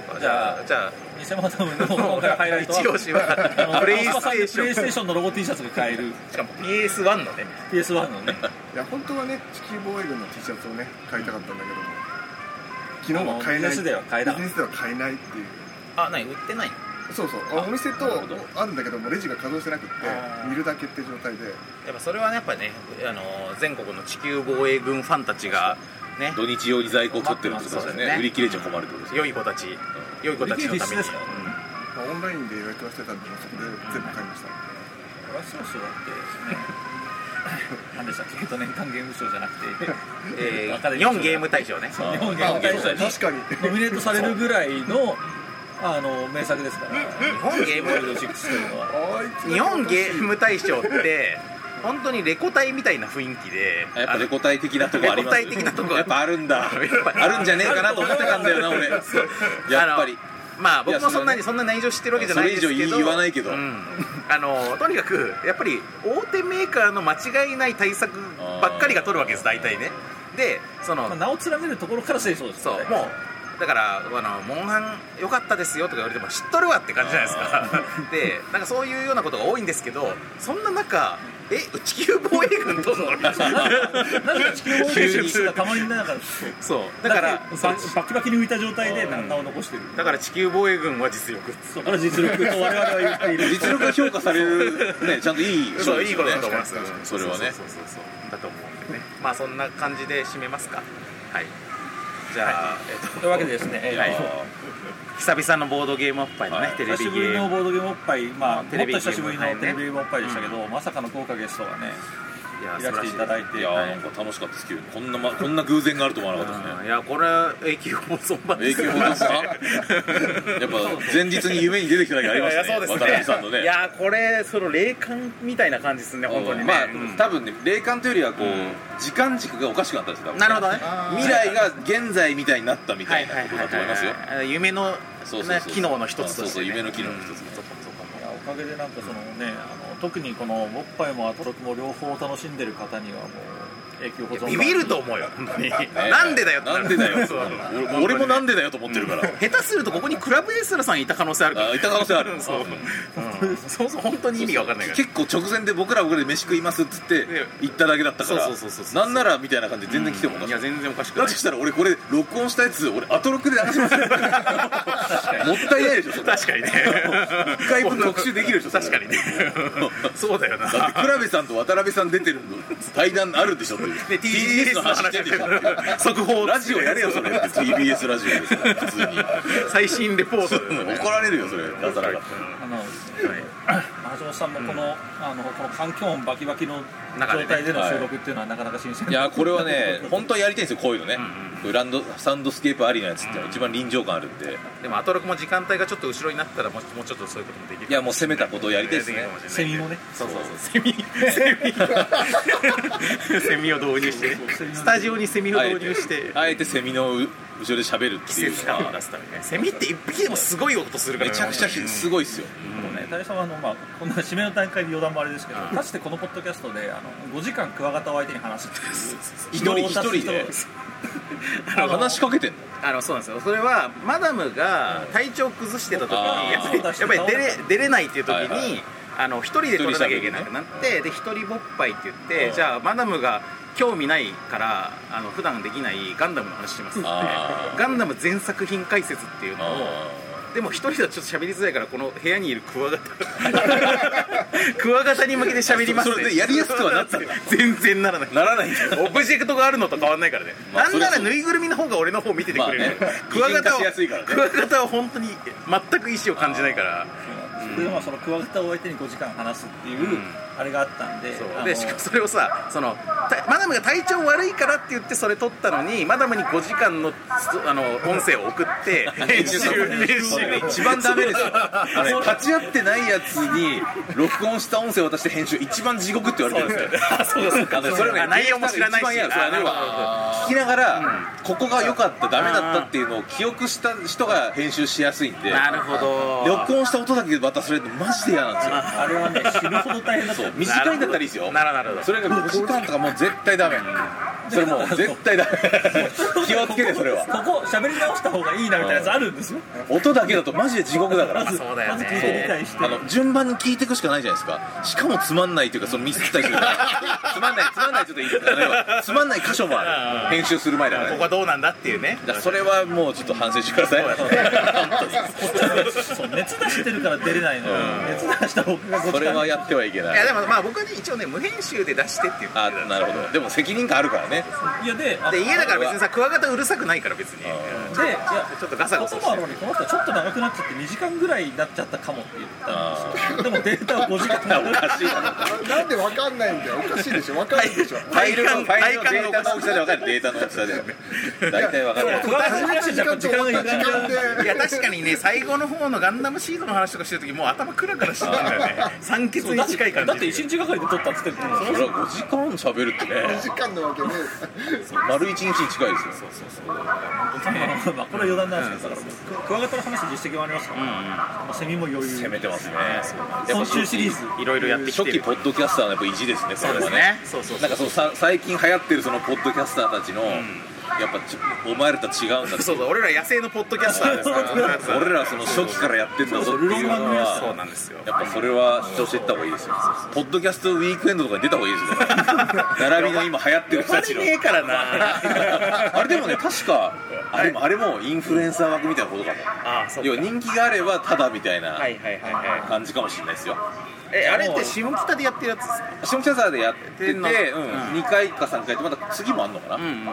そうかじゃあじゃあ
偽マダムの今回ハイライトは
[LAUGHS] 一押しは
あの
プレイ
コスパさんで
ス
プ
テ
レイ
ー
ス
シ
テ
ョ
ー
ン
ションのロゴ T シャツが買える
しかも PS1 のね
PS1
[LAUGHS]
のね
いや本当はね地球防衛軍の T シャツをね買いたかったんだけども、昨日は買えな
ビジネ
い。
スでは買えない
ビジネスでは買えないっていう。
あ何売ってないの
そうそう。
あ
あお店と
なるほど
あるんだけどもレジが稼働してなくって見るだけって状態で。
やっぱそれはねやっぱねあの全国の地球防衛軍ファンたちがね
土日用に在庫を取ってるってことですよ
そうです
ね
ね
売り切れちゃ困るってことですよ
良い子たち良い子たちのため
売り切れ必須
に
ですか
まあ、オンラインで予約はしてたんで、そこで全部買いまし
こ
た。
れは少々だって何でしたっけえっと年間ゲーム賞じゃなく
[LAUGHS]
て
え
わかる
ー、4ゲーム大賞ね
そう日本ゲーム大賞に
確かに。
ノミネートされるぐらいのあの名作ですから
日本ゲー
ワイルド
ム
シックスというのは
あいつ
日本ゲーム大賞って本当にレコ大みたいな雰囲気で
やっぱレコ大的なとこあります
レコ大的なとこ
やっぱあるんだ
ぱり
あるんじゃねえかなと思ってたんだよな俺やっぱり
あのまあ僕
いや
もそんな
それは
に
ね
そんな内情してるわけじゃないですけど
それ以上言わないけど
うんあのとにかくやっぱり大手メーカーの間違いない対策ばっかりが取るわけです大体ねでその
まあ名を連ねるところから清掃です
そ
よ
う
ね
もうだからあの「モンハン良かったですよ」とか言われても知っとるわって感じじゃないですかでなんかそういうようなことが多いんですけどそんな中え地球防衛軍との
なんか地球防衛軍がたまになんか
そうだから
バッバキバキに浮いた状態で名を残してる
だから地球防衛軍は実力
そこから実力と我々は言っている
実力が評価されるねちゃんといい
そう
です
いいこ
よ
と
ね
だと思います
それはね
そうそうそうそうだと思うんでねまあそんな感じで締めますかはいじゃあ、えっと
というわけでですね、えー
はい久々のボードゲームおっぱいのね、テレ
久
ビゲ
しぶり
ー
の
ム
ボードゲームおっぱい、まあ、もっ
テ
と
レビゲーム
久しぶりの
はいね
テレビゲームおっぱいでしたけど、まさかの豪華ゲストがね、
いや
いらしていただいて
いやーなんか楽しかったです急にこんな、ま、こんな偶然があると思わなかったで
う
す
ん
ね
いやこれは永久保存版
永久保存版やっぱ前日に夢に出てきただけあり
[LAUGHS]
ま
い
し
や
た
い
ね
やそうですね
渡辺さんのね
いやこれその霊感みたいな感じですね本当にね、
まあ、
うん
多分ね霊感というよりはこう、
うん
時間軸がおかしくなったんですよ多分
なるほどね
未来が現在みたいになったみた
はい
いな
はい
こと
はい
だと思いますよ
はいはい夢の
そうそうそう
ね機能の一つとしてね
そうそう夢の機能の一つ
う
ね
んそうかもそうかも
いやおかげでなんかそのねあの特にこのおっぱいもアトロクも両方楽しんでる方にはもう永久保存版
ビビると思うよ本当に
ね
なんでだよって
なんでだよ
そう
俺俺もなんでだよと思ってるから、
下手するとここにクラブエースラさんいた可能性あるから
あいた可能性あ [LAUGHS] る
そう
うん
うんそうそう本当に意味が分かんないから
結構直前で僕らは僕らで飯食いますっつって
ね
行っただけだったから
そうそうそうそう
なんならみたいな感じで全然来てもおか
い
しく
や
ない
全然おかしく
だ
ない
としたら俺これ録音したやつ俺アトロックで流しますよもったいないでしょそれ
確かにね
一回分特集できるでしょそれ
確かにね [LAUGHS] そうだよな
だって倉部さんと渡辺さん出てるの対談あるでしょっていう
で TBS の話
して
で
るでし
[LAUGHS]
ょ
速報
ラジオやれよ
[LAUGHS]
それ TBS ラジオでさ普通に
最新レポートだよね
[LAUGHS] 怒られるよそれ出さなかったら
あの、松本さんもこの,、あのこの環境音バキバキの
中でね
状態での収録っていうのはなかなか新鮮
いやーこれはね本当はやりたいんですよこういうのね、
ん
こういうランドサンドスケープありのやつってのは一番臨場感あるんで
でもアトロクも時間帯がちょっと後ろになったらもうもうちょっとそういうこともできる
いやもう攻めたことをやりたいですね
やりたいかし
セ
れない
ミもね
そうそうそうセミセミ [LAUGHS] セミを導入してスタジオにセミを
あえ
導入してて
あえてセミの後ろで喋るって
季
いう
節
の
感を出
は
すためにねセミって一匹でもすごい音するから
めちゃくちゃ
うん
すごいっすよ
ね大さんはあの、まあ、こんな締めの段階で余談もあれです
[LAUGHS]
けどかつてこのポッドキャストであの5時間クワガタを相手に話すっていう
一人一人であ話しかけてんの
あのそうなんですよそれはマダムが体調崩してた時
あ
に
ー
やっぱりやっぱり出れ出れないっていう時に、
はいはい
あの一人で取らなきゃいけなくなってで一人ぼっぱいって言って、
うん
じゃあマダムが興味ないからあの普段できないガンダムの話しますって
あー
ガンダム全作品解説っていうのをでも一人だとちょっと喋りづらいからこの部屋にいるクワガ
[LAUGHS]
タクワガタに向けて喋ります
それでやりやすくはなったんだ
[LAUGHS] 全然ならない
ならないんだ
オブジェクトがあるのと変わんないからね、
まあ
なんな
そ
ら
りゃそう
ぬいぐるみの方が俺の方見ててくれる、
まあね
クワガタ
擬人化
を
しやすいからね
クワガタは本当に全く意思を感じないから
それでまあそのクワガタを相手に5時間話すっていう、あれがあったんで
そう
あの
でしかもそれをさそのたマダムが体調悪いからって言ってそれ撮ったのにマダムに5時間のそあの音声を送って編集編集
一番ダメですよあれ立ち会ってないやつに録音した音声渡して編集一番地獄って言われてるんですよ
そうです
あのそれはね
内容も知らないし
一番嫌です
あ
あれは聞きながら、ここが良かったダメだったっていうのを記憶した人が編集しやすいんで
なるほど
録音した音だけで渡されるのマジで嫌なんですよ
あれはね死ぬほど大変だった
そう短いんだったらいいですよ
なるほどなるほど
それが5時間とかもう絶対ダメそれもう絶対ダメ気をつけてそれは
ここ喋り直した方がいいなみたいなやつあるんですよ
音だけだとマジで地獄だから
ず
そうだよね
まず聞いて理解して
あの順番に聞いていくしかないじゃないですかしかもつまんないというかそのミスったりする [LAUGHS] つまんないつまんないちょっといいですかあれはつまんない箇所もある編集する前だから
こ
ね
こはどうなんだっていうね
だからそれはもうちょっと反省してください
そう熱出してるから出れないのよ熱出した僕が5時間
[LAUGHS] それはやってはいけ
い
な
や
い
でもまあ僕はね一応ね無編集で出してっていう
あなるほどでも責任感あるからね
いやであ
で家だから別にさクワガタうるさくないから別に
でいや
ちょっとガサガサ
言
し
葉
て
あるのにこの人ちょっと長くなっちゃって2時間ぐらいになっちゃったかもって言ったんですよでもデータは5時間
おかしいな
なんでわかんないんだよおかしいでしょわかんないでし [LAUGHS] ょ
ファイルのファイルのデータの大きさで分かるデータの大きさで大体分かる
始めた時間と終わった時間で
いや確かにね最後の方のガンダムシードの話とかしてる時もう頭クラクラしてたんだよ [LAUGHS] ね酸欠に近い感じ
だって1日がかりで撮ったっつってるから
それは5時間喋るってね
2時間なわけね
丸1日に近いですよ
まあこれは余談なんですけどだからクワガタの話実績もありますからまあセミも余裕
攻めてますね
今週シリーズ
いろいろやってきて
初期
る
ポッドキャスターのやっぱ意地ですねそ
そう
れ
で
は
すねそうそうそ
な
うん
かそのさ最近流行ってるそのポッドキャスターたちの、やっぱちお前らと違うんだって
そうそう俺ら野生のポッドキャスターですから
俺らはその初期からやってんだぞって
そうそう
いうの
ルローマンのやつ
そう
は
なんですよ
やっぱそれは主張していった方がいいですよポッドキャストウィークエンドとかに出た方がいいです
[LAUGHS]
よ並びの今流行ってる人たちの
ねえからな
あれでもね確かあれもあれもインフルエンサー枠みたいなことかも
[LAUGHS] ああそ
要は人気があればただみたいな
はいはいはいは
感じかもしれないですよ
いえあれって下北でやってるやつですか
下北沢でやってて、
う
うんん、2回か3回ってまた次もあんのかな、
うんうん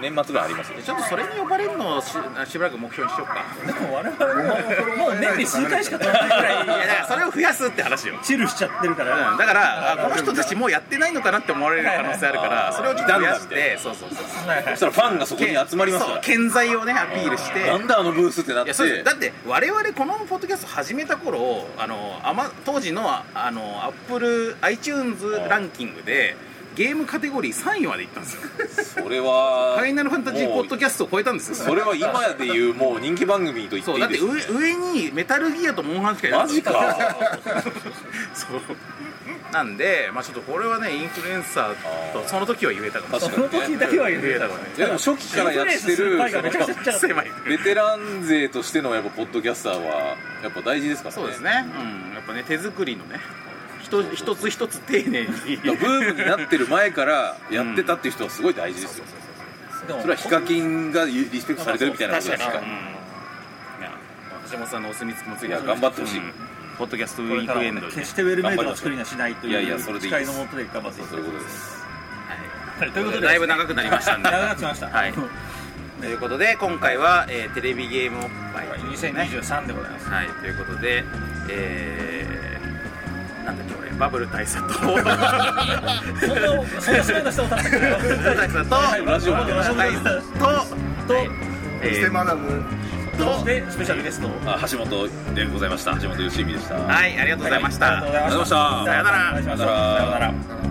年末ぐらいありますよね
ちょっとそれに呼ばれるのをししばらく目標にしようか
でも我々ももう年に数回しか取らないぐ
[LAUGHS] いやだからら
い
それを増やすって話よ
チルしちゃってるか
うん
ら、
だからあこの人たちもうやってないのかなって思われる可能性あるからそれをちょっと増やしてそうそうそう
はいはい
そしたらファンがそこに集まりますか
そう
ら
健在をねアピールして
なんだあのブースってなっ
い
て
やそうですだって我々このポッドキャスト始めた頃あのあま当時のあのアップル iTunes ランキングでゲームカテゴリー3位までいったんですよ
それは
フ [LAUGHS] ァイナルファンタジーポッドキャストを超えたんですよ
それは今でいうもう人気番組と言って
そ
いうい
だって
です
上上にメタルギアとモンハンしかいなか
マ
った
ジか
[LAUGHS] そうなんで、まあ、ちょっとこれはねインフルエンサーとその時は言えたかもし
確
その
かに
時
ね
だけは言
れない言
え
え
た
た
わ
かもね
いやでも初期からやってる
パイがめちゃくちゃちっちゃい
狭い
ベテラン勢としてのやっぱポッドキャスターはやっぱ大事ですからね
そうですね、うん、やっぱね手作りのね一一つ一つ丁寧に
だからブームになってる前からやってたっていう人はすごい大事ですよ、
でも
それはヒカキンがリスペクトされてるみたいなことですから
うんいや橋本さんのお墨付きもついて
いや頑張ってほしい
うんポッドキャストウ
こ
ィ
れ
ー
から
ク
も
エン
ね
ドにね
決してウェルメイドの作りにはしないという
いやいやそれでいい
誓
で
い
す
のもとで頑張っていきた
そう
い
いうことです
はいということで
だいぶ長くなりま
[LAUGHS]
したんで
長くなってきました
はいということで今回は、えーテレビゲームおっぱい、
2023でございます
はいということでえーなんだっけ俺バブル大佐とバブル
そんなそんなすごいの人を立ってくれ
大佐と
いラジオも出ました
大佐と
と
え
ス
ー
テマダム
そしてスペシャルゲストを
あ橋本でございました橋本良美でした
はいありがとうございました、
ありがとうございました
ありがとうございました
さよなら
お願いします
さよなら
さよなら
あの